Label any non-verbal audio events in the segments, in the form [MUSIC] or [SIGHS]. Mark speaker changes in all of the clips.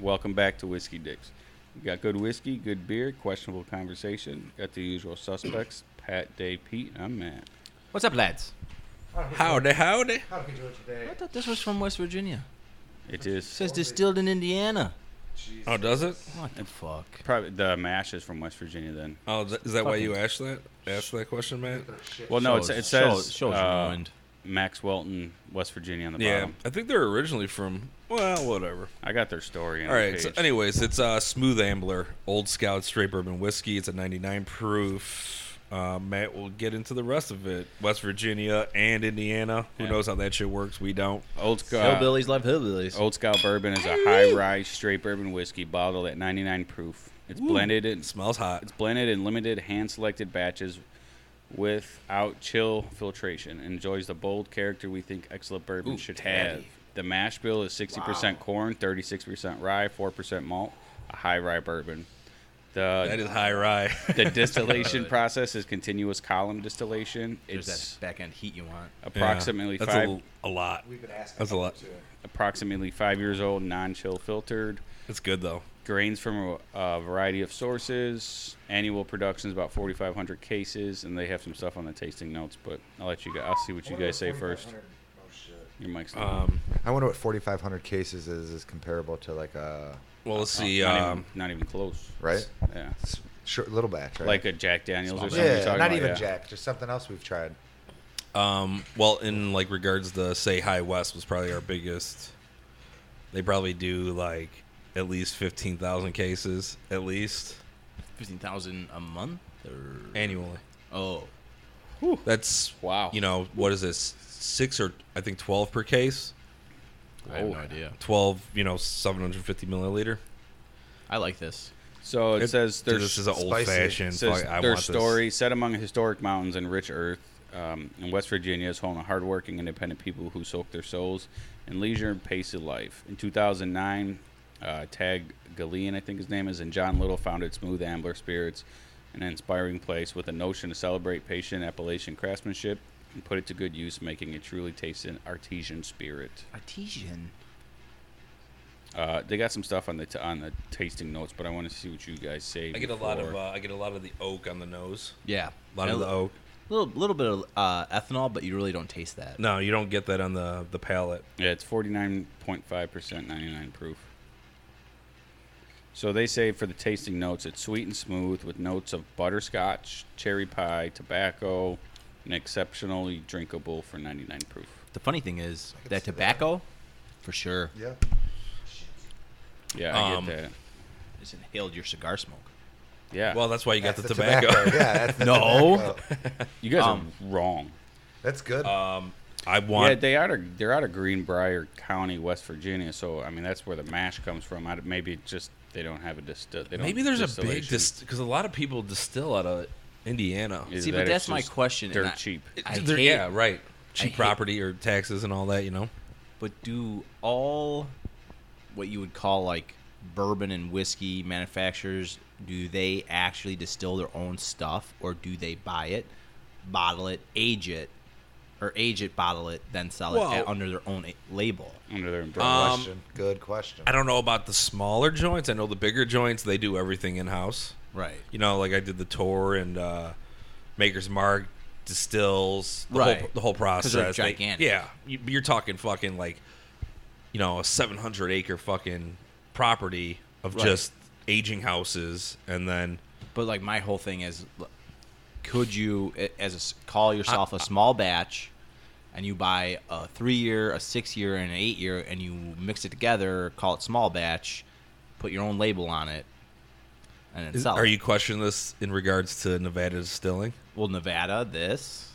Speaker 1: Welcome back to Whiskey Dicks. We got good whiskey, good beer, questionable conversation. Got the usual suspects: Pat, Dave, Pete. and I'm Matt.
Speaker 2: What's up, lads?
Speaker 3: Howdy, howdy.
Speaker 4: How did we do it today?
Speaker 2: I thought this was from West Virginia.
Speaker 1: It
Speaker 2: It
Speaker 1: is
Speaker 2: says distilled in Indiana.
Speaker 4: Jesus.
Speaker 3: Oh, does it?
Speaker 2: What the fuck?
Speaker 1: probably the mash is from West Virginia. Then,
Speaker 3: Oh, is that- is that why you asked that? Asked that question, man?
Speaker 4: Oh, shit.
Speaker 1: well, no, it's,
Speaker 2: Shows-
Speaker 1: it says
Speaker 2: shows, shows
Speaker 1: uh,
Speaker 2: ruined.
Speaker 1: Max Welton, West Virginia on the
Speaker 3: Yeah,
Speaker 1: bottom.
Speaker 3: I think they're originally from. Well, whatever.
Speaker 1: I got their story. On
Speaker 3: All right. So
Speaker 1: page.
Speaker 3: anyways, it's uh, Smooth Ambler, Old Scout Straight Bourbon Whiskey. It's a 99 proof. Uh, Matt will get into the rest of it. West Virginia and Indiana. Who
Speaker 1: Yeah.
Speaker 3: knows how that shit works? We don't.
Speaker 1: old Scout,
Speaker 2: Hillbillies love hillbillies.
Speaker 1: old Scout bourbon is a high rye straight bourbon whiskey bottled at 99 proof. It's blended
Speaker 3: It
Speaker 1: and
Speaker 3: smells hot.
Speaker 1: It's blended in limited hand selected batches without chill filtration. Enjoys the bold character we think excellent bourbon should have. The mash bill is 60% corn, 36% rye, 4% malt, a high rye bourbon.
Speaker 3: That
Speaker 1: The,
Speaker 3: is high [LAUGHS] rye.
Speaker 1: the
Speaker 3: [LAUGHS]
Speaker 1: distillation process is continuous column distillation.
Speaker 2: There's
Speaker 1: It's
Speaker 2: that back end heat you want.
Speaker 1: approximately
Speaker 3: Yeah, that's
Speaker 1: five
Speaker 3: a, l- a lot.
Speaker 4: We've been asking.
Speaker 3: That's a lot.
Speaker 4: people to-
Speaker 1: approximately 5 years old, non-chill filtered.
Speaker 3: It's good though.
Speaker 1: grains from a, a variety of sources. Annual production is about 4,500 cases, and they have some stuff on the tasting notes. But I'll let you guys. I'll see what
Speaker 4: I
Speaker 1: you
Speaker 4: wonder
Speaker 1: guys
Speaker 4: what
Speaker 1: say first.
Speaker 4: 4500 Oh shit.
Speaker 1: Your mic's not on.
Speaker 3: Um,
Speaker 5: I wonder what 4,500 cases is is comparable to like a
Speaker 3: well, let's
Speaker 1: Oh,
Speaker 3: see.
Speaker 1: not,
Speaker 3: Um,
Speaker 1: even, not even close.
Speaker 5: right,
Speaker 1: Yeah,
Speaker 5: S- short little batch, right?
Speaker 1: like a Jack Daniels or something. you're
Speaker 5: yeah,
Speaker 1: talking
Speaker 5: not
Speaker 1: about,
Speaker 5: even
Speaker 1: yeah.
Speaker 5: Jack, just something else we've tried.
Speaker 3: Um, well, in like regards to say High West was probably our biggest. They probably do like at least fifteen thousand cases at least
Speaker 2: Fifteen thousand a month. Or...
Speaker 3: annually.
Speaker 2: Oh,
Speaker 3: That's
Speaker 1: Wow.
Speaker 3: You know what is this? Six or I think twelve per case.
Speaker 1: Oh.
Speaker 2: I have no idea.
Speaker 3: Twelve, you know, seven hundred fifty milliliter.
Speaker 2: I like this.
Speaker 1: So it,
Speaker 3: It-
Speaker 1: says
Speaker 3: Dude,
Speaker 1: there's
Speaker 3: this is an old
Speaker 5: spicy.
Speaker 3: fashioned.
Speaker 1: says
Speaker 3: I
Speaker 1: their
Speaker 3: want
Speaker 1: story set among historic mountains and rich earth um, in West Virginia is home to hardworking, independent people who soak their souls in leisure and pace of life. In 2009, uh, Tag Galleon, I think his name is, and John Little founded Smooth Ambler Spirits, an inspiring place with a notion to celebrate patient Appalachian craftsmanship and put it to good use, making it truly tasting artesian spirit.
Speaker 2: Artesian.
Speaker 1: Uh, they got some stuff on the t- on the tasting notes, but I want to see what you guys say.
Speaker 3: This. I get a lot of
Speaker 1: before-
Speaker 3: uh, I get a lot of the oak on the nose.
Speaker 2: Yeah,
Speaker 3: A lot of the
Speaker 1: oh.
Speaker 3: oak.
Speaker 2: little little bit of uh, ethanol, but you really don't taste that.
Speaker 3: No, you don't get that on the the palate.
Speaker 1: Yeah, it's 49.5%, 99 proof. So they say for the tasting notes, it's sweet and smooth with notes of butterscotch, cherry pie, tobacco, and exceptionally drinkable for 99 proof.
Speaker 2: The funny thing is
Speaker 5: could
Speaker 2: that
Speaker 5: see that.
Speaker 2: tobacco, for sure,
Speaker 5: Yeah,
Speaker 1: Yeah, I
Speaker 3: Um,
Speaker 1: get that.
Speaker 2: it's inhaled your cigar smoke.
Speaker 1: Yeah.
Speaker 3: Well,
Speaker 1: Well,
Speaker 3: that's why you got the,
Speaker 1: [LAUGHS]
Speaker 3: tobacco.
Speaker 5: yeah, that's the
Speaker 2: No.
Speaker 5: tobacco.
Speaker 1: you guys
Speaker 2: um,
Speaker 1: are wrong.
Speaker 5: that's good.
Speaker 3: Um, I want
Speaker 1: Yeah, they out of they're out of Greenbrier County, West Virginia. So I mean, that's where the mash comes from. I, maybe it just they don't have a distill. they don't
Speaker 3: Maybe there's a big
Speaker 1: distillation.
Speaker 3: because a lot of people distill out of Indiana.
Speaker 1: Either
Speaker 2: See, but
Speaker 1: that or
Speaker 2: that's
Speaker 1: it's
Speaker 2: my
Speaker 1: just
Speaker 2: question, and
Speaker 1: Dirt
Speaker 2: I-
Speaker 1: cheap.
Speaker 2: I
Speaker 3: They're-
Speaker 2: hate-
Speaker 3: yeah, right.
Speaker 2: hate-
Speaker 3: Cheap property or taxes and all that, you know.
Speaker 2: But do all what you would call like bourbon and whiskey manufacturers do they actually distill their own stuff or do they buy it, bottle it, age it, or age it, bottle it, then sell it
Speaker 3: Well-
Speaker 2: at, under their own a- label?
Speaker 1: under their umbrella.
Speaker 2: Uh,
Speaker 3: um,
Speaker 5: question. Good question.
Speaker 3: I don't know about the smaller joints. I know the bigger joints they do everything in house.
Speaker 2: Right.
Speaker 3: You know, like I did the tour and uh, Maker's Mark distills the whole
Speaker 2: Right.
Speaker 3: the whole process.
Speaker 2: they're
Speaker 3: They-
Speaker 2: gigantic.
Speaker 3: yeah, you, you're talking fucking like you know a 700 acre fucking property of
Speaker 2: Right.
Speaker 3: just aging houses, and then
Speaker 2: But like my whole thing is, l- could you a- as a s call yourself
Speaker 3: Uh,
Speaker 2: a small batch, and you buy a three year, a six year, and an eight year, and you mix it together, call it small batch, put your own label on it, and then
Speaker 3: is,
Speaker 2: sell.
Speaker 3: are
Speaker 2: it.
Speaker 3: you questioning this in regards to Nevada distilling?
Speaker 2: well Nevada this?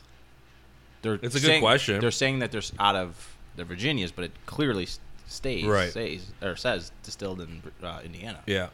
Speaker 2: They're
Speaker 3: It's a good
Speaker 2: saying-
Speaker 3: question.
Speaker 2: They're saying that there's out of the Virginias, but it clearly s- stays
Speaker 3: Right.
Speaker 2: stays or says distilled in uh, Indiana.
Speaker 3: Yeah.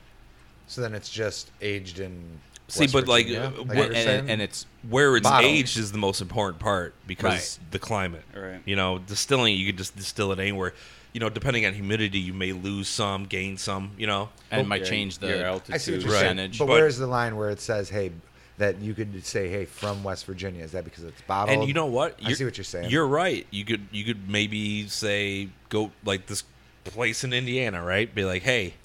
Speaker 5: so then it's just aged in.
Speaker 3: See,
Speaker 5: West
Speaker 3: but, like,
Speaker 5: Virginia,
Speaker 3: uh,
Speaker 5: like
Speaker 3: what-
Speaker 5: you're
Speaker 2: and,
Speaker 5: saying?
Speaker 2: and, and it's
Speaker 3: where it's
Speaker 5: Bottle.
Speaker 3: aged is the most important part because the climate.
Speaker 1: Right.
Speaker 3: You know, distilling you could just distill it anywhere. You know, depending on humidity, you may lose some, gain some. You know,
Speaker 2: and might
Speaker 1: Yeah,
Speaker 2: change the
Speaker 1: your altitude.
Speaker 5: I see what you're
Speaker 3: Right.
Speaker 5: saying,
Speaker 2: percentage.
Speaker 5: but,
Speaker 3: but-
Speaker 5: where's the line where it says, "Hey, that you could say, hey, from West Virginia"? Is that because it's bottled?
Speaker 3: and you know what?
Speaker 5: I see what you're saying.
Speaker 3: You're right. You could you could maybe say go like this place in Indiana, right? Be like, hey,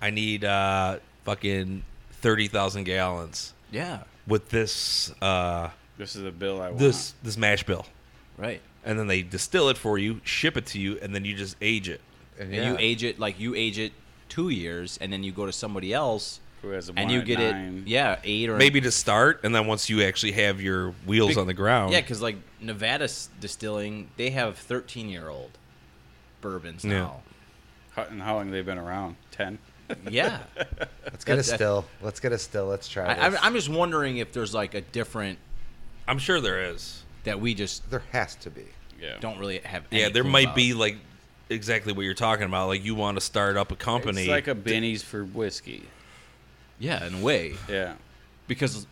Speaker 3: I need uh, fucking thirty thousand gallons
Speaker 2: Yeah.
Speaker 3: with this uh,
Speaker 1: This is the bill I want.
Speaker 3: this this mash bill,
Speaker 2: Right.
Speaker 3: and then they distill it for you, ship it to you, and then you just age it.
Speaker 5: And
Speaker 2: And you
Speaker 5: yeah.
Speaker 2: age it like you age it two years, and then you go to somebody else,
Speaker 1: Who has a
Speaker 2: and
Speaker 1: one
Speaker 2: you
Speaker 1: at
Speaker 2: get
Speaker 1: nine.
Speaker 2: it. Yeah, eight or
Speaker 3: Maybe to start, and then once you actually have your wheels
Speaker 2: Bec-
Speaker 3: on the ground,
Speaker 2: Yeah, because like Nevada s- Distilling, they have thirteen-year-old bourbons
Speaker 3: Yeah.
Speaker 2: now.
Speaker 1: How, and how long they've been around? Ten.
Speaker 2: Yeah,
Speaker 5: Let's get
Speaker 2: that-
Speaker 5: a
Speaker 2: that-
Speaker 5: still. Let's get a still. Let's try
Speaker 2: I,
Speaker 5: this.
Speaker 2: I'm- I'm just wondering if there's like a different
Speaker 3: I'm sure there is.
Speaker 2: that we just
Speaker 5: there has to be.
Speaker 1: Yeah.
Speaker 2: don't really have.
Speaker 3: Yeah,
Speaker 2: any
Speaker 3: there
Speaker 2: clue
Speaker 3: might
Speaker 2: about.
Speaker 3: be like exactly what you're talking about. Like you want to start up a company.
Speaker 1: It's like a Benny's for whiskey.
Speaker 2: Yeah, in a way,
Speaker 1: Yeah.
Speaker 2: because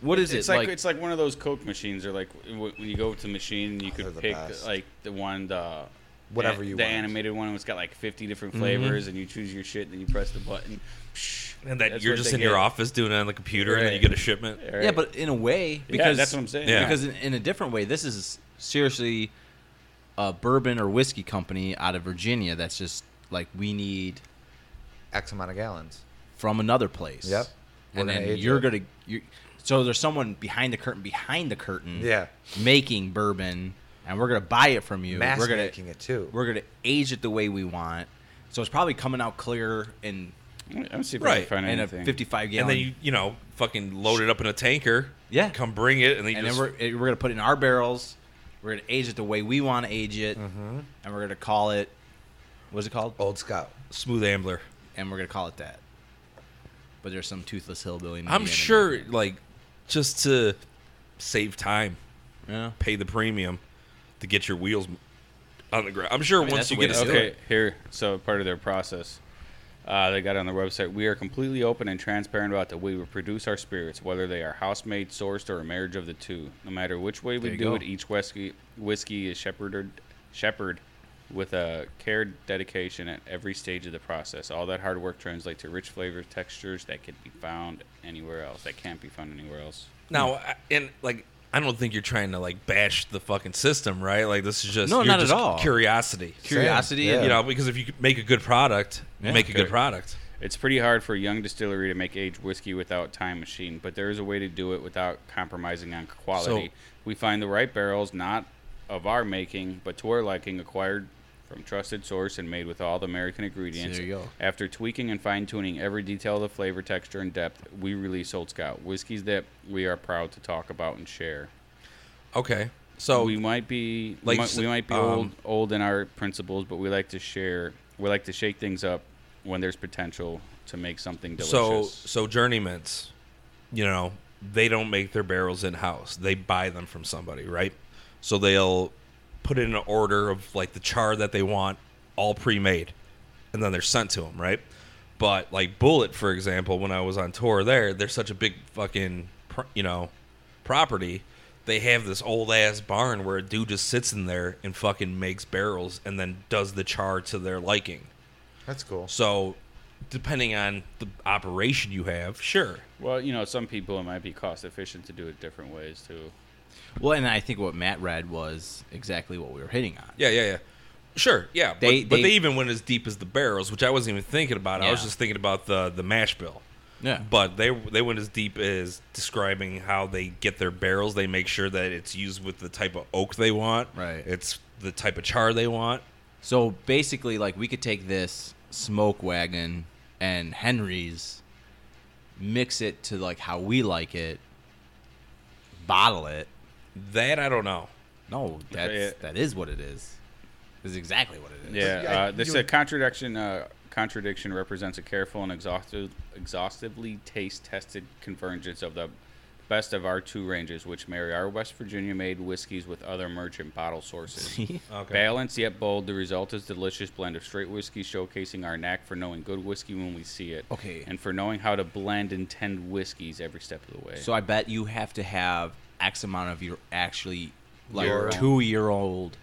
Speaker 2: what is
Speaker 1: It's
Speaker 2: it
Speaker 1: like, it's like one of those Coke machines, or like w- when you go to the machine and you
Speaker 5: they're
Speaker 1: could
Speaker 5: the
Speaker 1: pick
Speaker 5: best.
Speaker 1: like the one the
Speaker 5: Whatever
Speaker 1: an-
Speaker 5: you
Speaker 1: the
Speaker 5: want.
Speaker 1: animated one. It's got like fifty different flavors, and you choose your shit, and then you press the button.
Speaker 3: and that
Speaker 1: That's
Speaker 3: you're
Speaker 1: what
Speaker 3: just
Speaker 1: they
Speaker 3: in your
Speaker 1: get.
Speaker 3: office doing it on the computer, and then you
Speaker 1: Right.
Speaker 3: get a shipment.
Speaker 1: All
Speaker 2: Yeah,
Speaker 1: right.
Speaker 2: but in a way, because
Speaker 1: that's what I'm saying.
Speaker 3: Yeah.
Speaker 2: Because in, in a different way, this is seriously a bourbon or whiskey company out of Virginia that's just like we need
Speaker 5: X amount of gallons.
Speaker 2: from another place.
Speaker 5: Yep. We're
Speaker 2: And
Speaker 5: gonna
Speaker 2: then
Speaker 5: age
Speaker 2: you're
Speaker 5: it.
Speaker 2: gonna you. So there's someone behind the curtain, behind the curtain,
Speaker 5: Yeah.
Speaker 2: making bourbon, and we're gonna buy it from you.
Speaker 5: Mass
Speaker 2: we're gonna
Speaker 5: making it too.
Speaker 2: we're gonna age it the way we want. So it's probably coming out clear in
Speaker 1: I'm see if I
Speaker 3: Right,
Speaker 1: can find
Speaker 2: in a
Speaker 1: anything.
Speaker 2: 55 gallon.
Speaker 3: and then you you know fucking load it up in a tanker.
Speaker 2: Yeah.
Speaker 3: come bring it, and then you
Speaker 2: and
Speaker 3: just
Speaker 2: then we're eh, we're gonna put it in our barrels. We're gonna age it the way we want to age it, and we're gonna call it what's it called?
Speaker 5: Old Scout.
Speaker 3: smooth ambler.
Speaker 2: And we're gonna call it that. But there's some toothless hillbilly. in
Speaker 3: I'm
Speaker 2: Indiana.
Speaker 3: sure, like, just to save time,
Speaker 2: Yeah.
Speaker 3: pay the premium to get your wheels on the ground. I'm sure
Speaker 2: mean, that's
Speaker 3: once you
Speaker 2: the way
Speaker 3: get a
Speaker 2: to do
Speaker 1: Okay, here. So part of their process, uh, they got on their website. We are completely open and transparent about the way we produce our spirits, whether they are house made, sourced, or a marriage of the two. No matter which way we
Speaker 2: There you
Speaker 1: do
Speaker 2: go.
Speaker 1: it, each whiskey whiskey is shepherded shepherded with a care dedication at every stage of the process. All that hard work translates to rich flavors, textures that can be found anywhere else. That can't be found anywhere else.
Speaker 3: now, I- and like, I don't think you're trying to like bash the fucking system, right? Like, this is just
Speaker 2: No,
Speaker 3: you're
Speaker 2: not at
Speaker 3: just
Speaker 2: all.
Speaker 3: Curiosity,
Speaker 2: Curiosity
Speaker 5: Same,
Speaker 2: and-
Speaker 3: you know, because if you could make a good product,
Speaker 2: Yeah.
Speaker 3: make a good
Speaker 1: Correct.
Speaker 3: product.
Speaker 1: It's pretty hard for a young distillery to make aged whiskey without time machine, but there is a way to do it without compromising on quality.
Speaker 3: So-
Speaker 1: we find the right barrels, not of our making, but to our liking, acquired from trusted source and made with all the American ingredients.
Speaker 2: There you go.
Speaker 1: After tweaking and fine tuning every detail of the flavor, texture, and depth, we release Old Scout whiskeys that we are proud to talk about and share.
Speaker 3: Okay, so
Speaker 1: Oh, we might be like
Speaker 3: Like you
Speaker 1: we,
Speaker 3: said,
Speaker 1: might be
Speaker 3: um,
Speaker 1: old old in our principles, but we like to share. We like to shake things up when there's potential to make something
Speaker 3: so
Speaker 1: delicious.
Speaker 3: so journeyments, you know, they don't make their barrels in house. They buy them from somebody, right? So they'll put in an order of like the char that they want, all pre-made, and then they're sent to them, right? But like Bullet, for example, when I was on tour there, they're such a big fucking, pr- you know, property. They have this old ass barn where a dude just sits in there and fucking makes barrels and then does the char to their liking.
Speaker 5: That's cool.
Speaker 3: So, depending on the operation you have, sure.
Speaker 1: Well, you know, some people it might be cost efficient to do it different ways too.
Speaker 2: Well, and I think what Matt read was exactly what we were hitting on.
Speaker 3: Yeah, yeah, yeah. Sure, yeah.
Speaker 2: They-
Speaker 3: but, but
Speaker 2: they-
Speaker 3: they even went as deep as the barrels, which I wasn't even thinking about. I was
Speaker 2: Yeah.
Speaker 3: just thinking about the the mash bill.
Speaker 2: Yeah.
Speaker 3: But they they went as deep as describing how they get their barrels. They make sure that it's used with the type of oak they want.
Speaker 2: Right.
Speaker 3: It's the type of char they want.
Speaker 2: So basically, like we could take this smoke wagon and Henry's, mix it to like how we like it, bottle it.
Speaker 3: That I don't know.
Speaker 2: No, that's
Speaker 1: yeah.
Speaker 2: that is what it is. This is exactly what it is.
Speaker 1: Yeah,
Speaker 5: yeah,
Speaker 1: uh, this
Speaker 5: you
Speaker 1: is a
Speaker 5: would-
Speaker 1: contradiction. Uh, contradiction represents a careful and exhaustive, exhaustively taste-tested convergence of the best of our two ranges, which marry our West Virginia-made whiskeys with other merchant bottle
Speaker 2: [LAUGHS]
Speaker 1: sources.
Speaker 3: Okay.
Speaker 1: Balanced yet bold, the result is delicious blend of straight whiskey, showcasing our knack for knowing good whiskey when we see it,
Speaker 2: Okay.
Speaker 1: and for knowing how to blend and tend whiskeys every step of the way.
Speaker 2: So I bet you have to have X amount of your actually like
Speaker 1: Your own.
Speaker 2: two year old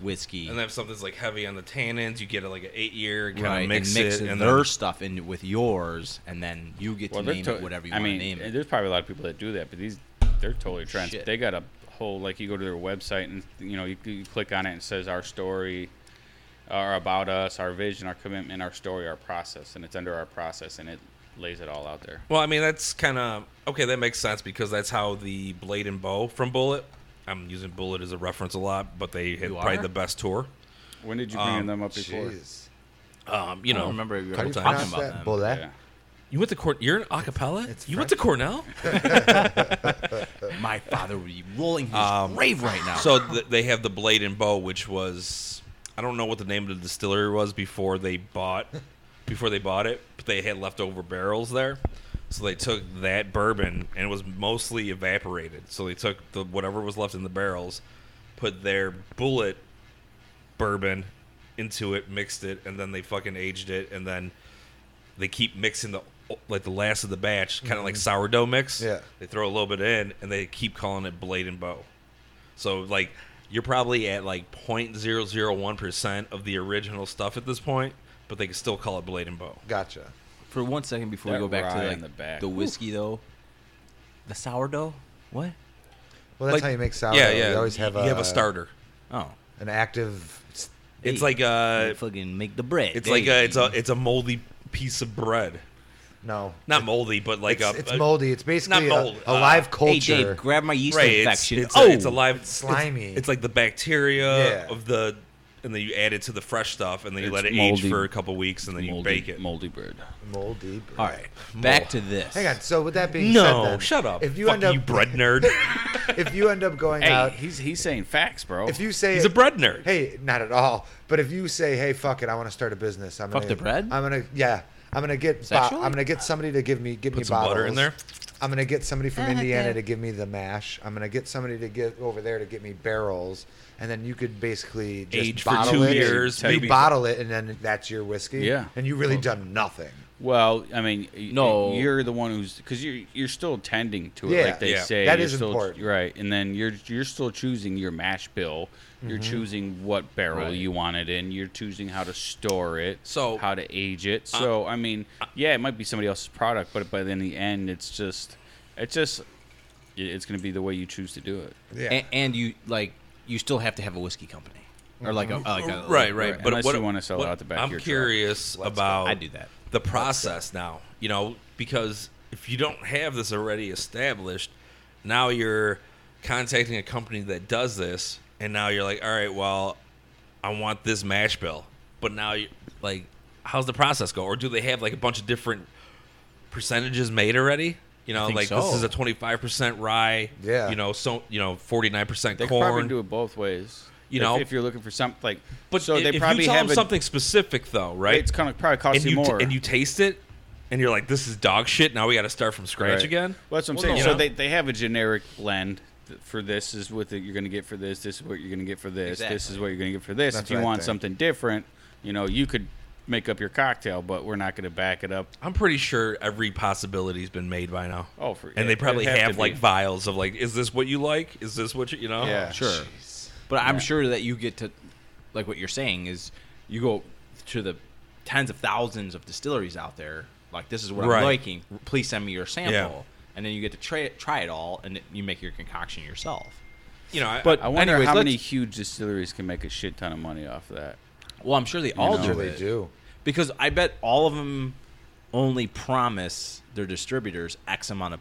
Speaker 2: whiskey.
Speaker 3: And then if something's like heavy on the tannins, you get a, like an eight year kind
Speaker 2: right,
Speaker 3: of mix,
Speaker 2: and mix
Speaker 3: it, and
Speaker 2: their
Speaker 3: then,
Speaker 2: stuff in with yours, and then you get to
Speaker 1: they're
Speaker 2: name it
Speaker 1: to-
Speaker 2: whatever you
Speaker 1: I
Speaker 2: want
Speaker 1: mean,
Speaker 2: to name it.
Speaker 1: There's probably a lot of people that do that, but these they're totally trans.
Speaker 2: Shit.
Speaker 1: They got a whole like you go to their website and you know you, you click on it and it says our story. are about us, our vision, our commitment, our story, our process, and it's under our process, and it lays it all out there.
Speaker 3: Well, I mean, that's kind of okay. That makes sense because that's how the blade and bow from Bullet. I'm using Bullet as a reference a lot, but they had
Speaker 2: You
Speaker 3: probably
Speaker 2: are?
Speaker 3: the best tour.
Speaker 1: When did you bring
Speaker 2: Oh,
Speaker 3: Um,
Speaker 1: them up before?
Speaker 5: Jeez.
Speaker 3: Um, you
Speaker 2: I
Speaker 3: know,
Speaker 2: don't remember if you were
Speaker 5: How do you
Speaker 2: talking
Speaker 5: pronounce
Speaker 2: about
Speaker 5: that?
Speaker 2: them.
Speaker 5: Bullet?
Speaker 1: Yeah.
Speaker 3: you went to Corn. You're an acapella.
Speaker 5: It's
Speaker 3: you went to
Speaker 5: French.
Speaker 2: [LAUGHS]
Speaker 3: Cornell. [LAUGHS]
Speaker 2: My father would be rolling his
Speaker 3: Um,
Speaker 2: grave right now.
Speaker 3: so th- they have the blade and bow, which was I don't know what the name of the distillery was before they bought before they bought it, but they had leftover barrels there. So they took that bourbon and it was mostly evaporated. So they took the whatever was left in the barrels, put their bullet bourbon into it, mixed it, and then they fucking aged it, and then they keep mixing the like the last of the batch, kind of like sourdough mix.
Speaker 5: Mm-hmm. Yeah.
Speaker 3: They throw a little bit in, and they keep calling it blade and bow. So like you're probably at like 0.001 percent of the original stuff at this point, but they can still call it blade and bow.
Speaker 5: Gotcha.
Speaker 2: For one second before
Speaker 1: That
Speaker 2: we go back
Speaker 1: rye
Speaker 2: to
Speaker 1: in
Speaker 2: like,
Speaker 1: the
Speaker 2: the,
Speaker 1: back.
Speaker 2: whiskey though, the sourdough. What?
Speaker 5: Well, that's
Speaker 3: Like-
Speaker 5: how you make sourdough.
Speaker 3: yeah, yeah.
Speaker 5: You always have
Speaker 3: you
Speaker 5: a,
Speaker 3: have a starter.
Speaker 2: Oh,
Speaker 5: an active. s-
Speaker 3: It's
Speaker 2: Hey,
Speaker 3: like a
Speaker 2: you fucking make the bread.
Speaker 3: Uh, it's
Speaker 2: Hey.
Speaker 3: like a it's a it's a moldy piece of bread.
Speaker 5: No,
Speaker 3: Not moldy, but like
Speaker 5: it's,
Speaker 3: a
Speaker 5: it's
Speaker 3: a-
Speaker 5: moldy. It's basically a-
Speaker 3: mold,
Speaker 5: a,
Speaker 3: uh,
Speaker 5: live
Speaker 2: Hey
Speaker 5: culture.
Speaker 2: Dave, grab my yeast
Speaker 3: right, it's,
Speaker 2: infection.
Speaker 3: it's,
Speaker 2: oh,
Speaker 3: a, it's a live it's
Speaker 5: slimy.
Speaker 3: It's, like the bacteria
Speaker 5: Yeah.
Speaker 3: of the and then you add it to the fresh stuff and then you
Speaker 1: It's
Speaker 3: let it
Speaker 1: moldy.
Speaker 3: age for a couple weeks and then you
Speaker 1: moldy,
Speaker 3: bake it.
Speaker 1: Moldy bird.
Speaker 5: moldy. bread.
Speaker 2: All right, back to this.
Speaker 5: Hang on. So with that being said,
Speaker 3: No,
Speaker 5: then,
Speaker 3: shut up.
Speaker 5: If you
Speaker 3: Fuck
Speaker 5: end up
Speaker 3: you bread nerd.
Speaker 5: [LAUGHS] if you end up going
Speaker 1: Hey,
Speaker 5: out,
Speaker 1: he's he's saying facts, bro.
Speaker 5: if you say
Speaker 3: He's a bread nerd.
Speaker 5: hey, not at all. But if you say, hey, fuck it, I want to start a business. I'm
Speaker 2: Fuck
Speaker 5: gonna,
Speaker 2: the bread?
Speaker 5: I'm gonna yeah. I'm gonna get bo-
Speaker 2: Sexually?
Speaker 5: I'm gonna get somebody to give me give
Speaker 3: Put
Speaker 5: me
Speaker 3: some
Speaker 5: bottles.
Speaker 3: butter in there?
Speaker 5: I'm gonna get somebody from
Speaker 2: I like
Speaker 5: Indiana
Speaker 2: that.
Speaker 5: to give me the mash. I'm gonna get somebody to get over there to get me barrels, and then you could basically just
Speaker 3: Age for
Speaker 5: bottle
Speaker 3: two
Speaker 5: it,
Speaker 3: years,
Speaker 5: You
Speaker 3: maybe.
Speaker 5: bottle it, and then that's your whiskey.
Speaker 1: Yeah.
Speaker 5: and you really done nothing.
Speaker 1: well, I mean, y-
Speaker 2: No.
Speaker 1: you're the one who's because you're you're still tending to it,
Speaker 5: Yeah.
Speaker 1: like they
Speaker 3: Yeah.
Speaker 1: say.
Speaker 5: That
Speaker 1: You're
Speaker 5: is
Speaker 1: still-
Speaker 5: important.
Speaker 1: right? And then you're you're still choosing your mash bill. You're
Speaker 5: Mm-hmm.
Speaker 1: choosing what barrel
Speaker 2: Right.
Speaker 1: you want it in. You're choosing how to store it,
Speaker 3: So- uh,
Speaker 1: how to age it. So I mean, yeah, it might be somebody else's product, but but in the end, it's just it's just it- it's going to be the way you choose to do it.
Speaker 5: Yeah,
Speaker 2: A- and you like you still have to have a whiskey company or like a, like a
Speaker 3: right, right. But
Speaker 1: Unless
Speaker 3: what,
Speaker 1: you wanna sell
Speaker 3: what-
Speaker 1: out the back of
Speaker 3: I'm
Speaker 1: your truck.
Speaker 3: curious
Speaker 5: Let's go.
Speaker 3: about
Speaker 2: I do that.
Speaker 3: the process now. You know, because if you don't have this already established, now you're contacting a company that does this, and now you're like, all right, well, I want this mash bill, but now you like, how's the process go? Or do they have like a bunch of different percentages made already? You know,
Speaker 2: think
Speaker 3: like
Speaker 2: so.
Speaker 3: this is a 25% rye.
Speaker 5: Yeah.
Speaker 3: You know, so you know, 49%
Speaker 1: They could probably
Speaker 3: corn.
Speaker 1: do it both ways.
Speaker 3: You
Speaker 1: If-
Speaker 3: know?
Speaker 1: if you're looking for something like,
Speaker 3: But
Speaker 1: so
Speaker 3: i-
Speaker 1: they
Speaker 3: if
Speaker 1: probably
Speaker 3: you tell
Speaker 1: have
Speaker 3: them
Speaker 1: a-
Speaker 3: something specific, though, right?
Speaker 1: It's gonna probably cost
Speaker 3: and
Speaker 1: you,
Speaker 3: you t-
Speaker 1: more.
Speaker 3: and you taste it, and you're like, "This is dog shit." Now we got to start from scratch
Speaker 1: Right.
Speaker 3: again.
Speaker 1: Well, that's what I'm
Speaker 3: Well,
Speaker 1: saying.
Speaker 3: no.
Speaker 1: So
Speaker 3: Yeah.
Speaker 1: they, they have a generic blend th- for this is what the, you're going to get for this. This is what you're going to get for this. This is
Speaker 2: Exactly.
Speaker 1: what you're going to get for this.
Speaker 5: That's
Speaker 1: if you
Speaker 5: what I
Speaker 1: want
Speaker 5: think.
Speaker 1: something different, you know, you could make up your cocktail, but we're not going to back it up.
Speaker 3: I'm pretty sure every possibility's been made by now.
Speaker 1: Oh, for-
Speaker 3: and they
Speaker 1: it-
Speaker 3: probably
Speaker 1: it'd have
Speaker 3: have
Speaker 1: to
Speaker 3: like
Speaker 1: be.
Speaker 3: vials of like, "Is this what you like? Is this what you, you know?"
Speaker 5: yeah,
Speaker 2: sure.
Speaker 5: Jeez.
Speaker 2: But I'm sure that you get to, like what you're saying is, you go to the tens of thousands of distilleries out there. Like this is what
Speaker 3: Right.
Speaker 2: I'm liking. Please send me your sample, and then you get to try it, try it all, and you make your concoction yourself.
Speaker 3: You know, I,
Speaker 2: But
Speaker 1: I wonder
Speaker 2: anyways,
Speaker 1: how
Speaker 2: let's-
Speaker 1: many huge distilleries can make a shit ton of money off of that.
Speaker 2: Well, I'm sure they
Speaker 1: know.
Speaker 2: all do
Speaker 5: Sure they
Speaker 2: it.
Speaker 5: do.
Speaker 2: because I bet all of them only promise their distributors X amount of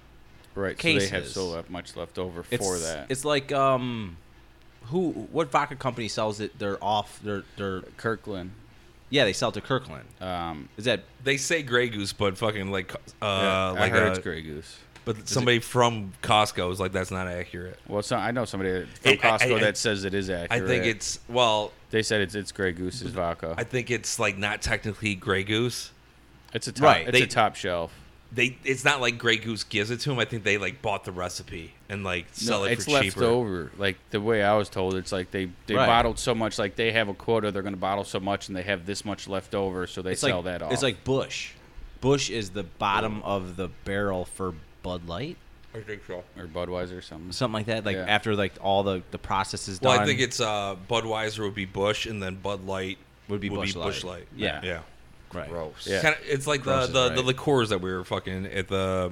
Speaker 1: Right. So they have
Speaker 2: Cases.
Speaker 1: so le- much left over
Speaker 2: it's,
Speaker 1: for that.
Speaker 2: It's like um, who what vodka company sells it? They're off. They're they're
Speaker 1: Kirkland.
Speaker 2: yeah. They sell it to Kirkland.
Speaker 1: Um,
Speaker 2: Is that
Speaker 3: they say Grey Goose, but fucking like, uh,
Speaker 1: I
Speaker 3: like
Speaker 1: heard
Speaker 3: a,
Speaker 1: it's Grey Goose.
Speaker 3: But somebody from Costco is like, "That's not accurate."
Speaker 1: Well, so, I know somebody from
Speaker 3: It- I-
Speaker 1: Costco
Speaker 3: I-
Speaker 1: that says it is accurate.
Speaker 3: I think it's well,
Speaker 1: They said it's it's Grey Goose's vodka.
Speaker 3: I think it's like not technically Grey Goose.
Speaker 1: it's a top.
Speaker 2: Right,
Speaker 1: It's
Speaker 3: they-
Speaker 1: a top shelf.
Speaker 3: They, it's not like Grey Goose gives it to them. I think they like bought the recipe and like sell
Speaker 1: No,
Speaker 3: it
Speaker 1: it's
Speaker 3: for
Speaker 1: left
Speaker 3: cheaper.
Speaker 1: over. Like the way I was told, it's like they they
Speaker 2: Right.
Speaker 1: bottled so much. Like they have a quota, they're going to bottle so much, and they have this much left over, so they
Speaker 2: it's
Speaker 1: sell
Speaker 2: like
Speaker 1: that off.
Speaker 2: it's like Bush. Bush is the bottom of the barrel for Bud Light,
Speaker 3: I think so.
Speaker 1: or Budweiser or something.
Speaker 2: something like that. Like
Speaker 1: Yeah.
Speaker 2: after like all the the process is
Speaker 3: Well,
Speaker 2: done.
Speaker 3: I think it's uh, Budweiser would be Bush, and then Bud Light
Speaker 2: Would be Busch
Speaker 3: Bush,
Speaker 2: Light.
Speaker 3: Light.
Speaker 2: Yeah.
Speaker 3: yeah.
Speaker 2: right.
Speaker 5: Gross.
Speaker 1: Yeah.
Speaker 3: Kinda, it's like the
Speaker 2: Gross is
Speaker 3: the, the
Speaker 2: right.
Speaker 3: liqueurs that we were fucking at the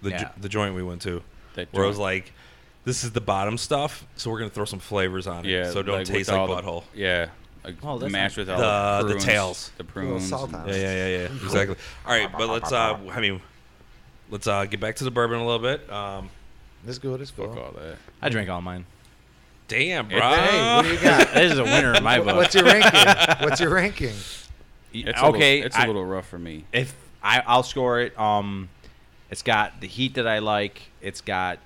Speaker 3: the
Speaker 2: Yeah.
Speaker 3: jo- the joint we went to,
Speaker 1: That
Speaker 3: where it was
Speaker 1: joint.
Speaker 3: like, this is the bottom stuff, so we're gonna throw some flavors on it,
Speaker 1: yeah.
Speaker 3: so it don't
Speaker 1: with
Speaker 3: taste like
Speaker 1: all the-
Speaker 3: butthole.
Speaker 1: yeah, like
Speaker 2: Oh, that's
Speaker 1: mashed
Speaker 2: not
Speaker 1: with all
Speaker 3: The-
Speaker 1: the,
Speaker 3: the
Speaker 1: prunes,
Speaker 3: tails.
Speaker 1: the
Speaker 5: little
Speaker 1: prunes.
Speaker 5: salt
Speaker 1: and-
Speaker 5: on
Speaker 3: Yeah,
Speaker 5: it.
Speaker 3: yeah, yeah, yeah. Exactly. All right, but let's. Uh, I mean, let's uh, get back to the bourbon a little bit. Um,
Speaker 5: It's good. It's
Speaker 1: Fuck
Speaker 5: good.
Speaker 1: all that.
Speaker 2: I drank all mine.
Speaker 3: damn,
Speaker 1: Hey,
Speaker 3: bro.
Speaker 5: Hey, what do you got?
Speaker 2: This is a winner
Speaker 1: [LAUGHS]
Speaker 2: in my book.
Speaker 5: What's your ranking? What's your ranking?
Speaker 1: It's a
Speaker 2: okay,
Speaker 1: little, it's a
Speaker 2: I-
Speaker 1: little rough for me.
Speaker 2: if I, I'll score it. Um, it's got the heat that I like. It's got,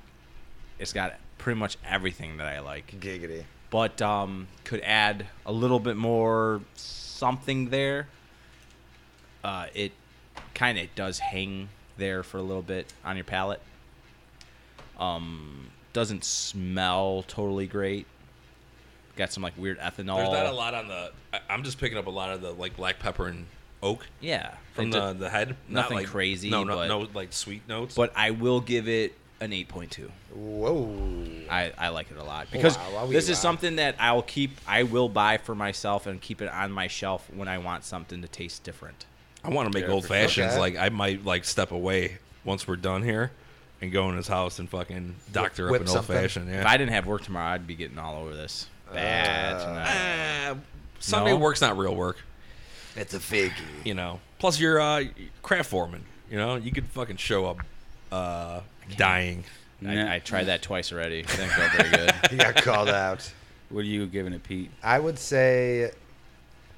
Speaker 2: it's got pretty much everything that I like.
Speaker 5: Giggity.
Speaker 2: But um, could add a little bit more something there. Uh, it kind of does hang there for a little bit on your palate. Um, doesn't smell totally great. Got some like weird ethanol.
Speaker 3: There's not a lot on the. I, I'm just picking up a lot of the like black pepper and oak
Speaker 2: Yeah,
Speaker 3: from
Speaker 2: It
Speaker 3: the,
Speaker 2: do-
Speaker 3: the head. Not
Speaker 2: nothing
Speaker 3: like-
Speaker 2: crazy,
Speaker 3: No, no,
Speaker 2: but-
Speaker 3: no, like sweet notes.
Speaker 2: but I will give it an 8.2.
Speaker 5: Whoa.
Speaker 2: I, I like it a
Speaker 3: Oh,
Speaker 2: lot because
Speaker 5: Wow, wow, wee,
Speaker 2: this is
Speaker 5: wow.
Speaker 2: something that I'll keep, I will buy for myself and keep it on my shelf when I want something to taste different.
Speaker 3: I want to make
Speaker 1: Yeah,
Speaker 3: old
Speaker 1: for sure.
Speaker 3: fashions.
Speaker 5: Okay.
Speaker 3: Like I might like step away once we're done here, and go in his house and fucking doctor up
Speaker 5: whip
Speaker 3: an old
Speaker 5: something.
Speaker 3: fashioned.
Speaker 2: If
Speaker 3: Yeah.
Speaker 2: I didn't have work tomorrow, I'd be getting all over this. Bad
Speaker 5: Uh,
Speaker 2: tonight.
Speaker 3: Ah, Sunday
Speaker 2: No.
Speaker 3: work's not real work,
Speaker 5: It's a figgy.
Speaker 3: you know. Plus you're uh, craft foreman. You know, you could fucking show up uh, dying.
Speaker 1: Nah.
Speaker 2: I, I tried that twice already. It Didn't go very
Speaker 3: [LAUGHS]
Speaker 2: good.
Speaker 5: He got called out.
Speaker 1: What are you giving it, Pete?
Speaker 5: I would say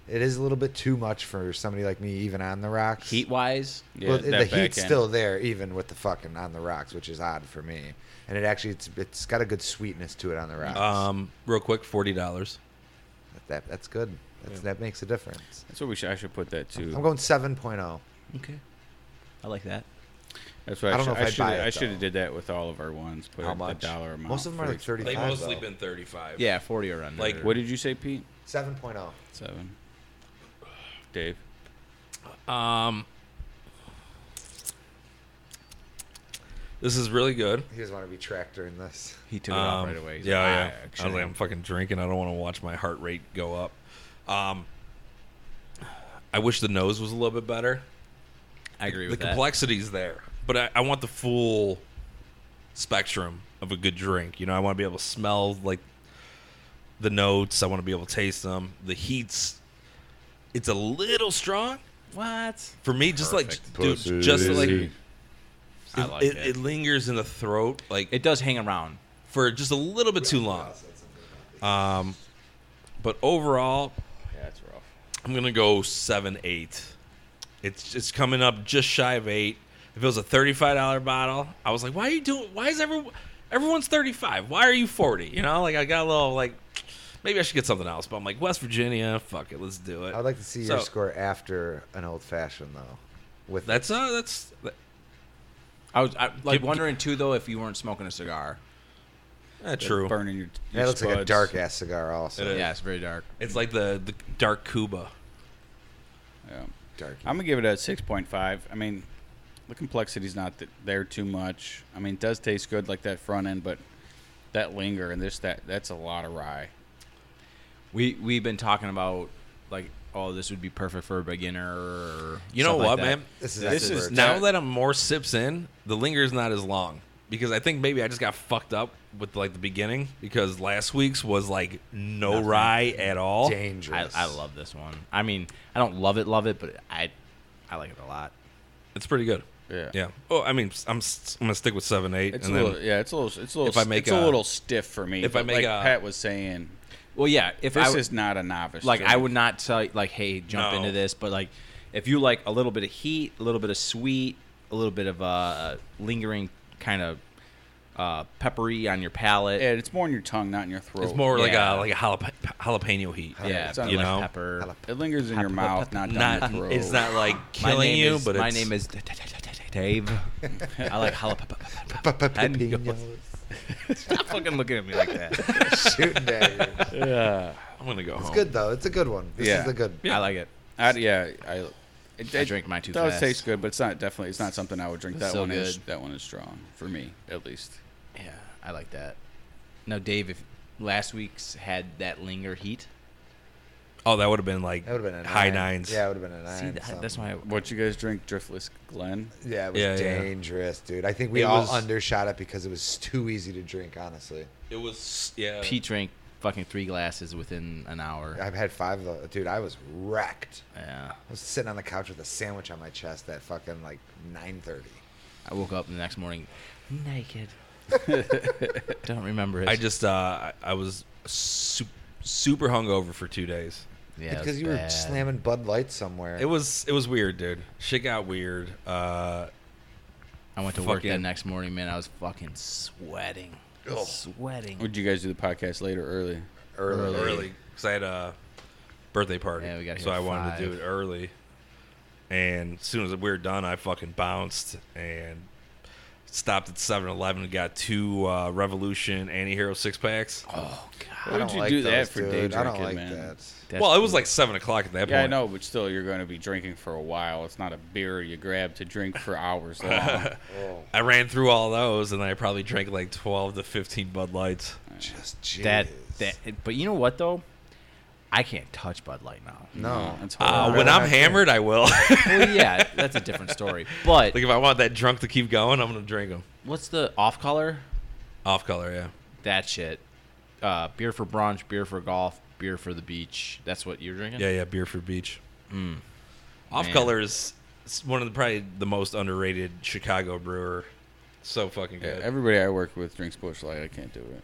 Speaker 5: it is a little bit too much for somebody like me, even on the rocks.
Speaker 2: Heat wise,
Speaker 1: Yeah,
Speaker 5: well, the
Speaker 1: that back
Speaker 5: heat's
Speaker 1: end.
Speaker 5: still there, even with the fucking on the rocks, which is odd for me. And it actually, it's it's got a good sweetness to it on the rocks.
Speaker 3: Um, real quick, forty dollars.
Speaker 5: that that's good. That's, That makes a difference.
Speaker 1: That's what we should. I should put that too.
Speaker 5: I'm going oh. 7.0.
Speaker 3: Okay.
Speaker 2: I like that.
Speaker 1: That's what I,
Speaker 5: I don't know
Speaker 1: should,
Speaker 5: if
Speaker 1: I
Speaker 5: I'd
Speaker 1: should.
Speaker 5: buy it,
Speaker 1: I should
Speaker 5: though.
Speaker 1: have did that with all of our ones. Put
Speaker 5: How
Speaker 1: a- a
Speaker 5: much?
Speaker 1: dollar amount.
Speaker 5: Most of them
Speaker 1: for
Speaker 5: are like
Speaker 1: each-
Speaker 5: 35.
Speaker 3: They mostly
Speaker 5: though.
Speaker 3: been thirty-five.
Speaker 2: Yeah, 40 or under.
Speaker 3: Like,
Speaker 1: What did you say, Pete?
Speaker 5: 7.0.
Speaker 1: Seven. Dave.
Speaker 3: Um. This is really good.
Speaker 5: He doesn't want to be tracked during this.
Speaker 2: He took it off
Speaker 3: Um,
Speaker 2: right away. He's
Speaker 3: Yeah,
Speaker 2: like,
Speaker 3: yeah.
Speaker 2: "Ah,
Speaker 3: I was like, I'm fucking drinking. I don't want to watch my heart rate go up. Um, I wish the nose was a little bit better.
Speaker 2: I agree
Speaker 3: the
Speaker 2: with that.
Speaker 3: complexity's there, but I, I want the full spectrum of a good drink. You know, I want to be able to smell like the notes. I want to be able to taste them. The heat's it's a little strong
Speaker 2: what?
Speaker 3: for me. Just
Speaker 2: Perfect.
Speaker 3: like, dude, just like, it,
Speaker 2: I like
Speaker 3: it,
Speaker 2: it.
Speaker 3: it lingers in the throat. Like
Speaker 2: It does hang around.
Speaker 3: for just a little bit too long. Um, but overall,
Speaker 1: Yeah, that's rough.
Speaker 3: I'm gonna go seven eight. It's it's coming up just shy of eight. If it was a thirty five dollar bottle, I was like, why are you doing? Why is everyone everyone's thirty five? Why are you forty? You know, like I got a little like maybe I should get something else. But I'm like West Virginia, fuck it, let's do it.
Speaker 5: I would like to see your
Speaker 3: So-
Speaker 5: score after an old fashioned though. With
Speaker 3: That's uh, that's
Speaker 2: I was I, like
Speaker 3: Give-
Speaker 2: wondering too, though, if you weren't smoking a cigar.
Speaker 3: uh, true.
Speaker 1: Burning your.
Speaker 5: that
Speaker 1: your
Speaker 5: looks like a
Speaker 1: spuds.
Speaker 5: dark ass cigar. Also,
Speaker 3: It is.
Speaker 2: Yeah, it's very dark.
Speaker 3: It's like the the dark Cuba.
Speaker 1: Yeah.
Speaker 5: dark.
Speaker 1: I'm gonna give it a 6.5. I mean, the complexity's not th- there too much. I mean, it does taste good like that front end, but that linger and this that that's a lot of rye.
Speaker 2: We we've been talking about like, oh, this would be perfect for a beginner. Or
Speaker 3: You know
Speaker 2: stuff like
Speaker 3: what,
Speaker 2: that.
Speaker 3: man?
Speaker 5: This is
Speaker 1: This
Speaker 5: expert.
Speaker 1: is
Speaker 3: Now
Speaker 1: Yeah.
Speaker 3: that I'm more sips in, the linger's not as long because I think maybe I just got fucked up with like the beginning because last week's was like no rye at all.
Speaker 5: dangerous.
Speaker 2: I, I
Speaker 5: [LAUGHS]
Speaker 2: love this one. I mean, I don't love it, love it, but I I like it a lot.
Speaker 3: It's pretty good.
Speaker 1: Yeah.
Speaker 3: Yeah. Oh, I mean, I'm s- I'm gonna stick with seven eight,
Speaker 1: It's
Speaker 3: and
Speaker 1: a
Speaker 3: then
Speaker 1: little, yeah, it's a little, it's a little,
Speaker 3: If I make
Speaker 1: it's a,
Speaker 3: a-
Speaker 1: little stiff for me.
Speaker 3: if I
Speaker 1: but
Speaker 3: make
Speaker 1: like
Speaker 3: a-
Speaker 1: Pat was saying,
Speaker 2: Well, yeah. If
Speaker 1: this
Speaker 2: I
Speaker 1: is not a novice.
Speaker 2: like,
Speaker 1: drink.
Speaker 2: I would not tell you, like, hey, jump
Speaker 3: No.
Speaker 2: into this, but like, if you like a little bit of heat, a little bit of sweet, a little bit of uh lingering kind of uh peppery on your palate.
Speaker 1: Yeah, it's more in your tongue, not in your throat.
Speaker 3: it's more like
Speaker 2: Yeah.
Speaker 3: a like a jalap- jalapeno heat.
Speaker 2: yeah,
Speaker 1: it's on
Speaker 2: you
Speaker 1: like
Speaker 2: know,
Speaker 3: pepper.
Speaker 2: pepper.
Speaker 1: It lingers in your
Speaker 2: Pepper-
Speaker 1: mouth, not down
Speaker 3: Not
Speaker 1: your
Speaker 3: [LAUGHS]
Speaker 1: throat.
Speaker 3: it's not like
Speaker 2: My
Speaker 3: killing
Speaker 2: name
Speaker 3: you,
Speaker 2: is-
Speaker 3: but
Speaker 2: my
Speaker 3: it's,
Speaker 2: name
Speaker 3: [LAUGHS]
Speaker 2: is Dave. I like jalapeno. And he goes, Stop fucking looking at me like that.
Speaker 5: shooting daggers.
Speaker 1: Yeah,
Speaker 3: I'm gonna go
Speaker 5: It's
Speaker 3: home.
Speaker 5: good though. It's a good one.
Speaker 1: [LAUGHS]
Speaker 5: This
Speaker 1: Yeah.
Speaker 5: is the good.
Speaker 2: I like it.
Speaker 1: I, yeah. I, it,
Speaker 2: I
Speaker 1: it
Speaker 2: drink mine too
Speaker 1: does
Speaker 2: fast.
Speaker 1: taste good, but it's not definitely. It's not something I would drink. That
Speaker 2: So
Speaker 1: one is
Speaker 2: good.
Speaker 1: that one is strong for me, at least.
Speaker 2: Yeah, I like that. Now, Dave, if last week's had that linger heat,
Speaker 3: Oh, that would have been like
Speaker 5: That would have been a
Speaker 3: high
Speaker 5: nine.
Speaker 3: nines.
Speaker 5: Yeah, it would have been a
Speaker 2: see,
Speaker 5: nine.
Speaker 2: that, that's
Speaker 5: something.
Speaker 2: why. I,
Speaker 1: What you guys drink? Driftless Glen.
Speaker 5: Yeah, it was
Speaker 3: Yeah, yeah.
Speaker 5: dangerous, dude. I think we
Speaker 3: It
Speaker 5: all
Speaker 3: was-
Speaker 5: undershot it because it was too easy to drink. Honestly,
Speaker 3: it was yeah.
Speaker 2: Pete drank fucking three glasses within an hour.
Speaker 5: I've had five of those. Dude, I was wrecked.
Speaker 2: Yeah.
Speaker 5: I was sitting on the couch with a sandwich on my chest at fucking like 9.30.
Speaker 2: I woke up the next morning
Speaker 3: [LAUGHS]
Speaker 2: naked. Don't remember it.
Speaker 3: I just uh, I- I was su- super hungover for two days.
Speaker 2: yeah, it
Speaker 5: because
Speaker 2: was
Speaker 5: you were
Speaker 2: bad.
Speaker 5: slamming Bud Light somewhere.
Speaker 3: It was it was weird, dude. Shit got weird. Uh,
Speaker 2: I went to work that
Speaker 3: fucking-
Speaker 2: next morning, man. I was fucking sweating, sweating.
Speaker 1: Would you guys do the podcast later, or early?
Speaker 5: early.
Speaker 3: early because I had a birthday party.
Speaker 2: Yeah, we got here
Speaker 3: so
Speaker 2: at
Speaker 3: I wanted to do
Speaker 2: five.
Speaker 3: it early. And as soon as we were done, I fucking bounced and stopped at 7-Eleven and got two uh, Revolution anti-hero six packs.
Speaker 2: Oh god,
Speaker 1: Why
Speaker 5: I
Speaker 1: would
Speaker 5: don't
Speaker 1: you
Speaker 5: like
Speaker 1: do that
Speaker 5: those,
Speaker 1: for
Speaker 5: dude.
Speaker 1: day
Speaker 5: I don't
Speaker 1: drinking,
Speaker 5: like
Speaker 1: man?
Speaker 5: that.
Speaker 2: That's
Speaker 3: well, it was like seven o'clock at that
Speaker 1: Yeah, I
Speaker 3: point.
Speaker 1: know, but still, you're going to be drinking for a while. It's not a beer you grab to drink for hours [LAUGHS] long.
Speaker 5: Oh,
Speaker 3: I ran through all those, and I probably drank like twelve to fifteen Bud Lights.
Speaker 5: just jeez.
Speaker 2: that that. But you know what though? I can't touch Bud Light now.
Speaker 3: [LAUGHS]
Speaker 5: No.
Speaker 1: [LAUGHS] That's
Speaker 2: Oh,
Speaker 3: Uh,
Speaker 1: horrible.
Speaker 3: when
Speaker 5: really
Speaker 3: I'm
Speaker 5: not
Speaker 3: hammered, I will. [LAUGHS] like
Speaker 2: well, yeah, that's a different story. But
Speaker 3: if I want that drunk to keep going, I'm gonna drink them
Speaker 2: what's the off color?
Speaker 3: off color. Yeah,
Speaker 2: That shit. Uh, beer for brunch, beer for golf, beer for the beach. That's what you're drinking.
Speaker 3: yeah, yeah. Beer for beach. Off
Speaker 2: Man.
Speaker 3: color is is one of the probably the most underrated Chicago brewer. So fucking
Speaker 1: Yeah,
Speaker 3: good.
Speaker 1: everybody I work with drinks Bush Light. I can't do it.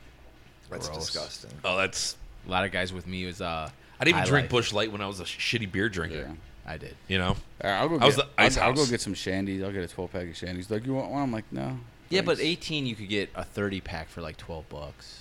Speaker 5: That's
Speaker 2: Gross.
Speaker 5: disgusting.
Speaker 3: oh, that's.
Speaker 2: A lot of guys with me was uh.
Speaker 3: I didn't even
Speaker 2: High
Speaker 3: drink
Speaker 2: Life.
Speaker 3: Bush Light when I was a shitty beer
Speaker 1: Yeah.
Speaker 3: drinker.
Speaker 2: I did.
Speaker 3: You know,
Speaker 1: All right, I'll go. Get,
Speaker 3: I was the Ice
Speaker 1: I'll, I'll go
Speaker 3: House.
Speaker 1: get some shandies. I'll get a 12 pack of shandies. Like, you want one? I'm like, no.
Speaker 2: Yeah, but
Speaker 1: thanks."
Speaker 2: 18 you could get a 30 pack for like 12 bucks.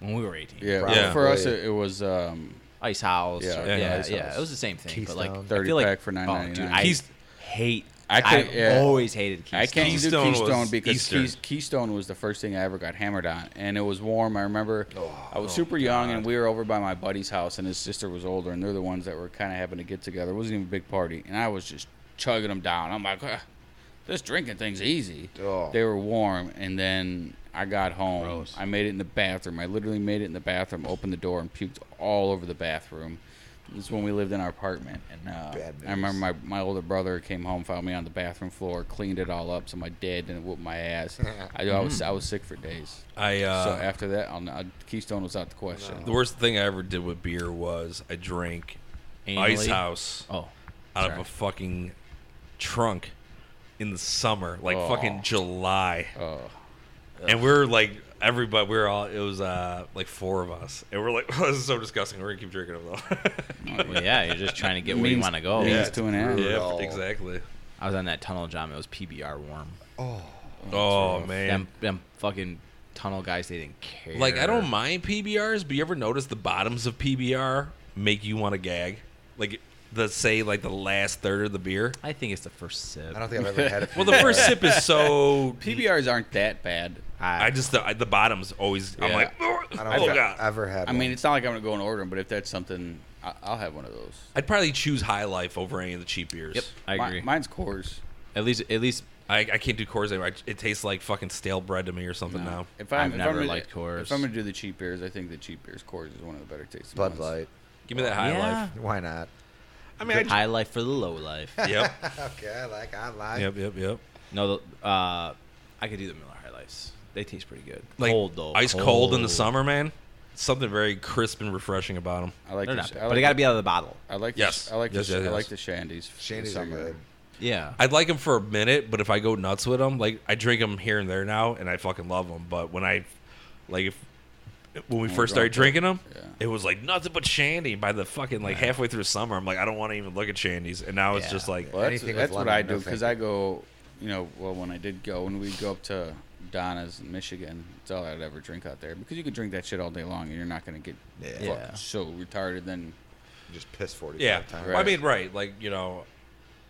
Speaker 2: When we were 18.
Speaker 1: Yeah,
Speaker 5: Probably.
Speaker 1: well, for us it, it was um,
Speaker 2: Ice House.
Speaker 1: Yeah,
Speaker 2: or-
Speaker 1: yeah,
Speaker 2: yeah, yeah,
Speaker 1: Ice House.
Speaker 2: It was the same thing, but
Speaker 5: Keystone.
Speaker 2: like
Speaker 1: 30
Speaker 2: I feel like,
Speaker 1: pack for $9.99.
Speaker 2: Oh, dude, I
Speaker 3: Keys-
Speaker 2: hate.
Speaker 1: I
Speaker 2: I
Speaker 1: could-
Speaker 2: have
Speaker 1: yeah.
Speaker 2: always hated Keystone.
Speaker 1: I can't
Speaker 3: Keystone
Speaker 1: do Keystone
Speaker 3: was
Speaker 1: because
Speaker 3: Eastern.
Speaker 1: Keys- Keystone was the first thing I ever got hammered on, and it was warm. I remember I was super young, and we were over by my buddy's house, and his sister was older, and they're the ones that were kind of having to get together. It wasn't even a big party, and I was just chugging them down. I'm like, "Ah, this drinking thing's easy.
Speaker 5: Oh.
Speaker 1: They were warm, and then I got home.
Speaker 2: Gross.
Speaker 1: I made it in the bathroom. I literally made it in the bathroom, opened the door, and puked all over the bathroom. This is when we lived in our apartment, and uh,
Speaker 5: Bad
Speaker 1: I remember
Speaker 5: news.
Speaker 1: my, my older brother came home, found me on the bathroom floor, cleaned it all up, so my dad didn't whoop my ass. I, I
Speaker 2: Hmm.
Speaker 1: was I was sick for days.
Speaker 3: I uh,
Speaker 1: so after that, I'll, not- Keystone was out the question.
Speaker 3: The worst thing I ever did with beer was I drank Ice
Speaker 2: Anally?
Speaker 3: House
Speaker 2: Oh,
Speaker 3: out of
Speaker 2: sorry.
Speaker 3: a fucking trunk in the summer, like
Speaker 1: Oh.
Speaker 3: fucking July.
Speaker 1: Oh,
Speaker 3: And we are like everybody, we were all it was uh like four of us, and we're like, [LAUGHS] oh, this is so disgusting. We're gonna keep drinking them though.
Speaker 2: well, yeah, you're just trying to get where you
Speaker 1: Means-
Speaker 2: want to go.
Speaker 1: means
Speaker 3: Yeah.
Speaker 1: two and a half.
Speaker 3: yeah,
Speaker 5: Brutal.
Speaker 3: exactly.
Speaker 2: I was on that tunnel job. It was PBR warm.
Speaker 3: Oh
Speaker 1: rough.
Speaker 3: man.
Speaker 2: Them, them fucking tunnel guys, they didn't care.
Speaker 3: Like I don't mind PBRs, but you ever notice the bottoms of PBR make you want to gag? Like the say like the last third of the beer.
Speaker 2: I think it's the first sip.
Speaker 5: I don't think I've
Speaker 3: [LAUGHS]
Speaker 5: ever had a
Speaker 3: Well, the first sip is so
Speaker 1: PBRs aren't that bad.
Speaker 2: I,
Speaker 3: I just the, the bottom's always. I'm
Speaker 1: Yeah.
Speaker 3: like, oh,
Speaker 5: I don't
Speaker 3: oh,
Speaker 5: think
Speaker 3: god.
Speaker 5: I've ever had
Speaker 1: I mean,
Speaker 5: one.
Speaker 1: it's not like I'm gonna go and order them, but if that's something, I, I'll have one of those.
Speaker 3: I'd probably choose High Life over any of the cheap beers.
Speaker 2: Yep, I
Speaker 1: Mi-
Speaker 2: agree.
Speaker 1: mine's Coors.
Speaker 2: at least, at least
Speaker 3: I, I can't do Coors anymore. I- It tastes like fucking stale bread to me or something now.
Speaker 1: If I'm,
Speaker 2: I've
Speaker 1: if
Speaker 2: never
Speaker 1: I'm gonna,
Speaker 2: liked Coors.
Speaker 1: If I'm gonna do the cheap beers, I think the cheap beers Coors is one of the better tasting.
Speaker 5: Bud
Speaker 1: ones.
Speaker 5: Light.
Speaker 3: Give me that High
Speaker 2: yeah.
Speaker 3: Life.
Speaker 5: Why not?
Speaker 3: I mean, I
Speaker 2: high life for the low life.
Speaker 3: j- yep,
Speaker 5: [LAUGHS] Okay, I like I like.
Speaker 3: yep, yep, yep.
Speaker 2: No, the, uh, I could do the Miller High Lifes. They taste pretty good.
Speaker 3: Like
Speaker 2: cold though,
Speaker 3: ice cold. in the summer, man. Something very crisp and refreshing about them.
Speaker 1: I like.
Speaker 2: They're
Speaker 1: the
Speaker 2: not
Speaker 1: sh-
Speaker 2: bad,
Speaker 1: I like
Speaker 2: but it got to
Speaker 1: the-
Speaker 2: be out of the bottle.
Speaker 1: I like.
Speaker 3: Yes.
Speaker 1: The, sh- I like.
Speaker 3: Yes,
Speaker 1: the, sh-
Speaker 3: yes,
Speaker 1: I
Speaker 3: yes.
Speaker 1: like the shandies. for
Speaker 5: Shandy's are
Speaker 1: summer.
Speaker 5: good.
Speaker 2: Yeah,
Speaker 3: I'd like them for a minute, but if I go nuts with them, like I drink them here and there now, and I fucking love them. But when I, like, if when we first started
Speaker 1: drunk
Speaker 3: drinking them,
Speaker 1: Yeah.
Speaker 3: it was like nothing but shandy. By the fucking like halfway through summer, I'm like, I don't want to even look at shandies, and now it's
Speaker 2: Yeah.
Speaker 3: just like,
Speaker 1: Well, that's,
Speaker 5: Anything with
Speaker 1: that's what
Speaker 5: lemon,
Speaker 1: I
Speaker 5: no
Speaker 1: do
Speaker 5: thank
Speaker 1: because
Speaker 5: you.
Speaker 1: I go. You know, well, when I did go, when we'd go up to Donna's in Michigan, it's all I'd ever drink out there because you could drink that shit all day long and you're not gonna get
Speaker 5: Yeah.
Speaker 1: fucking
Speaker 2: Yeah.
Speaker 1: so retarded. Then
Speaker 5: Just piss 45
Speaker 3: yeah.
Speaker 5: times.
Speaker 3: Well, I
Speaker 5: [LAUGHS]
Speaker 3: mean, right? Like you know,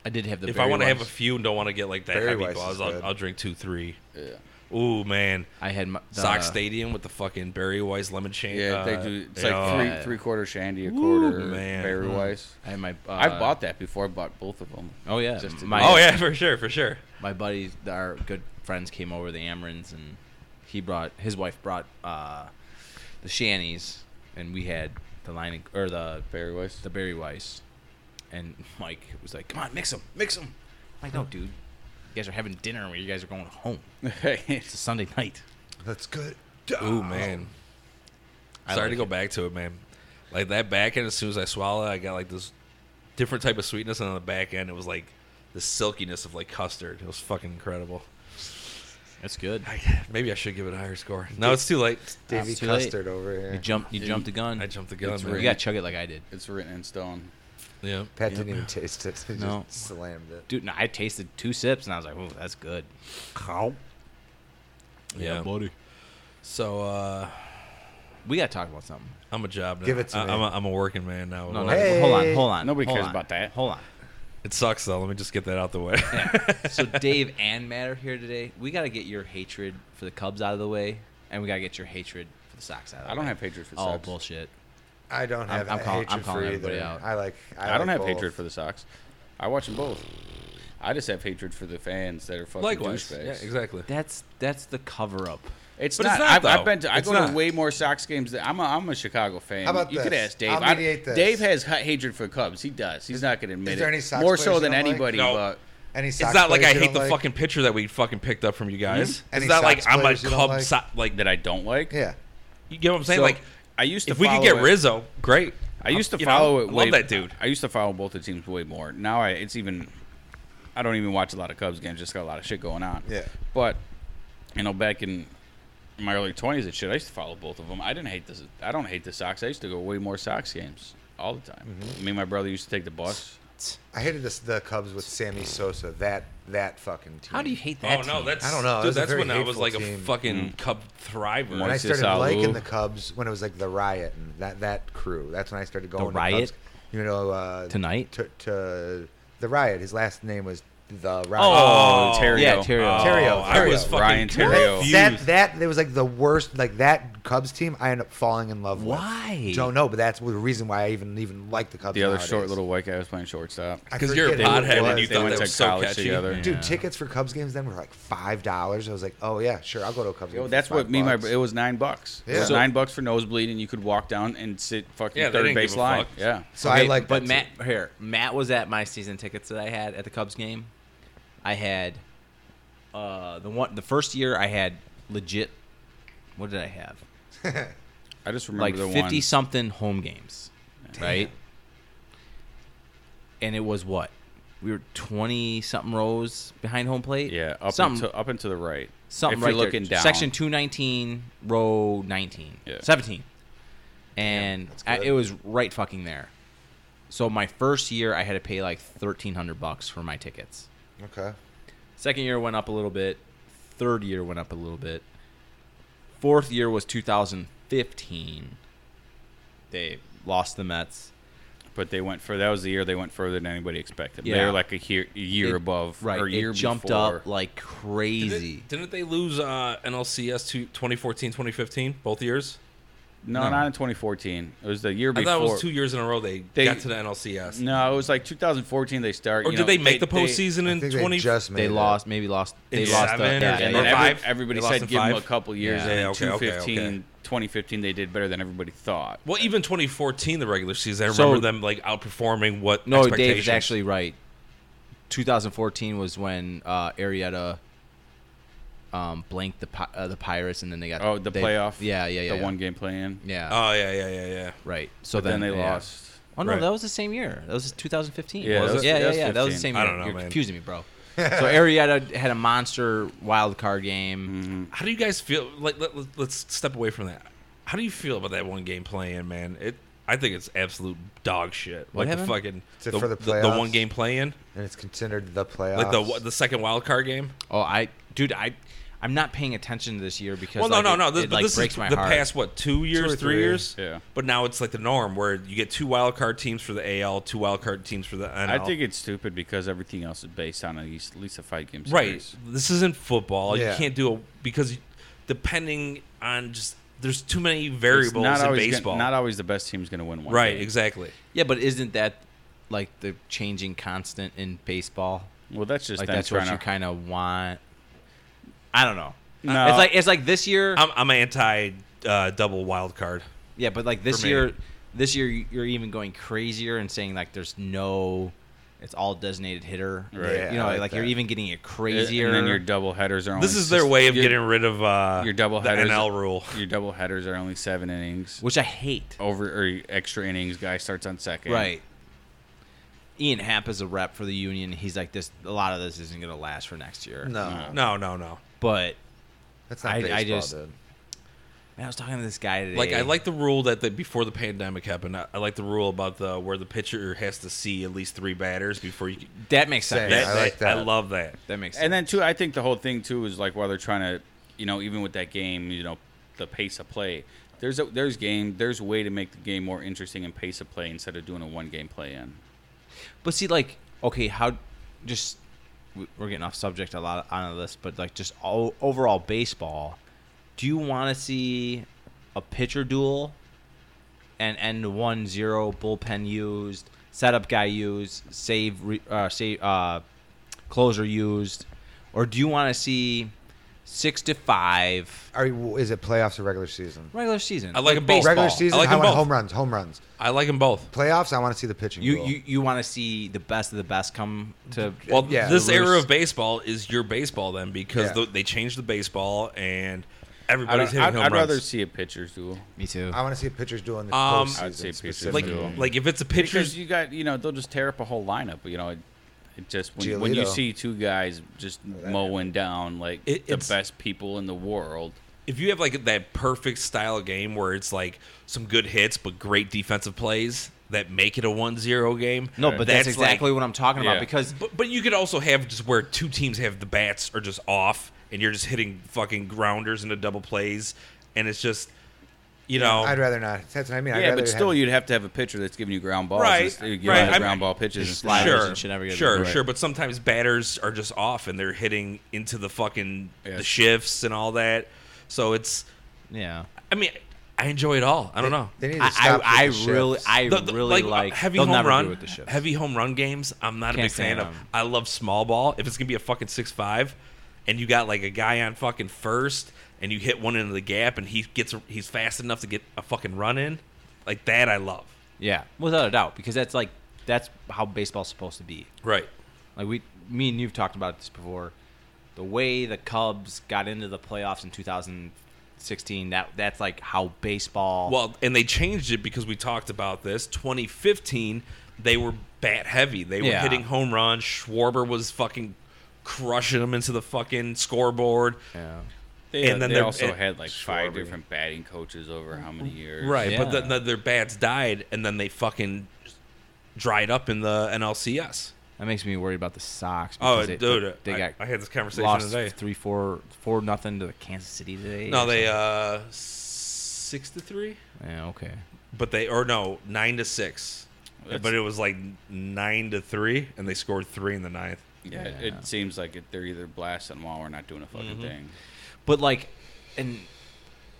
Speaker 2: I did have the.
Speaker 3: if I
Speaker 2: Berry
Speaker 3: want to have a
Speaker 2: Weiss.
Speaker 3: few and don't want to get like that
Speaker 5: Berry
Speaker 3: heavy
Speaker 5: Weiss is
Speaker 3: claws,
Speaker 5: good.
Speaker 3: I'll, I'll drink two, three.
Speaker 1: yeah,
Speaker 3: Ooh man,
Speaker 2: I had my, the,
Speaker 3: Sock Stadium with the fucking Barry Weiss lemon chain.
Speaker 1: yeah,
Speaker 3: uh,
Speaker 1: they do. It's
Speaker 3: you
Speaker 1: like
Speaker 3: know,
Speaker 1: three
Speaker 2: yeah.
Speaker 1: three quarter shandy, a
Speaker 3: Woo,
Speaker 1: quarter
Speaker 3: man.
Speaker 1: Barry
Speaker 3: Mm.
Speaker 1: Weiss.
Speaker 2: I had my. Uh,
Speaker 1: I bought that before. I bought both of them.
Speaker 2: Oh yeah,
Speaker 1: Just to
Speaker 2: my
Speaker 3: Oh yeah, for sure, for sure.
Speaker 2: my buddies, our good friends came over the Amrins, and he brought his wife brought uh, the Shannies, and we had the line or the
Speaker 1: Barry Weiss. [LAUGHS]
Speaker 2: the Barry Weiss, and Mike was like, "Come on, mix them, mix them." Like, no, dude, you guys are having dinner where you guys are going home. It's a Sunday night.
Speaker 5: That's good.
Speaker 3: Ooh man, Sorry
Speaker 2: like
Speaker 3: to go
Speaker 2: it.
Speaker 3: back to it, man. Like that back end, as soon as I swallow, I got like this different type of sweetness, and on the back end, it was like the silkiness of like custard. It was fucking incredible.
Speaker 2: That's good.
Speaker 3: I, maybe I should give it a higher score. No, it's too late.
Speaker 5: Davy
Speaker 2: It's too late.
Speaker 5: Custard over here.
Speaker 2: You jumped. You jumped the gun.
Speaker 3: I jumped the gun.
Speaker 1: It's
Speaker 3: man.
Speaker 2: You
Speaker 1: rigged.
Speaker 2: gotta chug it like I did,
Speaker 1: It's written in stone.
Speaker 3: Yeah.
Speaker 5: Pat didn't even taste it. [LAUGHS] He
Speaker 2: No.
Speaker 5: just slammed it.
Speaker 2: dude. No, I tasted two sips and I was like, "Ooh, that's good."
Speaker 3: Yeah.
Speaker 2: buddy.
Speaker 3: So uh,
Speaker 2: We gotta talk about something.
Speaker 3: I'm a job now.
Speaker 5: Give it to
Speaker 3: I,
Speaker 5: me.
Speaker 3: I'm, a, I'm a working man now.
Speaker 2: No, no.
Speaker 5: Hey.
Speaker 2: Hold on. Hold on.
Speaker 1: Nobody
Speaker 2: hold
Speaker 1: cares
Speaker 2: on,
Speaker 1: about that.
Speaker 2: Hold on.
Speaker 3: It sucks though. Let me just get that out the way.
Speaker 2: so Dave and Matt are here today. We got to get your hatred for the Cubs out of the way, and we got to get your hatred for the Sox out of the
Speaker 1: I don't
Speaker 2: way.
Speaker 1: have hatred for
Speaker 2: Oh
Speaker 1: Sox.
Speaker 2: bullshit!
Speaker 5: I don't
Speaker 2: I'm-
Speaker 5: have
Speaker 2: I'm calling- I'm
Speaker 5: hatred
Speaker 2: calling
Speaker 5: for
Speaker 2: everybody
Speaker 5: either.
Speaker 2: out.
Speaker 5: I like. I,
Speaker 1: I,
Speaker 5: like
Speaker 1: don't have
Speaker 5: both.
Speaker 1: hatred for the Sox. I watch them both. I just have hatred for the fans that are fucking
Speaker 3: Likewise.
Speaker 1: douchebags.
Speaker 3: Yeah, exactly.
Speaker 2: That's that's the cover up.
Speaker 1: It's
Speaker 3: But
Speaker 1: not.
Speaker 3: it's not,
Speaker 1: I've, I've
Speaker 3: though.
Speaker 1: been. To, I
Speaker 3: It's
Speaker 1: go
Speaker 3: not.
Speaker 1: to way more Sox games. Than, I'm a. I'm a Chicago fan.
Speaker 5: How about
Speaker 1: you could
Speaker 5: this?
Speaker 1: ask Dave.
Speaker 5: I'll
Speaker 1: I-
Speaker 5: mediate this.
Speaker 1: Dave has ha- hatred for Cubs. He does. He's not going to admit
Speaker 5: there
Speaker 1: it.
Speaker 5: any Sox
Speaker 1: more
Speaker 5: players
Speaker 1: so
Speaker 5: you
Speaker 1: than
Speaker 5: don't like?
Speaker 1: anybody. uh,
Speaker 3: No.
Speaker 1: But
Speaker 5: Any
Speaker 3: it's
Speaker 5: Sox
Speaker 3: not like I
Speaker 5: players you
Speaker 3: hate the
Speaker 5: don't like?
Speaker 3: fucking picture that we fucking picked up from you guys.
Speaker 5: Any
Speaker 3: It's not like
Speaker 5: Sox
Speaker 3: I'm a
Speaker 5: players you don't
Speaker 3: Cub
Speaker 5: like?
Speaker 3: so- like
Speaker 1: that I don't like.
Speaker 5: Yeah.
Speaker 3: You get what I'm saying?
Speaker 1: So,
Speaker 3: like
Speaker 1: I used to.
Speaker 3: if we could
Speaker 1: follow
Speaker 3: get
Speaker 1: it-
Speaker 3: Rizzo, great.
Speaker 1: I used to
Speaker 3: You know,
Speaker 1: follow
Speaker 3: I
Speaker 1: it.
Speaker 3: love
Speaker 1: Way,
Speaker 3: that dude.
Speaker 1: I used to follow both the teams way more. Now I. It's even. I don't even watch a lot of Cubs games. Just got a lot of shit going on.
Speaker 5: Yeah.
Speaker 1: But you know, back in my early twenties and shit, I used to follow both of them. I didn't hate this. I don't hate the Sox. I used to go way more Sox games all the time.
Speaker 5: Mm-hmm.
Speaker 1: Me and my brother used to take the bus.
Speaker 5: I hated this, the Cubs with Sammy Sosa. That that fucking team.
Speaker 2: How do you hate that?
Speaker 3: Oh no,
Speaker 2: team?
Speaker 3: that's
Speaker 5: I don't know. It
Speaker 3: Dude,
Speaker 5: was a
Speaker 3: that's
Speaker 5: very
Speaker 3: when I was
Speaker 5: hateful
Speaker 3: like a
Speaker 5: team.
Speaker 3: fucking Cub thriver.
Speaker 5: When I
Speaker 1: Moises
Speaker 5: started
Speaker 1: Alou.
Speaker 5: liking the Cubs when it was like the riot and that that crew. That's when I started going. to
Speaker 2: Riot?
Speaker 5: Cubs, you know. Uh,
Speaker 2: Tonight?
Speaker 5: To, to the riot. His last name was the riot.
Speaker 3: Oh,
Speaker 1: Terrio.
Speaker 2: yeah, Terrio.
Speaker 3: Oh,
Speaker 5: Terrio,
Speaker 3: I was
Speaker 5: Terrio.
Speaker 3: fucking
Speaker 1: Ryan Terrio.
Speaker 3: confused.
Speaker 5: that that it was like the worst like that Cubs team I ended up falling in love
Speaker 2: Why?
Speaker 5: with. Don't know, but that's the reason why I even even like the Cubs.
Speaker 1: The other
Speaker 5: nowadays.
Speaker 1: short little white guy was playing shortstop.
Speaker 5: I
Speaker 3: Because you're a
Speaker 5: forget who it
Speaker 3: pothead and
Speaker 5: was.
Speaker 3: you
Speaker 1: They
Speaker 3: thought
Speaker 1: went
Speaker 3: that
Speaker 1: to
Speaker 3: was so
Speaker 1: college
Speaker 3: catchy.
Speaker 1: together.
Speaker 5: Dude,
Speaker 2: Yeah.
Speaker 5: tickets for Cubs games then were like five dollars. I was like, oh yeah, sure, I'll go to a Cubs game.
Speaker 1: Yo,
Speaker 5: for
Speaker 1: that's
Speaker 5: five
Speaker 1: what me and my
Speaker 5: bucks.
Speaker 1: it was nine bucks. It
Speaker 5: Yeah.
Speaker 1: was
Speaker 5: So-
Speaker 1: nine bucks for nosebleed, and you could walk down and sit fucking
Speaker 3: Yeah, they
Speaker 1: third
Speaker 3: didn't give
Speaker 1: base
Speaker 3: a
Speaker 1: line.
Speaker 3: fuck.
Speaker 1: Yeah,
Speaker 5: So
Speaker 2: Okay,
Speaker 5: I like,
Speaker 2: But
Speaker 5: that
Speaker 2: Matt
Speaker 5: too.
Speaker 2: here, Matt was at my season tickets that I had at the Cubs game. I had uh the one the first year I had legit. What did I have?
Speaker 1: I just remember
Speaker 2: like
Speaker 1: the
Speaker 2: 50
Speaker 1: one.
Speaker 2: something home games, right? And it was what? We were 20 something rows behind home plate.
Speaker 1: Yeah, up
Speaker 2: something
Speaker 1: into up into the right.
Speaker 2: something
Speaker 1: if
Speaker 2: right
Speaker 1: you're looking
Speaker 2: there.
Speaker 1: down.
Speaker 2: Section 219, row 19.
Speaker 1: Yeah.
Speaker 2: 17. And
Speaker 5: that's
Speaker 2: I,
Speaker 5: good.
Speaker 2: it was right fucking there. So my first year I had to pay like 1300 bucks for my tickets.
Speaker 5: Okay.
Speaker 2: Second year went up a little bit. Third year went up a little bit. Fourth year was 2015. They lost the Mets.
Speaker 1: but they went for that was the year they went further than anybody expected.
Speaker 2: Yeah.
Speaker 1: They were like a year, a year
Speaker 2: It-
Speaker 1: above,
Speaker 2: right?
Speaker 1: Or a year
Speaker 2: it jumped
Speaker 1: before.
Speaker 2: up like
Speaker 3: Didn't-
Speaker 2: crazy.
Speaker 3: Didn't they lose uh, NLCS to 2014, 2015, both years?
Speaker 1: No, not in 2014. It was the year
Speaker 3: I
Speaker 1: before.
Speaker 3: thought it was two years in a row they,
Speaker 1: They-
Speaker 3: got to the NLCS.
Speaker 1: No, it was like 2014. They start.
Speaker 3: or
Speaker 1: you
Speaker 3: did
Speaker 1: know,
Speaker 3: they make the
Speaker 1: they-
Speaker 3: postseason
Speaker 5: I
Speaker 3: in
Speaker 5: think
Speaker 3: 20?
Speaker 5: they just made
Speaker 2: They
Speaker 5: it.
Speaker 2: lost, maybe lost. They
Speaker 3: In
Speaker 2: lost. The,
Speaker 3: seven
Speaker 2: yeah,
Speaker 3: or
Speaker 2: yeah,
Speaker 1: And
Speaker 3: Or
Speaker 1: then
Speaker 2: yeah.
Speaker 1: every-
Speaker 3: five?
Speaker 1: everybody
Speaker 3: They lost
Speaker 1: said
Speaker 3: in
Speaker 1: give them a
Speaker 3: five?
Speaker 1: couple years,
Speaker 3: Yeah,
Speaker 1: and in
Speaker 3: okay, okay,
Speaker 1: 2015,
Speaker 3: okay.
Speaker 1: 2015 they did better than everybody thought.
Speaker 3: Well, even 2014, the regular season, I
Speaker 2: So-
Speaker 3: remember them like outperforming what
Speaker 2: No, Dave
Speaker 3: expectations.
Speaker 2: is actually right. 2014 was when uh, Arietta um, blanked the Pi- uh, the Pirates, and then they got
Speaker 1: Oh, the
Speaker 2: they-
Speaker 1: playoff.
Speaker 2: Yeah, yeah, yeah.
Speaker 1: The
Speaker 2: yeah.
Speaker 1: one game play-in.
Speaker 2: Yeah,
Speaker 3: Oh, yeah, yeah, yeah, yeah.
Speaker 2: right. So
Speaker 1: But then, they
Speaker 2: yeah.
Speaker 1: lost.
Speaker 2: Oh no,
Speaker 3: Right.
Speaker 2: that was the same year. That was 2015.
Speaker 1: Yeah,
Speaker 2: was
Speaker 1: that was-
Speaker 2: yeah,
Speaker 1: that
Speaker 2: yeah,
Speaker 1: was
Speaker 2: yeah. That was the
Speaker 1: 15.
Speaker 2: same year.
Speaker 3: I don't know,
Speaker 2: You're
Speaker 3: man.
Speaker 2: confusing me,
Speaker 1: [LAUGHS]
Speaker 2: bro. so Arietta had a monster wild card game.
Speaker 1: Mm-hmm.
Speaker 3: How do you guys feel? Like, let, let, let's step away from that. How do you feel about that one game playing, man? It, I think it's absolute dog shit.
Speaker 2: What
Speaker 3: like
Speaker 2: happened?
Speaker 3: the fucking
Speaker 5: Is it for the
Speaker 3: the,
Speaker 5: playoffs?
Speaker 3: one game playing,
Speaker 5: and it's considered the playoffs.
Speaker 3: like the the second wild card game.
Speaker 2: Oh, I, dude, I, I'm not paying attention to this year because
Speaker 3: Well, no,
Speaker 2: like,
Speaker 3: no,
Speaker 2: it-
Speaker 3: no.
Speaker 2: It,
Speaker 3: This, but
Speaker 2: like
Speaker 3: this
Speaker 2: breaks
Speaker 3: is
Speaker 2: my
Speaker 3: the
Speaker 2: heart.
Speaker 3: past what two years,
Speaker 5: or
Speaker 3: three
Speaker 5: three.
Speaker 3: years.
Speaker 1: Yeah.
Speaker 3: But now it's like the norm where you get two wild card teams for the AL, two wild card teams for the NL.
Speaker 1: I think it's stupid because everything else is based on at least, at least a fight game.
Speaker 3: right.
Speaker 1: series.
Speaker 3: This isn't football. You
Speaker 5: Yeah.
Speaker 3: can't do a because depending on just there's too many variables
Speaker 1: It's not
Speaker 3: in
Speaker 1: always gonna-
Speaker 3: baseball.
Speaker 1: not always the best team's going to win one.
Speaker 3: right.
Speaker 1: game.
Speaker 3: Exactly.
Speaker 2: Yeah, but isn't that like the changing constant in baseball?
Speaker 1: Well, that's just
Speaker 2: Like
Speaker 1: them
Speaker 2: that's what
Speaker 1: trying
Speaker 2: you
Speaker 1: to-
Speaker 2: kind of want. I don't know.
Speaker 1: No.
Speaker 2: It's like it's like this year.
Speaker 3: I'm, I'm anti uh, double wild card.
Speaker 2: yeah, but like this
Speaker 3: for me.
Speaker 2: year, this year you're even going crazier and saying like there's no It's all designated hitter.
Speaker 1: Right.
Speaker 5: Yeah,
Speaker 2: you know,
Speaker 5: I
Speaker 2: like,
Speaker 5: like
Speaker 2: you're
Speaker 5: that.
Speaker 2: even getting it crazier.
Speaker 1: And then your double headers are. Only
Speaker 3: This is their
Speaker 1: six-
Speaker 3: way of
Speaker 1: Oh, your-
Speaker 3: getting rid of uh,
Speaker 1: your double
Speaker 3: the
Speaker 1: headers.
Speaker 3: NL rule.
Speaker 1: Your double headers are only seven innings.
Speaker 2: which I hate.
Speaker 1: Over or extra innings, guy starts on second.
Speaker 2: Right. Ian Happ is a rep for the union. He's like this. A lot of this isn't going to last for next year.
Speaker 5: No,
Speaker 3: No, no, no.
Speaker 2: But
Speaker 5: that's not
Speaker 2: I- I
Speaker 5: baseball,
Speaker 2: just-
Speaker 5: dude.
Speaker 2: man, I was talking to this guy today.
Speaker 3: Like I like the rule that the, before the pandemic happened. I, I like the rule about the where the pitcher has to see at least three batters before you. Can,
Speaker 2: that makes sense.
Speaker 5: Yeah,
Speaker 3: that,
Speaker 5: I like
Speaker 3: that- I
Speaker 5: that.
Speaker 3: love that.
Speaker 2: that makes sense.
Speaker 1: And then too, I think the whole thing too is like while they're trying to, you know, even with that game, you know, the pace of play. There's a there's game there's a way to make the game more interesting and pace of play instead of doing a one game play in.
Speaker 2: But see, like, okay, how? Just we- we're getting off subject a lot on this, but like, just all, overall baseball. Do you want to see a pitcher duel and end one zero bullpen used, setup guy used, save re, uh, save uh, closer used, or do you want to see six to five
Speaker 5: Are you, is it playoffs or regular season?
Speaker 2: regular season?
Speaker 3: I like them both.
Speaker 2: baseball.
Speaker 5: Regular season,
Speaker 3: I like
Speaker 5: I,
Speaker 3: them
Speaker 5: want
Speaker 3: both.
Speaker 5: home runs, home runs.
Speaker 3: I like them both.
Speaker 5: Playoffs, I want to see the pitching.
Speaker 2: You
Speaker 5: duel.
Speaker 2: you, you want to see the best of the best come to
Speaker 3: Well,
Speaker 5: Yeah.
Speaker 3: this
Speaker 2: The
Speaker 3: era
Speaker 2: loose-
Speaker 3: of baseball is your baseball then because
Speaker 5: Yeah.
Speaker 3: th- they changed the baseball and
Speaker 1: I don't-
Speaker 3: everybody's hitting
Speaker 1: I'd,
Speaker 3: home
Speaker 1: I'd
Speaker 3: runs.
Speaker 1: rather see a pitcher's duel.
Speaker 2: me too.
Speaker 5: I want to see pitchers doing the
Speaker 3: Um,
Speaker 5: postseason.
Speaker 1: I'd say pitchers
Speaker 5: specifically.
Speaker 3: like
Speaker 1: Duel.
Speaker 3: like if it's a
Speaker 1: Because
Speaker 3: pitcher's
Speaker 1: you got you know they'll just tear up a whole lineup. You know, it, it just when, when you
Speaker 5: Giolito.
Speaker 1: see two guys just mowing down like
Speaker 3: It-
Speaker 1: the
Speaker 3: it's-
Speaker 1: best people in the world.
Speaker 3: if you have like that perfect style of game where it's like some good hits but great defensive plays that make it a 1-0 game.
Speaker 2: No, but that's,
Speaker 3: like-
Speaker 2: exactly what I'm talking about
Speaker 1: Yeah.
Speaker 2: because
Speaker 3: But but you could also have just where two teams have the bats are just off and you're just hitting fucking grounders into double plays and it's just you know
Speaker 5: I'd rather not. That's what I mean. I'd
Speaker 1: yeah,
Speaker 5: rather
Speaker 1: but still,
Speaker 5: have,
Speaker 1: you'd have to have a pitcher that's giving you ground balls.
Speaker 3: Right,
Speaker 1: instead of giving
Speaker 3: right,
Speaker 1: you
Speaker 3: I'm-
Speaker 1: ground ball pitches and
Speaker 2: Just
Speaker 1: sliders.
Speaker 2: sliders
Speaker 3: sure,
Speaker 2: and shit every good
Speaker 3: sure,
Speaker 2: right.
Speaker 3: sure. But sometimes batters are just off and they're hitting into the fucking
Speaker 1: Yeah.
Speaker 3: the shifts and all that. So it's,
Speaker 2: yeah,
Speaker 3: I mean, I enjoy it all. I don't know.
Speaker 5: They need to
Speaker 2: I
Speaker 5: stop
Speaker 2: I, I
Speaker 5: with the
Speaker 2: really
Speaker 5: shifts.
Speaker 2: I
Speaker 3: The- the-
Speaker 2: really
Speaker 3: uh,
Speaker 2: like,
Speaker 3: heavy
Speaker 2: they'll
Speaker 3: home
Speaker 2: never
Speaker 3: run,
Speaker 2: do it the shifts.
Speaker 3: heavy home run games. I'm not a
Speaker 2: Can't
Speaker 3: big fan
Speaker 2: stand
Speaker 3: of.
Speaker 2: 'em.
Speaker 3: I love small ball. If it's gonna be a fucking six five, and you got like a guy on fucking first, and you hit one into the gap, and he gets he's fast enough to get a fucking run in, like that I love.
Speaker 2: yeah, without a doubt because that's like that's how baseball's supposed to be.
Speaker 3: Right.
Speaker 2: Like we, me and you've talked about this before. The way the Cubs got into the playoffs in 2016, that that's like how baseball.
Speaker 3: Well, and they changed it because we talked about this. 2015, they were bat heavy. They were
Speaker 2: Yeah.
Speaker 3: hitting home runs. Schwarber was fucking crushing them into the fucking scoreboard.
Speaker 2: yeah.
Speaker 1: They,
Speaker 3: And then
Speaker 1: they
Speaker 3: they're-
Speaker 1: also
Speaker 3: it-
Speaker 1: had like five
Speaker 5: Schwarber.
Speaker 1: different batting coaches over how many years?
Speaker 3: Right, but
Speaker 2: Yeah.
Speaker 3: then the, their bats died, and then they fucking dried up in the NLCS.
Speaker 2: that makes me worried about the Sox.
Speaker 3: Oh,
Speaker 2: because they,
Speaker 3: dude,
Speaker 2: they
Speaker 3: I,
Speaker 2: got
Speaker 3: I had this conversation
Speaker 2: lost
Speaker 3: today.
Speaker 2: three, four, four nothing to the Kansas City today.
Speaker 3: No,
Speaker 2: or
Speaker 3: they uh six to three,
Speaker 2: something. yeah, okay.
Speaker 3: but they or no nine to six,
Speaker 1: That's-
Speaker 3: but it was like nine to three, and they scored three in the ninth.
Speaker 1: Yeah, it-
Speaker 2: Yeah.
Speaker 1: it seems like it, they're either blasting while we're not doing a fucking thing.
Speaker 2: But like, and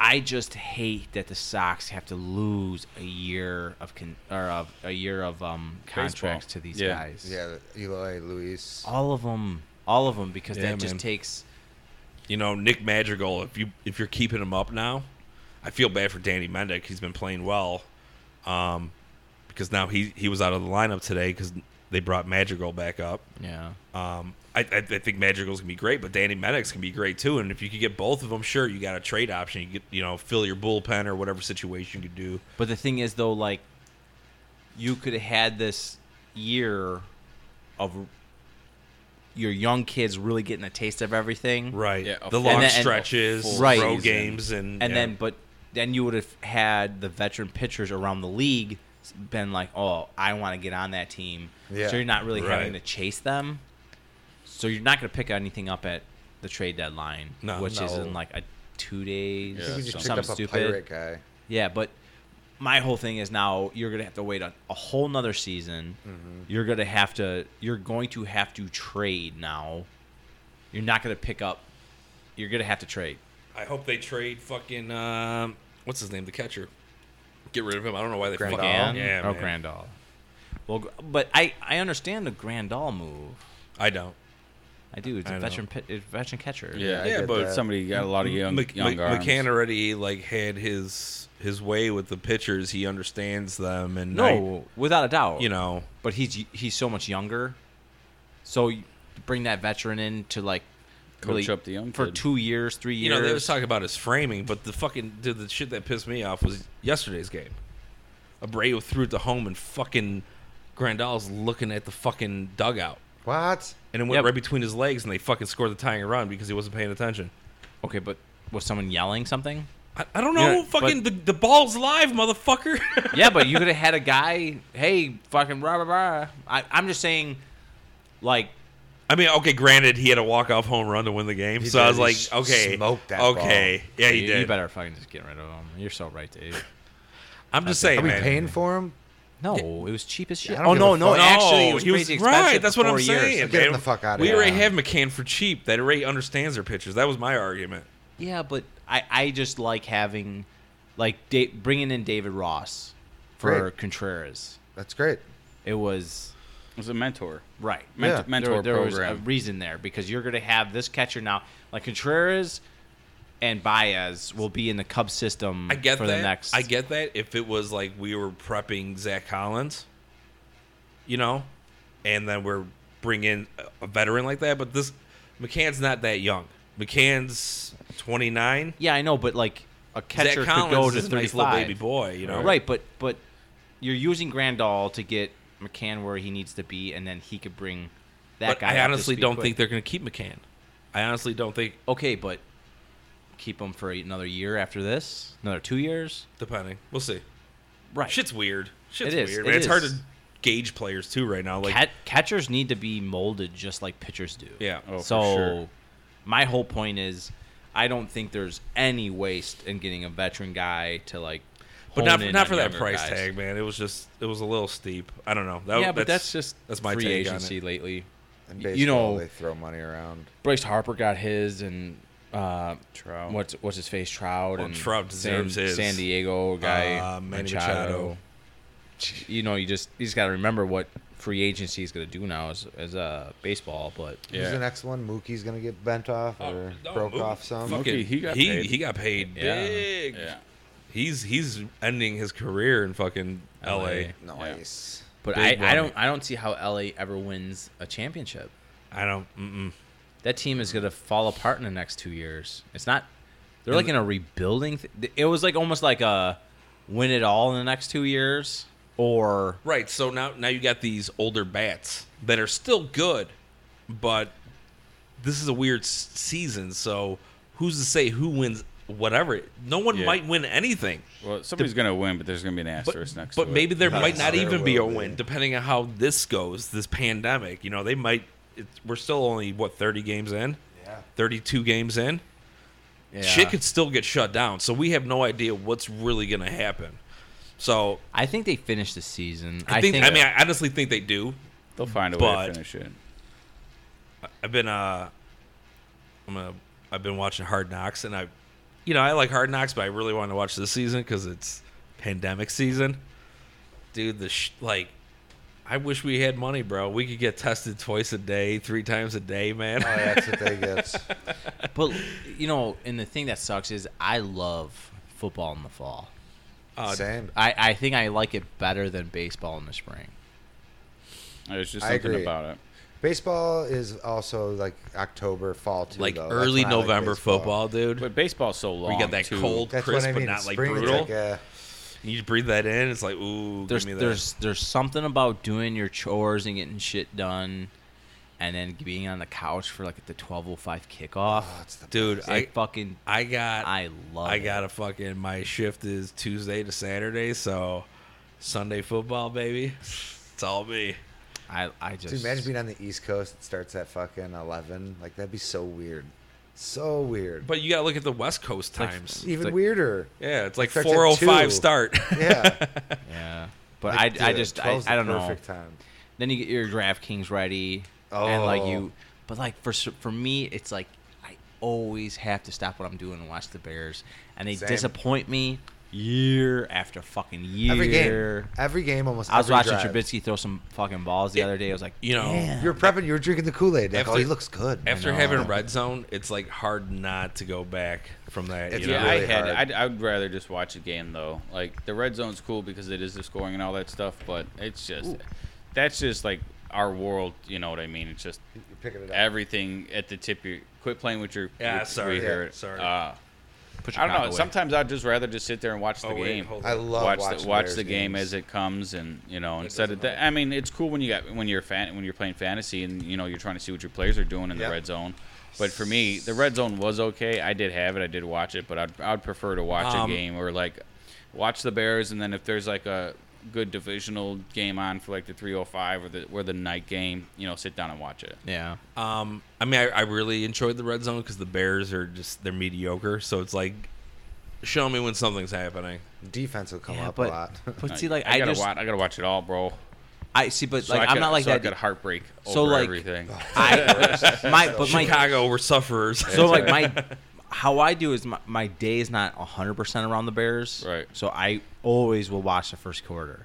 Speaker 2: I just hate that the Sox have to lose a year of con- or of a year of um contracts
Speaker 1: Baseball.
Speaker 2: to these
Speaker 1: Yeah.
Speaker 2: guys.
Speaker 5: Yeah, Eloy, Luis.
Speaker 2: all of them, all of them, because
Speaker 3: Yeah,
Speaker 2: that just
Speaker 3: man.
Speaker 2: takes.
Speaker 3: You know, Nick Madrigal. If you if you're keeping him up now, I feel bad for Danny Mendick. He's been playing well, um, because now he he was out of the lineup today because they brought Madrigal back up.
Speaker 2: Yeah,
Speaker 3: Um, I, I, I think Madrigal's gonna be great, but Danny Maddox can be great too. And if you could get both of them, sure, you got a trade option. You get you know fill your bullpen or whatever situation you could do.
Speaker 2: but the thing is, though, like, you could have had this year of your young kids really getting a taste of everything,
Speaker 3: Right.
Speaker 1: Yeah, a
Speaker 3: the
Speaker 1: full-
Speaker 3: long
Speaker 2: And then- and-
Speaker 3: stretches,
Speaker 1: full
Speaker 3: right.
Speaker 2: season.
Speaker 3: games, and
Speaker 2: and
Speaker 3: yeah.
Speaker 2: then but then you would have had the veteran pitchers around the league been like, oh, I want to get on that team.
Speaker 5: Yeah.
Speaker 2: So you're not really having
Speaker 3: Right.
Speaker 2: to chase them. So you're not going to pick anything up at the trade deadline,
Speaker 3: No.
Speaker 2: which is
Speaker 5: No.
Speaker 2: in like a two days.
Speaker 1: I
Speaker 5: I think we
Speaker 1: Yeah,
Speaker 5: just picked
Speaker 2: something
Speaker 5: up a
Speaker 2: stupid.
Speaker 5: pirate guy.
Speaker 2: Yeah, but my whole thing is now you're gonna have to wait a, a whole nother season.
Speaker 3: Mm-hmm.
Speaker 2: You're gonna have to. You're going to have to trade now. You're not gonna pick up. You're gonna have to trade.
Speaker 3: I hope they trade fucking um, what's his name, the catcher. Get rid of him. I don't know why they
Speaker 5: Grandal?
Speaker 3: fucking
Speaker 2: Grand
Speaker 3: yeah,
Speaker 1: Oh,
Speaker 2: or
Speaker 3: man.
Speaker 2: Grandal. Well, gr- but I I understand the Grandal move.
Speaker 3: I don't.
Speaker 2: I do. It's a
Speaker 3: I know.
Speaker 2: veteran pit, it's a veteran catcher.
Speaker 1: Yeah,
Speaker 3: Yeah,
Speaker 1: yeah,
Speaker 3: but
Speaker 1: but somebody got a lot of young
Speaker 3: Mc-
Speaker 1: young
Speaker 3: Mc-
Speaker 1: arms.
Speaker 3: McCann already like had his his way with the pitchers. He understands them, and I-
Speaker 2: No, without a doubt.
Speaker 3: you know,
Speaker 2: but he's he's so much younger. So you bring that veteran in to like
Speaker 1: Coach up the young
Speaker 2: for
Speaker 1: kid.
Speaker 2: two years, three
Speaker 3: you
Speaker 2: years.
Speaker 3: know they was talking about his framing, but the fucking dude, the shit that pissed me off was yesterday's game. Abreu threw it to home, and fucking Grandal's looking at the fucking dugout,
Speaker 5: What?
Speaker 3: and it went
Speaker 2: Yep.
Speaker 3: right between his legs, and they fucking scored the tying run because he wasn't paying attention.
Speaker 2: okay, but was someone yelling something?
Speaker 3: I, I don't
Speaker 2: Yeah,
Speaker 3: know, fucking the, the ball's live, motherfucker. [LAUGHS]
Speaker 2: yeah, but
Speaker 1: [LAUGHS]
Speaker 2: you could have had a guy. Hey, fucking rah rah rah. I, I'm just saying, like
Speaker 3: I mean, okay, granted, he had a walk off home run to win the game,
Speaker 5: He
Speaker 3: so I was
Speaker 5: did. He
Speaker 3: like,
Speaker 5: s-
Speaker 3: okay,
Speaker 5: smoked that
Speaker 3: okay, yeah, he
Speaker 2: you,
Speaker 3: did.
Speaker 2: you better fucking just get rid of him. You're so right, Dave.
Speaker 3: I'm just
Speaker 5: Are
Speaker 3: saying,
Speaker 5: we
Speaker 3: man.
Speaker 5: paying for him?
Speaker 2: No, it was cheap as shit.
Speaker 5: I don't
Speaker 2: Oh
Speaker 5: give a
Speaker 2: no, no,
Speaker 5: fuck.
Speaker 2: actually, it
Speaker 3: No,
Speaker 2: was
Speaker 3: he was-
Speaker 2: crazy
Speaker 3: right,
Speaker 2: expensive. for
Speaker 3: that's what I'm
Speaker 2: four years.
Speaker 3: saying.
Speaker 5: Get him
Speaker 3: man,
Speaker 5: the fuck out of
Speaker 3: We
Speaker 5: here.
Speaker 3: already have McCann for cheap. That already understands their pitchers. That was my argument.
Speaker 2: Yeah, but I, I just like having, like da- bringing in David Ross for
Speaker 5: Great.
Speaker 2: Contreras.
Speaker 5: That's great.
Speaker 2: It was
Speaker 1: It was a mentor.
Speaker 2: right.
Speaker 1: Ment-
Speaker 5: Yeah.
Speaker 1: Mentor
Speaker 2: there, there
Speaker 1: program.
Speaker 2: was a reason there because you're going to have this catcher now, like Contreras and Baez will be in the Cubs system.
Speaker 3: I get
Speaker 2: Mm, for
Speaker 3: that.
Speaker 2: the next.
Speaker 3: I get that. If it was like we were prepping Zach Collins, you know, and then we're bringing a- a veteran like that, but this McCann's not that young. McCann's 29.
Speaker 2: Yeah, I know, but like a catcher
Speaker 3: Zach Collins
Speaker 2: could go to
Speaker 3: is a
Speaker 2: 35.
Speaker 3: nice little baby boy, you know.
Speaker 2: Right, but but you're using Grandal to get McCann where he needs to be, and then he could bring that
Speaker 3: But
Speaker 2: guy. up
Speaker 3: I
Speaker 2: to
Speaker 3: honestly
Speaker 2: speed
Speaker 3: don't
Speaker 2: quick.
Speaker 3: think they're going to keep McCann. I honestly don't think,
Speaker 2: okay, but keep him for another year after this, another two years.
Speaker 3: depending. We'll see.
Speaker 2: Right.
Speaker 3: Shit's weird. Shit's
Speaker 2: It is,
Speaker 3: weird.
Speaker 2: it
Speaker 3: man. It's hard
Speaker 2: is.
Speaker 3: to gauge players too right now. Like,
Speaker 2: Cat- catchers need to be molded just like pitchers do.
Speaker 3: yeah.
Speaker 1: Oh, for
Speaker 2: so
Speaker 1: sure.
Speaker 2: my whole point is, I don't think there's any waste in getting a veteran guy to like.
Speaker 3: but
Speaker 2: hone
Speaker 3: not
Speaker 2: in
Speaker 3: not
Speaker 2: on
Speaker 3: for that
Speaker 2: younger
Speaker 3: price
Speaker 2: guys.
Speaker 3: tag, man. It was just it was a little steep. I don't know. That,
Speaker 2: yeah, but that's, just
Speaker 3: that's my
Speaker 2: free
Speaker 3: take on
Speaker 2: agency
Speaker 3: it.
Speaker 2: lately.
Speaker 5: In
Speaker 2: Y-
Speaker 5: baseball,
Speaker 2: you know,
Speaker 5: they throw money around.
Speaker 2: Bryce Harper got his, and uh,
Speaker 1: Trout.
Speaker 2: What's what's his face? Trout
Speaker 3: Well,
Speaker 2: and
Speaker 3: Trout
Speaker 2: San,
Speaker 3: deserves his.
Speaker 2: San Diego guy.
Speaker 3: Uh, Manny
Speaker 2: Machado. You know, you just you just got to remember what free agency is going to do now as as uh, baseball. But
Speaker 5: Who's
Speaker 1: Yeah.
Speaker 5: the next one? Mookie's gonna get bent off
Speaker 3: Oh,
Speaker 5: or
Speaker 3: no,
Speaker 5: broke
Speaker 3: Mookie-
Speaker 5: off some.
Speaker 1: fuck.
Speaker 3: fucking-
Speaker 1: Mookie, he got
Speaker 3: he,
Speaker 1: paid.
Speaker 3: he got paid
Speaker 2: Yeah.
Speaker 3: big.
Speaker 1: Yeah.
Speaker 3: He's he's ending his career in fucking L.A.
Speaker 2: LA.
Speaker 5: Nice.
Speaker 2: but I,
Speaker 3: Big
Speaker 2: I don't
Speaker 3: money.
Speaker 2: I don't see how LA ever wins a championship.
Speaker 3: I don't. Mm-mm.
Speaker 2: That team is going to fall apart in the next two years. It's not. They're like in a rebuilding. Th- it was like almost like a win it all in the next two years or
Speaker 3: Right. So now now you got these older bats that are still good, but this is a weird s- season. So who's to say who wins? Whatever. No one
Speaker 1: Yeah.
Speaker 3: might win anything.
Speaker 1: Well, somebody's gonna win, but there's gonna be an asterisk next.
Speaker 3: But
Speaker 1: to
Speaker 3: maybe
Speaker 1: it.
Speaker 3: there
Speaker 5: Yes,
Speaker 3: might not
Speaker 5: there
Speaker 3: even be a
Speaker 5: will
Speaker 3: win,
Speaker 5: be.
Speaker 3: depending on how this goes, this pandemic. You know, they might. It's, we're still only what thirty games in,
Speaker 5: Yeah.
Speaker 3: thirty-two games in.
Speaker 2: Yeah.
Speaker 3: Shit could still get shut down, so we have no idea what's really going to happen. So
Speaker 2: I think they finished the season.
Speaker 3: I think, I mean, I honestly think they do.
Speaker 1: they'll find a way
Speaker 3: but-
Speaker 1: to finish it.
Speaker 3: I've been uh, I'm a, I've been watching Hard Knocks, and I, you know, I like Hard Knocks, but I really want to watch this season because it's pandemic season. Dude, the sh- like, I wish we had money, bro. We could get tested twice a day, three times a day, man.
Speaker 5: Oh, that's what they get.
Speaker 2: but you know, and the thing that sucks is I love football in the fall.
Speaker 3: Uh,
Speaker 5: Same.
Speaker 2: I, I think I like it better than baseball in the spring.
Speaker 1: There's just
Speaker 5: I
Speaker 1: something
Speaker 5: agree.
Speaker 1: about it.
Speaker 5: Baseball is also like October, fall too.
Speaker 3: like
Speaker 5: though. That's
Speaker 3: early
Speaker 5: when I like
Speaker 3: November
Speaker 5: baseball.
Speaker 3: football, dude.
Speaker 1: But baseball's so long.
Speaker 3: we got that
Speaker 1: too.
Speaker 3: cold,
Speaker 5: That's
Speaker 3: crisp,
Speaker 5: what I mean.
Speaker 3: but not
Speaker 5: in
Speaker 3: like
Speaker 5: spring, it's
Speaker 3: brutal.
Speaker 5: Like a,
Speaker 3: you just breathe that in. It's like, ooh,
Speaker 2: There's
Speaker 3: give me that.
Speaker 2: there's there's something about doing your chores and getting shit done, and then being on the couch for like the twelve oh five kickoff.
Speaker 5: oh, it's the
Speaker 3: dude,
Speaker 2: It's
Speaker 3: I,
Speaker 2: like fucking
Speaker 3: I got
Speaker 2: I love.
Speaker 3: I
Speaker 2: it.
Speaker 3: got a fucking my shift is Tuesday to Saturday, so Sunday football, baby. It's all me.
Speaker 2: I I just
Speaker 5: Dude, imagine being on the East Coast. It starts at fucking eleven. Like that'd be so weird, so weird.
Speaker 3: But you gotta look at the West Coast times.
Speaker 5: even
Speaker 2: like-
Speaker 5: weirder.
Speaker 3: yeah, it's like
Speaker 5: Starts at
Speaker 3: four oh five
Speaker 5: two.
Speaker 3: start.
Speaker 5: Yeah.
Speaker 2: yeah. But
Speaker 5: Like,
Speaker 2: I, I
Speaker 5: dude,
Speaker 2: just I,
Speaker 5: 12's the
Speaker 2: I don't know.
Speaker 5: perfect Time.
Speaker 2: then you get your DraftKings ready, and like
Speaker 5: Oh.
Speaker 2: you, but like for s- for me, it's like I always have to stop what I'm doing and watch the Bears, and they
Speaker 5: Same.
Speaker 2: disappoint me year after fucking year.
Speaker 5: Every game, every game, almost.
Speaker 2: I was
Speaker 5: every
Speaker 2: watching
Speaker 5: drive.
Speaker 2: Trubisky throw some fucking balls the
Speaker 3: It-
Speaker 2: other day. I was like,
Speaker 3: you know,
Speaker 2: "Damn."
Speaker 5: You were prepping. You were drinking the Kool Aid. Like,
Speaker 3: After-
Speaker 5: oh, he looks good.
Speaker 3: [LAUGHS] after
Speaker 2: know.
Speaker 3: having red zone, it's like hard not to go back from that.
Speaker 5: It's
Speaker 3: you know?
Speaker 1: Yeah,
Speaker 5: really
Speaker 1: I had.
Speaker 5: hard.
Speaker 1: I'd, I would rather just watch a game though. Like the red zone's cool because it is the scoring and all that stuff, but it's just that's just like our world. You know what I mean? It's just
Speaker 5: You're picking it up.
Speaker 1: everything at the tip. You quit playing with your.
Speaker 3: Yeah,
Speaker 1: your-
Speaker 3: sorry,
Speaker 1: your- your-
Speaker 3: yeah, sorry.
Speaker 1: Uh,
Speaker 2: Put your
Speaker 1: I don't
Speaker 2: cock
Speaker 1: know.
Speaker 2: away.
Speaker 1: Sometimes I'd just rather just sit there and watch the
Speaker 3: Oh, wait,
Speaker 1: game.
Speaker 3: hold
Speaker 5: I
Speaker 3: on.
Speaker 5: love
Speaker 1: watch
Speaker 5: watching
Speaker 1: the, watch
Speaker 5: Bears
Speaker 1: the game
Speaker 5: games.
Speaker 1: as it comes, and you know, instead of
Speaker 3: doesn't
Speaker 1: that, I mean, it's cool when you got when you're fan when you're playing fantasy and you know you're trying to see what your players are doing in
Speaker 5: Yep.
Speaker 1: the red zone. But for me, the red zone was okay. I did have it. I did watch it, but I'd I'd prefer to watch
Speaker 3: Um,
Speaker 1: a game or like watch the Bears, and then if there's like a good divisional game on for like the 305 or the or the night game, you know, sit down and watch it.
Speaker 2: Yeah.
Speaker 3: Um, I mean, I, I really enjoyed the red zone because the Bears are just they're mediocre. So it's like, show me when something's happening.
Speaker 5: Defense will come
Speaker 2: Yeah,
Speaker 5: up
Speaker 2: but-
Speaker 5: a [LAUGHS] lot.
Speaker 1: [LAUGHS]
Speaker 2: But see, like
Speaker 1: I,
Speaker 2: I,
Speaker 1: gotta
Speaker 2: just
Speaker 1: watch. I gotta watch it all, bro.
Speaker 2: I see, but
Speaker 1: So
Speaker 2: like
Speaker 1: I
Speaker 2: I'm not like
Speaker 1: so I
Speaker 2: that.
Speaker 1: could heartbreak over
Speaker 2: So, like-
Speaker 1: everything.
Speaker 2: I [LAUGHS] my but my
Speaker 3: Chicago, we're sufferers.
Speaker 2: So
Speaker 3: [LAUGHS]
Speaker 2: like my how I do is my, my day is not 100% around the Bears.
Speaker 1: Right.
Speaker 2: So I always will watch the first quarter.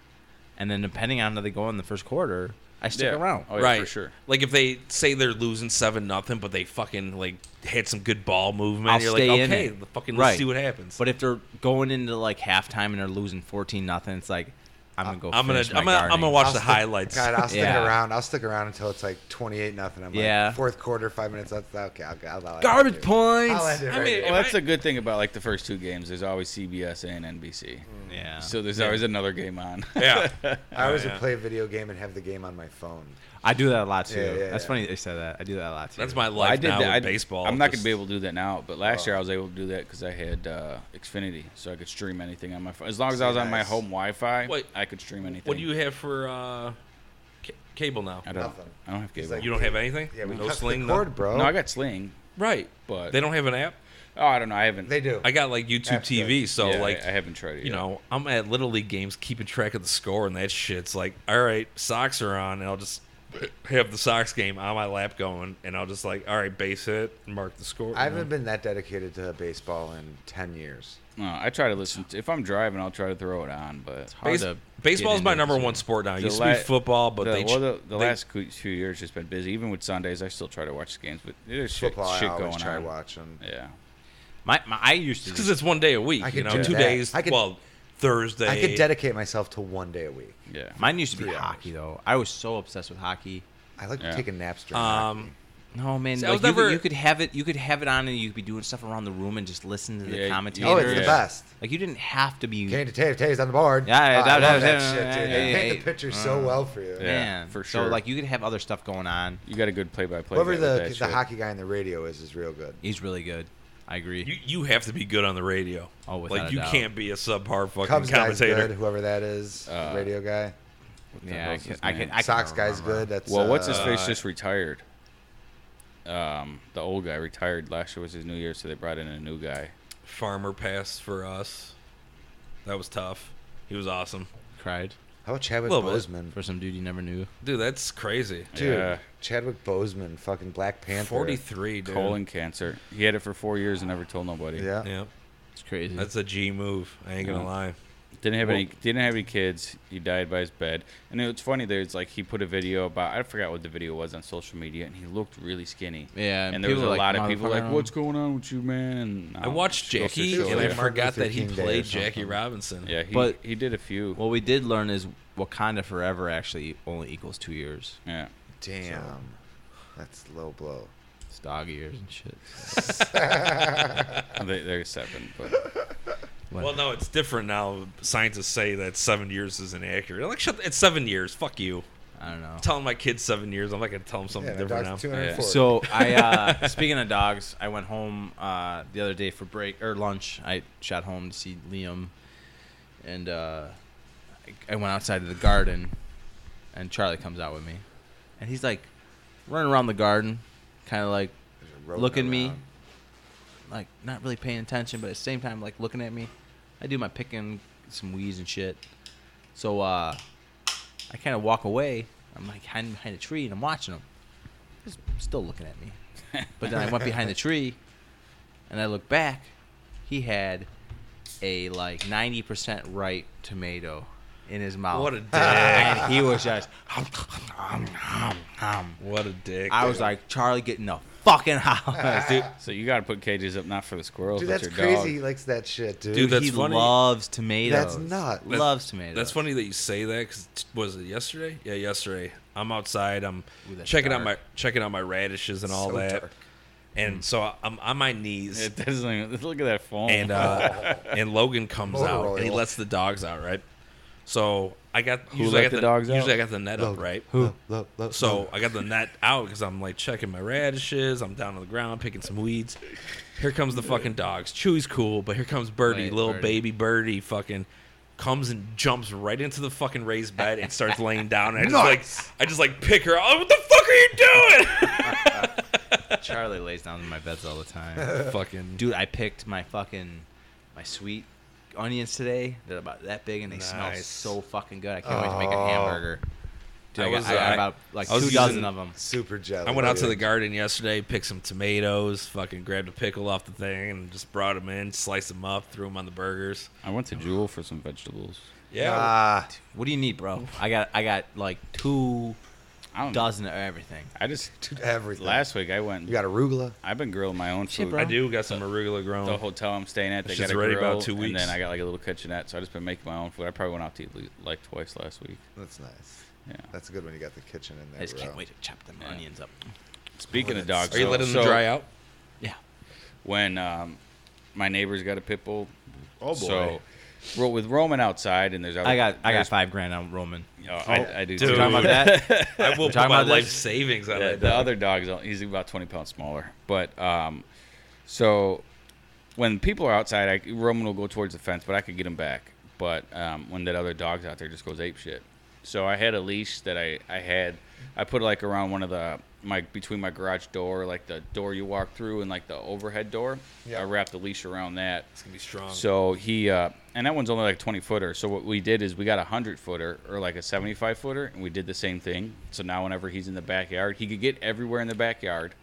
Speaker 2: And then depending on how they go in the first quarter, I [SIGHS] stick
Speaker 1: Yeah.
Speaker 2: around.
Speaker 1: Oh, yeah,
Speaker 3: right,
Speaker 1: for sure.
Speaker 3: Like if they say they're losing seven nothing, but they fucking like had some good ball movement,
Speaker 2: I'll
Speaker 3: you're
Speaker 2: stay
Speaker 3: like,
Speaker 2: in
Speaker 3: okay,
Speaker 2: it.
Speaker 3: the fucking
Speaker 2: Right.
Speaker 3: let's see what happens.
Speaker 2: But if they're going into like halftime and they're losing 14 nothing, it's like I'm going to go
Speaker 3: I'm gonna,
Speaker 2: finish my
Speaker 3: I'm gonna, I'm
Speaker 2: gardening.
Speaker 3: gonna watch
Speaker 5: I'll
Speaker 3: the
Speaker 5: stick-
Speaker 3: highlights.
Speaker 5: God, I'll stick
Speaker 2: Yeah.
Speaker 5: around. I'll stick around until it's like twenty-eight nothing. I'm
Speaker 2: Yeah.
Speaker 5: like fourth quarter, five minutes left. Okay, I'll, I'll, I'll
Speaker 2: garbage points.
Speaker 5: I'll end it
Speaker 3: I
Speaker 5: right
Speaker 3: mean,
Speaker 5: there.
Speaker 1: Well,
Speaker 3: If
Speaker 1: that's
Speaker 3: I-
Speaker 1: the good thing about like the first two games. There's always CBS and NBC,
Speaker 2: Yeah.
Speaker 1: so there's always another game on.
Speaker 3: [LAUGHS] [LAUGHS]
Speaker 5: [LAUGHS]
Speaker 3: yeah,
Speaker 5: I always
Speaker 3: Oh, yeah.
Speaker 5: would play a video game and have the game on my phone.
Speaker 2: I do that a lot too.
Speaker 5: Yeah, yeah,
Speaker 2: That's
Speaker 5: yeah.
Speaker 2: funny they said that. I do that a lot too.
Speaker 3: that's my life
Speaker 1: Well, I did
Speaker 3: now
Speaker 1: that.
Speaker 3: with
Speaker 1: I,
Speaker 3: baseball.
Speaker 1: I'm not gonna
Speaker 3: Just-
Speaker 1: be able to do that now, but last
Speaker 5: Oh.
Speaker 1: year I was able to do that because I had uh, Xfinity, so I could stream anything on my phone. As long as I was on my
Speaker 5: Nice.
Speaker 1: home Wi-Fi,
Speaker 3: Wait,
Speaker 1: I could stream anything.
Speaker 3: What do you have for uh, ca- cable now?
Speaker 1: I don't.
Speaker 5: Nothing.
Speaker 1: I don't have
Speaker 5: He's
Speaker 1: cable.
Speaker 5: like-
Speaker 3: You don't have anything?
Speaker 5: Yeah, we
Speaker 3: no
Speaker 5: cut
Speaker 3: sling,
Speaker 5: the
Speaker 3: no-
Speaker 5: cord, bro.
Speaker 1: no, I got Sling.
Speaker 3: Right,
Speaker 1: But-
Speaker 3: they don't have an app.
Speaker 1: Oh, I don't know. I haven't.
Speaker 5: they do.
Speaker 3: I got like YouTube
Speaker 5: That's good.
Speaker 3: TV, so
Speaker 1: yeah,
Speaker 3: like
Speaker 1: I, I haven't tried it.
Speaker 3: you
Speaker 1: yet.
Speaker 3: know, I'm at Little League games keeping track of the score and that shit's like, all right, socks are on, and I'll just [LAUGHS] have the socks game on my lap going, and I'll just like, all right, base it and mark the score.
Speaker 5: I haven't been that dedicated to baseball in ten years.
Speaker 1: No, I try to listen. To, if I'm driving, I'll try to throw it on. But
Speaker 2: hard
Speaker 3: Base-
Speaker 2: to get
Speaker 3: baseball's my
Speaker 2: into
Speaker 3: number
Speaker 2: this
Speaker 3: one sport now. It
Speaker 1: The
Speaker 3: used to be
Speaker 1: la-
Speaker 3: football, but
Speaker 1: the,
Speaker 3: they
Speaker 1: well, the, the
Speaker 3: they-
Speaker 1: last cou- few years just been busy. Even with Sundays, I still try to watch games, but there's shit,
Speaker 5: Football,
Speaker 1: shit
Speaker 5: I always
Speaker 1: going
Speaker 5: try
Speaker 1: on.
Speaker 5: watching.
Speaker 1: Yeah.
Speaker 2: my, my I used to
Speaker 3: because it's one day a week.
Speaker 5: I
Speaker 3: you
Speaker 5: could
Speaker 3: know,
Speaker 5: do
Speaker 3: two
Speaker 5: that.
Speaker 3: days.
Speaker 5: I could-
Speaker 3: well, Thursday.
Speaker 5: I could dedicate myself to one day a week.
Speaker 1: Yeah.
Speaker 2: mine used to be
Speaker 5: Three
Speaker 2: hockey though. I was so obsessed with hockey.
Speaker 5: I like
Speaker 1: Yeah.
Speaker 5: taking naps during.
Speaker 3: Um,
Speaker 2: No man,
Speaker 3: See, I
Speaker 2: like
Speaker 3: was
Speaker 2: you, could,
Speaker 3: never-
Speaker 2: you could have it. You could have it on, and you could be doing stuff around the room and just listen to the
Speaker 1: Yeah, you-
Speaker 2: commentators.
Speaker 5: oh, it's the
Speaker 1: Yeah.
Speaker 5: best.
Speaker 2: Like you didn't have to be.
Speaker 5: Candy Tater Tater's on the board.
Speaker 2: Yeah, yeah,
Speaker 5: Oh,
Speaker 2: that-
Speaker 5: I love
Speaker 2: that-
Speaker 5: that
Speaker 2: yeah,
Speaker 5: shit, dude.
Speaker 2: yeah,
Speaker 5: They
Speaker 2: yeah,
Speaker 5: paint
Speaker 2: yeah.
Speaker 5: the picture so well for you.
Speaker 1: Yeah,
Speaker 2: man.
Speaker 1: for
Speaker 2: So
Speaker 1: sure.
Speaker 2: like you could have other stuff going on.
Speaker 1: You got a good play-by-play.
Speaker 5: Whoever
Speaker 1: guy with that
Speaker 5: the the
Speaker 1: shit.
Speaker 5: hockey guy in the radio is is real good.
Speaker 2: He's really good. I agree.
Speaker 3: you you have to be good on the radio.
Speaker 2: Oh, without
Speaker 3: like
Speaker 2: a
Speaker 3: you
Speaker 2: doubt.
Speaker 3: can't be a subpar fucking
Speaker 5: Cubs guy's good.
Speaker 3: commentator.
Speaker 5: Whoever that is,
Speaker 1: Uh,
Speaker 5: the radio guy.
Speaker 1: the
Speaker 2: yeah, I
Speaker 1: hell's
Speaker 2: can,
Speaker 1: his
Speaker 2: I
Speaker 1: name?
Speaker 2: can. I
Speaker 5: Sox
Speaker 2: can
Speaker 5: guy's good. That's
Speaker 1: Well, what's his
Speaker 5: uh,
Speaker 1: face just retired? Um, the old guy retired last year was his new year, so they brought in a new guy.
Speaker 3: Farmer passed for us. That was tough. He was awesome,
Speaker 2: Cried
Speaker 5: How about Chadwick
Speaker 3: Little bit.
Speaker 5: Boseman?
Speaker 2: for some dude you never knew.
Speaker 3: dude. That's crazy.
Speaker 5: Dude,
Speaker 1: Yeah.
Speaker 5: Chadwick Boseman, fucking Black Panther.
Speaker 3: 43, dude.
Speaker 1: Colon cancer. He had it for four years and never told nobody.
Speaker 5: Yeah.
Speaker 3: Yeah,
Speaker 2: It's crazy.
Speaker 3: that's a G move. I ain't gonna
Speaker 1: Yeah.
Speaker 3: lie.
Speaker 1: Didn't have
Speaker 3: Well-
Speaker 1: any. Didn't have any kids. He died by his bed. And it's funny. There's like he put a video about. I forgot what the video was on social media, and he looked really skinny.
Speaker 2: Yeah,
Speaker 1: And there was
Speaker 2: people
Speaker 1: a
Speaker 2: were like,
Speaker 1: lot of people like,
Speaker 2: "Motherfucker."
Speaker 1: "What's going on with you, man?" And,
Speaker 3: I
Speaker 1: um,
Speaker 3: watched
Speaker 1: she goes through
Speaker 3: Jackie
Speaker 1: shit
Speaker 3: and I
Speaker 1: like that.
Speaker 5: Martin
Speaker 3: forgot that he
Speaker 5: Luther King Day or
Speaker 3: played Jackie
Speaker 5: something.
Speaker 3: Robinson.
Speaker 1: Yeah, he,
Speaker 2: But-
Speaker 1: he did a few.
Speaker 2: what we did learn is Wakanda forever actually only equals two years.
Speaker 1: yeah.
Speaker 5: Damn. That's low blow.
Speaker 2: It's dog years and shit.
Speaker 1: They, they're seven,
Speaker 3: [LAUGHS]
Speaker 1: but
Speaker 3: Well, no, it's different now. Scientists say that seven years is inaccurate. I'm like, shut. It's seven years. Fuck you.
Speaker 2: I don't know.
Speaker 3: I'm telling my kids seven years. I'm not gonna tell them something
Speaker 5: Oh. Yeah,
Speaker 3: different now.
Speaker 5: Doc's 240.
Speaker 2: So I uh, speaking of dogs, I went home uh, the other day for break or lunch. I shot home to see Liam, and uh, I, I went outside to the garden, and Charlie comes out with me, and he's like running around the garden, kind of like
Speaker 5: There's a rodent
Speaker 2: look at me.
Speaker 5: around.
Speaker 2: like not really paying attention, but at the same time like looking at me. I do my picking some weeds and shit. So uh I kind of walk away. I'm like hiding behind a tree and I'm watching him. He's still looking at me. But then I went behind the tree and I look back. He had a like 90% ripe tomato in his mouth.
Speaker 3: What a dick.
Speaker 2: and he was just.
Speaker 3: What a dick.
Speaker 2: I was like, Charlie, get in the fucking house, dude.
Speaker 1: So you got to put cages up not for the squirrels,
Speaker 5: Dude,
Speaker 1: but
Speaker 5: that's
Speaker 1: your
Speaker 5: crazy. He [LAUGHS]
Speaker 1: dog.
Speaker 5: likes that shit, dude.
Speaker 3: Dude, that's
Speaker 2: he
Speaker 3: funny.
Speaker 2: loves tomatoes.
Speaker 5: That's nuts.
Speaker 3: That's-
Speaker 2: Loves tomatoes.
Speaker 3: That's funny that you say that because was it yesterday? Yeah, yesterday. I'm outside. I'm
Speaker 2: Ooh, that's
Speaker 3: checking out my
Speaker 2: dark.
Speaker 3: checking out my radishes and all
Speaker 5: So
Speaker 3: that.
Speaker 5: dark. Hmm.
Speaker 3: And so I'm on my knees,
Speaker 1: It doesn't even, look [LAUGHS] at that foam.
Speaker 3: and
Speaker 5: [LAUGHS]
Speaker 3: uh, and Logan comes
Speaker 5: Motor
Speaker 3: out and he
Speaker 5: oil.
Speaker 3: lets the dogs out. Right. So I got
Speaker 1: Who
Speaker 3: usually I
Speaker 1: let
Speaker 3: got
Speaker 1: the dogs out?
Speaker 3: Usually I got the net up. Right.
Speaker 5: Who? Look, look,
Speaker 3: So I got the net out because I'm like checking my radishes. I'm down on the ground picking some weeds. Here comes the fucking dogs. Chewy's cool, but here comes Birdie,
Speaker 2: Right,
Speaker 3: little
Speaker 2: Birdie.
Speaker 3: baby Birdie, fucking comes and jumps right into the fucking raised bed and starts laying down. And I just like I just like pick her. up. Oh, what the fuck [LAUGHS] are
Speaker 2: Charlie lays down in my beds all the time.
Speaker 3: you doing? [LAUGHS] fucking
Speaker 2: dude, I picked my fucking my sweet onions today. They're about that big and they smell
Speaker 3: Nice. Oh.
Speaker 2: so fucking good. I can't wait to make a hamburger. Dude,
Speaker 3: I
Speaker 2: I, got,
Speaker 3: was,
Speaker 2: I got
Speaker 3: uh,
Speaker 2: about like
Speaker 3: I was
Speaker 2: two
Speaker 3: using-
Speaker 2: dozen of them.
Speaker 5: super jealous.
Speaker 3: I went out to the
Speaker 5: dude.
Speaker 3: garden yesterday, picked some tomatoes, fucking grabbed a pickle off the thing, and just brought them in, sliced them up, threw them on the burgers.
Speaker 1: I went to Jewel for some vegetables.
Speaker 3: Yeah,
Speaker 5: Ah,
Speaker 2: What do you need, bro? I got I got like two
Speaker 1: I don't know.
Speaker 2: dozen of everything.
Speaker 1: I just
Speaker 5: dude, everything.
Speaker 1: last week I went.
Speaker 5: you got arugula.
Speaker 1: I've been grilling my own
Speaker 2: Shit,
Speaker 1: food.
Speaker 2: bro.
Speaker 3: I do got some arugula grown.
Speaker 1: The hotel I'm staying at, they
Speaker 3: It's just
Speaker 1: got a
Speaker 3: already
Speaker 1: grill,
Speaker 3: about two
Speaker 1: and
Speaker 3: weeks.
Speaker 1: then I got like a little kitchenette, so I just been making my own food. I probably went out to eat le- like twice last week.
Speaker 5: That's nice.
Speaker 1: Yeah.
Speaker 5: That's good when you got the kitchen in there.
Speaker 2: I just can't
Speaker 5: bro.
Speaker 2: wait to chop them
Speaker 1: Yeah.
Speaker 2: onions up.
Speaker 1: Speaking of
Speaker 5: that's-
Speaker 1: dogs,
Speaker 3: Are you
Speaker 1: so-
Speaker 3: letting
Speaker 1: so
Speaker 3: them dry out?
Speaker 2: Yeah.
Speaker 1: When um, my neighbor's got a pit bull.
Speaker 5: Oh, boy.
Speaker 1: So, ro- with Roman outside, and there's other,
Speaker 2: I got I got
Speaker 1: there's-
Speaker 2: five grand on
Speaker 3: [LAUGHS]
Speaker 2: Roman.
Speaker 1: Oh, I, I do.
Speaker 3: Dude.
Speaker 1: too.
Speaker 2: Talking about
Speaker 1: [LAUGHS]
Speaker 2: that,
Speaker 3: I [LAUGHS] will
Speaker 2: We're
Speaker 3: put
Speaker 2: talking
Speaker 3: my
Speaker 2: about
Speaker 3: life
Speaker 2: this?
Speaker 3: savings on
Speaker 1: Yeah,
Speaker 3: that.
Speaker 1: the
Speaker 3: dog.
Speaker 1: other dog's on- he's about 20 pounds smaller but um so when people are outside I, roman will go towards the fence but i could get him back but um, when that other dog's out there just goes ape shit so i had a leash that i i had i put like around one of the my between my garage door like the door you walk through and like the overhead door
Speaker 5: Yeah.
Speaker 1: i wrapped the leash around that
Speaker 3: It's gonna be strong.
Speaker 1: so he uh, and that one's only like twenty footer. So what we did is we got a hundred footer or like a seventy five footer, and we did the same thing. So now whenever he's in the backyard, he could get everywhere in the backyard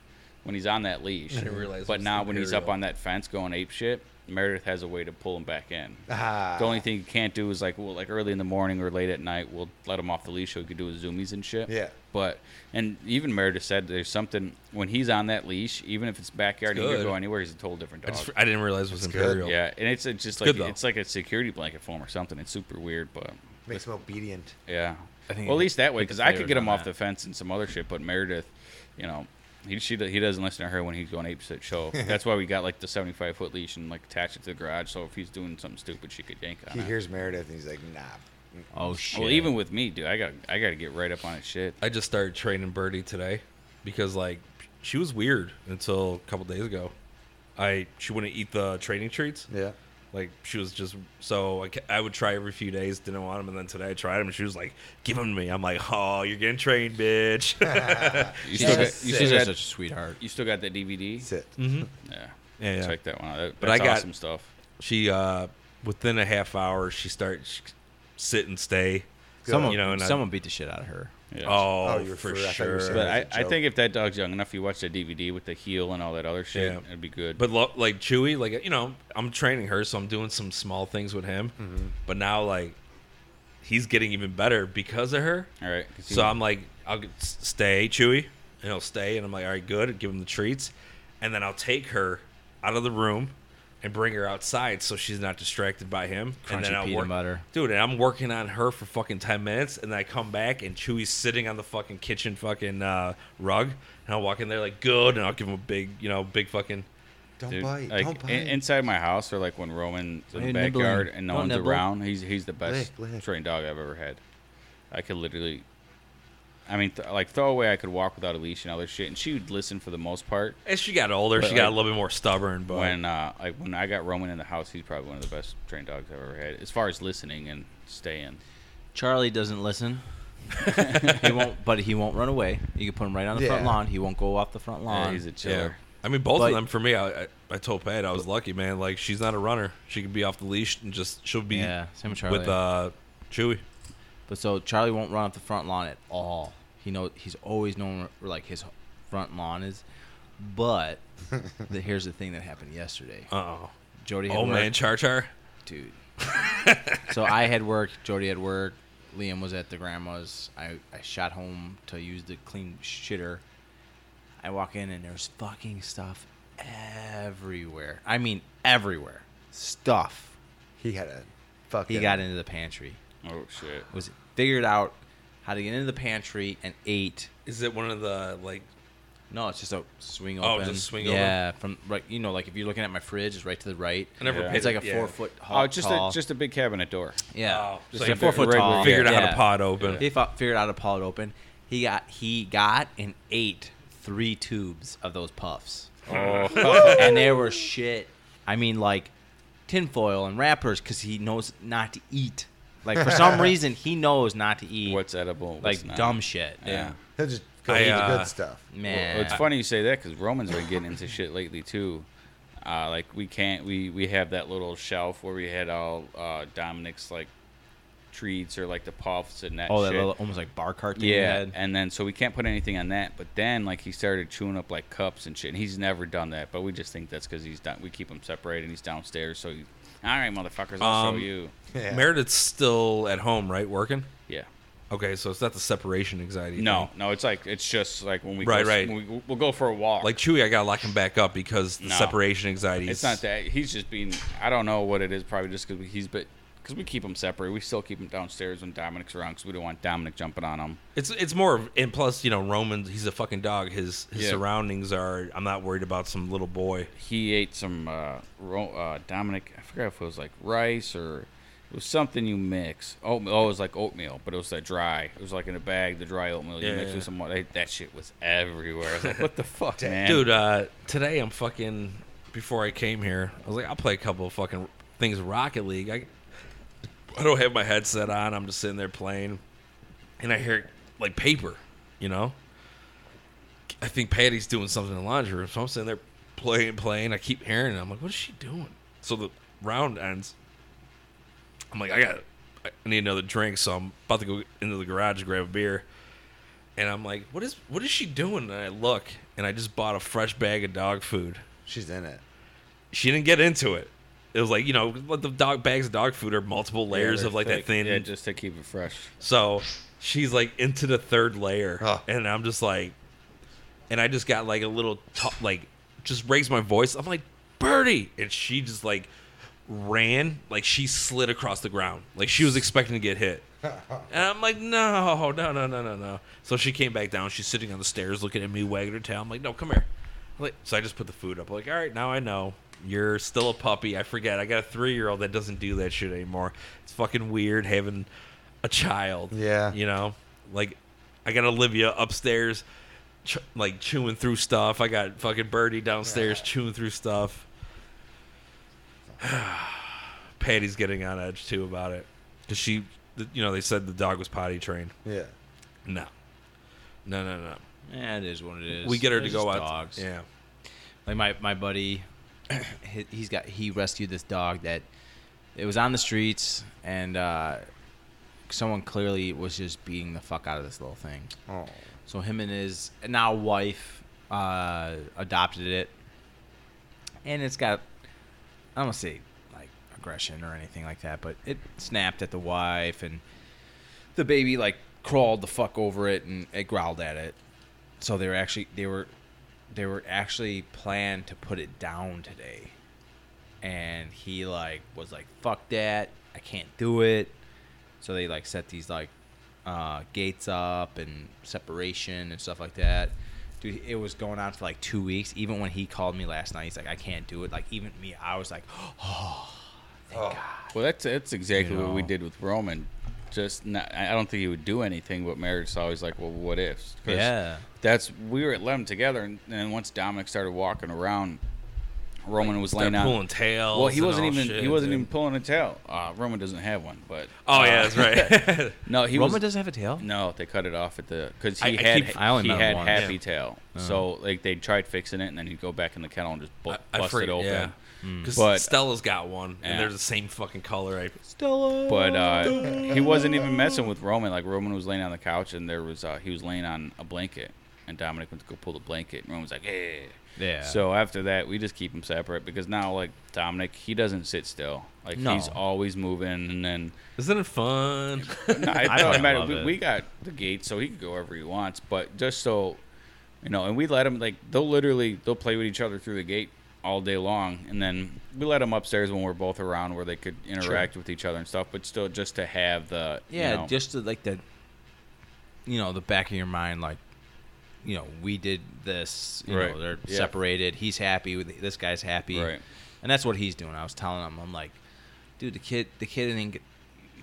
Speaker 1: when he's on that leash.
Speaker 3: didn't realize it
Speaker 1: but
Speaker 3: was
Speaker 1: now
Speaker 3: the
Speaker 1: when he's up
Speaker 3: aerial.
Speaker 1: on that fence going ape shit, Meredith has a way to pull him back
Speaker 3: [LAUGHS]
Speaker 1: in.
Speaker 5: Ah.
Speaker 1: The only thing you can't do is like well, like early in the morning or late at night, we'll let him off the leash so he can do his zoomies and shit.
Speaker 5: Yeah.
Speaker 1: But and even Meredith said there's something when he's on that leash, even if it's backyard,
Speaker 3: It's
Speaker 1: he can
Speaker 3: good.
Speaker 1: go anywhere. He's a total different
Speaker 3: I,
Speaker 1: dog.
Speaker 3: just, I didn't realize it was
Speaker 5: good.
Speaker 3: imperial.
Speaker 1: Yeah, and it's a, just
Speaker 3: good,
Speaker 1: like
Speaker 3: though.
Speaker 1: it's like a security blanket form or something. It's super weird, but
Speaker 5: [LAUGHS] Makes him obedient.
Speaker 1: yeah.
Speaker 2: I think
Speaker 1: well, at
Speaker 2: it-
Speaker 1: least that way
Speaker 2: it
Speaker 1: because I
Speaker 2: flavor
Speaker 1: could get him
Speaker 2: on
Speaker 1: off
Speaker 2: that.
Speaker 1: the fence and some other shit, but Meredith, you know, he she he doesn't listen to her when he's going ape shit show. That's why we got like the seventy five foot leash and like attach it to the garage. So if he's doing something stupid, she could yank on
Speaker 5: He
Speaker 1: it.
Speaker 5: hears Meredith and he's like, nah.
Speaker 2: oh shit!
Speaker 1: Well, even with me, dude, I got I got to get right up on his shit.
Speaker 3: I just started training Birdie today because like she was weird until a couple days ago. I she wouldn't eat the training treats.
Speaker 5: Yeah.
Speaker 3: Like she was just so I, ca- I would try every few days, didn't want them, and then today I tried them, and she was like, "Give them to me." I'm like, "Oh, you're getting trained,
Speaker 5: [LAUGHS]
Speaker 3: bitch." yeah,
Speaker 1: You
Speaker 2: she's
Speaker 1: still got
Speaker 2: just-
Speaker 1: you
Speaker 2: she's
Speaker 1: still got,
Speaker 2: just such a sweetheart.
Speaker 1: you still got that DVD.
Speaker 5: That's it.
Speaker 1: Yeah,
Speaker 3: yeah.
Speaker 1: check that one out. That,
Speaker 3: But
Speaker 1: that's
Speaker 3: I got-
Speaker 1: awesome stuff.
Speaker 3: She uh, within a half hour, she starts she sit and stay.
Speaker 2: Someone,
Speaker 3: you know, and I-
Speaker 2: someone beat the shit out of her.
Speaker 1: Yeah.
Speaker 3: Oh,
Speaker 5: Oh, you were
Speaker 3: for
Speaker 5: free. I thought you were
Speaker 3: sure.
Speaker 5: saying
Speaker 1: But I,
Speaker 5: That's a
Speaker 1: I
Speaker 5: joke.
Speaker 1: think if that dog's young enough, you watch the DVD with the heel and all that other shit,
Speaker 3: Yeah.
Speaker 1: it'd be good.
Speaker 3: But lo- like Chewy, like you know, I'm training her, so I'm doing some small things with him.
Speaker 5: Mm-hmm.
Speaker 3: But now like he's getting even better because of her.
Speaker 1: all right, 'cause
Speaker 3: So
Speaker 1: he-
Speaker 3: I'm like, I'll g- s- stay Chewy, and he'll stay, and I'm like, all right, good. Give him the treats, and then I'll take her out of the room and bring her outside so she's not distracted by him. and then
Speaker 2: Crunchy
Speaker 3: I'll
Speaker 2: peanut
Speaker 3: work-
Speaker 2: butter.
Speaker 3: dude. And I'm working on her for fucking ten minutes, and then I come back and Chewy's sitting on the fucking kitchen fucking uh, rug, and I'll walk in there like good, and I'll give him a big, you know, big fucking.
Speaker 5: Don't
Speaker 1: Dude,
Speaker 5: bite.
Speaker 1: like
Speaker 5: don't bite.
Speaker 1: in- inside my house, or like when Roman's in the
Speaker 2: Hey,
Speaker 1: backyard
Speaker 2: nibbling.
Speaker 1: and no
Speaker 2: Don't
Speaker 1: one's
Speaker 2: nibble.
Speaker 1: around, he's he's the best
Speaker 5: Lick, lick.
Speaker 1: trained dog I've ever had. I could literally, I mean, th- like throw away. I could walk without a leash and other shit, and she would listen for the most part.
Speaker 3: As she got older,
Speaker 1: But,
Speaker 3: she got
Speaker 1: like,
Speaker 3: a little bit more stubborn, but
Speaker 1: When uh, like when I got Roman in the house, he's probably one of the best trained dogs I've ever had, as far as listening and staying.
Speaker 2: Charlie doesn't listen.
Speaker 1: [LAUGHS]
Speaker 2: he won't, but he won't run away. You can put him right on the front
Speaker 5: Yeah.
Speaker 2: lawn. He won't go off the front lawn.
Speaker 1: Yeah, he's a chiller.
Speaker 3: I mean, both
Speaker 2: But-
Speaker 3: of them for me. I, I I told Pat I was lucky, man. Like she's not a runner. She can be off the leash and just she'll be
Speaker 2: Yeah, same with Charlie.
Speaker 3: with uh Chewy.
Speaker 2: but so Charlie won't run off the front lawn at all. He know he's always known where, like his front lawn is. But the, here's the thing that happened yesterday.
Speaker 3: Uh oh.
Speaker 2: Jody had
Speaker 3: Oh
Speaker 2: work.
Speaker 3: man, Char Char.
Speaker 2: dude. [LAUGHS] so I had work. Jody had work. Liam was at the grandma's. I, I shot home to use the clean shitter. I walk in and there's fucking stuff everywhere. I mean, everywhere. Stuff.
Speaker 5: He had a fucking.
Speaker 2: He got into the pantry.
Speaker 1: Oh shit.
Speaker 2: Was figured out how to get into the pantry and ate.
Speaker 3: Is it one of the like?
Speaker 2: No, it's just a swing
Speaker 3: Oh,
Speaker 2: open.
Speaker 3: just swing
Speaker 2: yeah,
Speaker 3: open.
Speaker 2: from right. You know, like if you're looking at my fridge, it's right to the right.
Speaker 3: I never.
Speaker 1: Yeah.
Speaker 3: paid
Speaker 2: It's like a
Speaker 3: it- yeah.
Speaker 2: four foot
Speaker 1: Oh,
Speaker 2: hall.
Speaker 1: just
Speaker 2: tall.
Speaker 1: a just a big cabinet door.
Speaker 2: Yeah,
Speaker 3: Oh,
Speaker 2: just
Speaker 3: so
Speaker 2: a
Speaker 3: you
Speaker 2: four foot
Speaker 1: figured-
Speaker 2: tall.
Speaker 3: Figured out how
Speaker 2: Yeah.
Speaker 3: to pot open.
Speaker 2: He fou- figured out how to pot it open. He got he got and ate three tubes of those puffs,
Speaker 1: Oh.
Speaker 2: and they were shit. I mean, like tinfoil and wrappers, because he knows not to eat. Like for some reason, he knows not to eat
Speaker 1: what's edible? What's
Speaker 2: like
Speaker 1: not.
Speaker 2: dumb shit.
Speaker 1: Yeah.
Speaker 5: He'll just go
Speaker 3: I,
Speaker 5: eat the
Speaker 3: uh,
Speaker 5: good stuff.
Speaker 2: man.
Speaker 1: Well, it's funny you say that because Roman's been getting into shit lately too. Uh, like we can't we we have that little shelf where we had all uh, Dominic's like treats or like the puffs and that.
Speaker 2: Oh, that
Speaker 1: shit.
Speaker 2: little almost like bar cart thing. you
Speaker 1: yeah.
Speaker 2: had.
Speaker 1: And then so we can't put anything on that. But then like he started chewing up like cups and shit. And he's never done that, but we just think that's because he's done. We keep him separated. and He's downstairs, so he, all right, motherfuckers, I'll show
Speaker 3: Um,
Speaker 1: you.
Speaker 5: Yeah.
Speaker 3: Meredith's still at home, right? Working.
Speaker 1: Yeah.
Speaker 3: Okay, so it's not the separation anxiety.
Speaker 1: No,
Speaker 3: thing.
Speaker 1: no, it's like it's just like when we
Speaker 3: Right,
Speaker 1: go,
Speaker 3: right.
Speaker 1: When we, we'll go for a walk.
Speaker 3: Like Chewy, I gotta lock him back up because the
Speaker 1: No.
Speaker 3: separation anxiety.
Speaker 1: It's
Speaker 3: is-
Speaker 1: not that he's just being. I don't know what it is. Probably just because he's but because we keep him separate. We still keep him downstairs when Dominic's around because we don't want Dominic jumping on him.
Speaker 3: It's it's more of and plus you know Roman he's a fucking dog. His his
Speaker 1: Yeah.
Speaker 3: surroundings are. I'm not worried about some little boy.
Speaker 1: He ate some uh, ro- uh, Dominic. I forgot if it was like rice or it was something you mix. Oatmeal. Oh, it was like oatmeal, but it was that dry. It was like in a bag, the dry oatmeal you
Speaker 3: Yeah,
Speaker 1: mix
Speaker 3: yeah.
Speaker 1: with some water. That shit was everywhere. I was like, what the fuck, man?
Speaker 3: [LAUGHS] Dude, uh, today I'm fucking. Before I came here, I was like, I'll play a couple of fucking things Rocket League. I, I don't have my headset on. I'm just sitting there playing, and I hear like paper. You know, I think Patty's doing something in the laundry room, so I'm sitting there playing, playing. I keep hearing, it. I'm like, what is she doing? So the round ends. I'm like, I got, I need another drink, so I'm about to go into the garage to grab a beer and I'm like, what is what is she doing? And I look, and I just bought a fresh bag of dog food.
Speaker 5: She's in it.
Speaker 3: She didn't get into it. It was like you know, what the dog bags of dog food are multiple
Speaker 1: Yeah,
Speaker 3: layers
Speaker 1: they're
Speaker 3: of like that
Speaker 1: thick.
Speaker 3: thin.
Speaker 1: Yeah, just to keep it fresh.
Speaker 3: so she's like into the third layer,
Speaker 5: Ugh.
Speaker 3: and I'm just like, and I just got like a little t- like just raised my voice. I'm like, Birdie, and she just like ran like she slid across the ground like she was expecting to get hit. And I'm like, no, no, no, no, no, no. So she came back down. She's sitting on the stairs looking at me, wagging her tail. I'm like, no, come here. I'm like, so I just put the food up. like, all right, now I know. You're still a puppy. I forget. I got a three year old that doesn't do that shit anymore. It's fucking weird having a child.
Speaker 5: Yeah.
Speaker 3: You know? Like, I got Olivia upstairs, ch- like, chewing through stuff. I got fucking Birdie downstairs chewing through stuff. Patty's getting on edge too about it because she, th- you know, they said the dog was potty trained.
Speaker 5: Yeah.
Speaker 3: No, no, no, no.
Speaker 2: yeah, it is what it is.
Speaker 3: we get her
Speaker 2: They're
Speaker 3: to go
Speaker 2: just
Speaker 3: out.
Speaker 2: Dogs.
Speaker 3: Yeah,
Speaker 2: like my my buddy he- he's got he rescued this dog that it was on the streets and uh someone clearly was just beating the fuck out of this little thing
Speaker 5: Oh.
Speaker 2: so him and his now wife uh adopted it and it's got i don't want to say like aggression or anything like that but it snapped at the wife and the baby like crawled the fuck over it and it growled at it so they were actually they were they were actually planned to put it down today and he like was like fuck that i can't do it so they like set these like uh, gates up and separation and stuff like that dude it was going on for like two weeks even when he called me last night he's like i can't do it like even me i was like [GASPS]
Speaker 1: Well, that's that's exactly
Speaker 2: You
Speaker 1: what we
Speaker 2: know.
Speaker 1: did with Roman. Just not, I I don't think he would do anything, but marriage is always like, well, what ifs? 'Cause
Speaker 2: Yeah.
Speaker 1: that's we were at Lem together, and then once Dominic started walking around, Roman was laying
Speaker 3: Start
Speaker 1: out.
Speaker 3: pulling tails.
Speaker 1: well, he
Speaker 3: and
Speaker 1: wasn't
Speaker 3: all
Speaker 1: even
Speaker 3: shit,
Speaker 1: he wasn't
Speaker 3: dude.
Speaker 1: even pulling a tail. Uh, Roman doesn't have one, but
Speaker 3: Oh yeah,
Speaker 1: uh, [LAUGHS]
Speaker 3: that's right.
Speaker 1: no, he
Speaker 2: roman
Speaker 1: was,
Speaker 2: doesn't have a tail
Speaker 1: no, they cut it off at the because
Speaker 3: I-
Speaker 1: he
Speaker 3: I
Speaker 1: had
Speaker 3: keep-
Speaker 2: I only
Speaker 1: he
Speaker 2: met him
Speaker 1: had
Speaker 2: once.
Speaker 1: happy
Speaker 3: Yeah.
Speaker 1: tail, so like they tried fixing it, and then he'd go back in the kennel and just bu-
Speaker 3: I,
Speaker 1: bust
Speaker 3: I
Speaker 1: it
Speaker 3: forget.
Speaker 1: open.
Speaker 3: Yeah, because
Speaker 1: But-
Speaker 3: Stella's got one,
Speaker 1: Yeah.
Speaker 3: and they're the same fucking color. I,
Speaker 2: Stella.
Speaker 1: But uh, he wasn't even messing with Roman. Like Roman was laying on the couch, and there was uh, he was laying on a blanket, and Dominic went to go pull the blanket, and Roman's like, yeah.
Speaker 2: Yeah.
Speaker 1: So after that, we just keep them separate because now, like Dominic, he doesn't sit still. Like
Speaker 2: No.
Speaker 1: he's always moving, and then
Speaker 3: Isn't it [LAUGHS] fun?
Speaker 5: [LAUGHS]
Speaker 1: no, it
Speaker 2: I
Speaker 1: don't
Speaker 2: fucking
Speaker 1: matter.
Speaker 2: love
Speaker 1: we,
Speaker 2: it.
Speaker 1: we got the gate, so he can go wherever he wants. But just so you know, and we let him like they'll literally they'll play with each other through the gate all day long, and then we let them upstairs when we're both around where they could interact with each other and stuff. But still, just to have the you
Speaker 2: yeah,
Speaker 1: know,
Speaker 2: just to, like the, you know, the back of your mind, like, you know, we did this. You
Speaker 1: Right.
Speaker 2: know, they're
Speaker 1: Yeah.
Speaker 2: separated. He's happy. with This guy's happy.
Speaker 1: Right.
Speaker 2: And that's what he's doing. I was telling him, I'm like, dude, the kid, the kid, and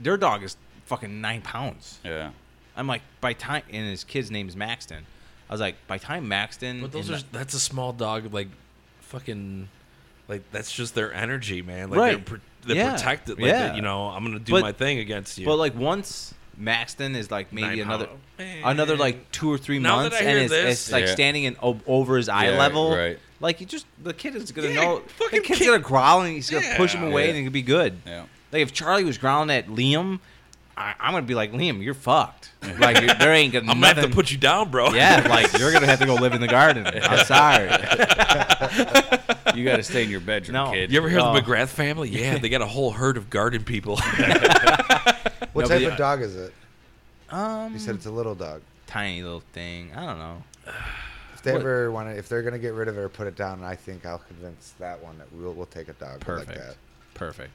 Speaker 2: their dog is fucking nine pounds.
Speaker 1: yeah.
Speaker 2: I'm like, by time, and his kid's name's Maxton. I was like, by time Maxton.
Speaker 3: But those
Speaker 2: and
Speaker 3: are that's a small dog like fucking like that's just their energy, man. Like
Speaker 2: Right.
Speaker 3: they're, pro- they're
Speaker 2: Yeah.
Speaker 3: protected. Like
Speaker 2: Yeah.
Speaker 3: that, you know, I'm gonna do
Speaker 2: But-
Speaker 3: my thing against you.
Speaker 2: But like once Maxton is like maybe
Speaker 3: Nine
Speaker 2: another
Speaker 3: pound.
Speaker 2: another like two or three
Speaker 3: Now that
Speaker 2: months,
Speaker 3: I
Speaker 2: and
Speaker 3: hear
Speaker 2: it's, it's
Speaker 3: this-
Speaker 2: like
Speaker 1: Yeah.
Speaker 2: standing in o- over his eye
Speaker 1: Yeah,
Speaker 2: level.
Speaker 1: right.
Speaker 2: Like you just the kid is gonna
Speaker 3: Yeah,
Speaker 2: know. The
Speaker 3: fucking
Speaker 2: kid's
Speaker 3: kid-
Speaker 2: gonna growl and he's gonna push him
Speaker 3: Yeah.
Speaker 2: away
Speaker 1: Yeah.
Speaker 2: and it could be good.
Speaker 1: Yeah.
Speaker 2: Like if Charlie was growling at Liam, I, I'm gonna be like Liam, you're fucked. Like you there ain't gonna
Speaker 3: I'm gonna
Speaker 2: nothing.
Speaker 3: have to put you down, bro.
Speaker 2: yeah, like you're gonna have to go live in the garden. I'm sorry.
Speaker 1: You got to stay in your bedroom,
Speaker 2: [LAUGHS] No.
Speaker 1: kid.
Speaker 3: [LAUGHS] You ever hear
Speaker 2: Oh.
Speaker 3: the McGrath family? Yeah, they got a whole herd of garden [LAUGHS] people.
Speaker 5: What
Speaker 2: No, but
Speaker 5: type
Speaker 2: yeah.
Speaker 5: of dog is it?
Speaker 2: Um,
Speaker 5: You said it's a little dog.
Speaker 2: tiny little thing. I don't know.
Speaker 5: If they
Speaker 2: What?
Speaker 5: ever want to, if they're gonna get rid of it or put it down, I think I'll convince that one that we'll we'll take a dog
Speaker 2: Perfect.
Speaker 5: like that.
Speaker 2: Perfect.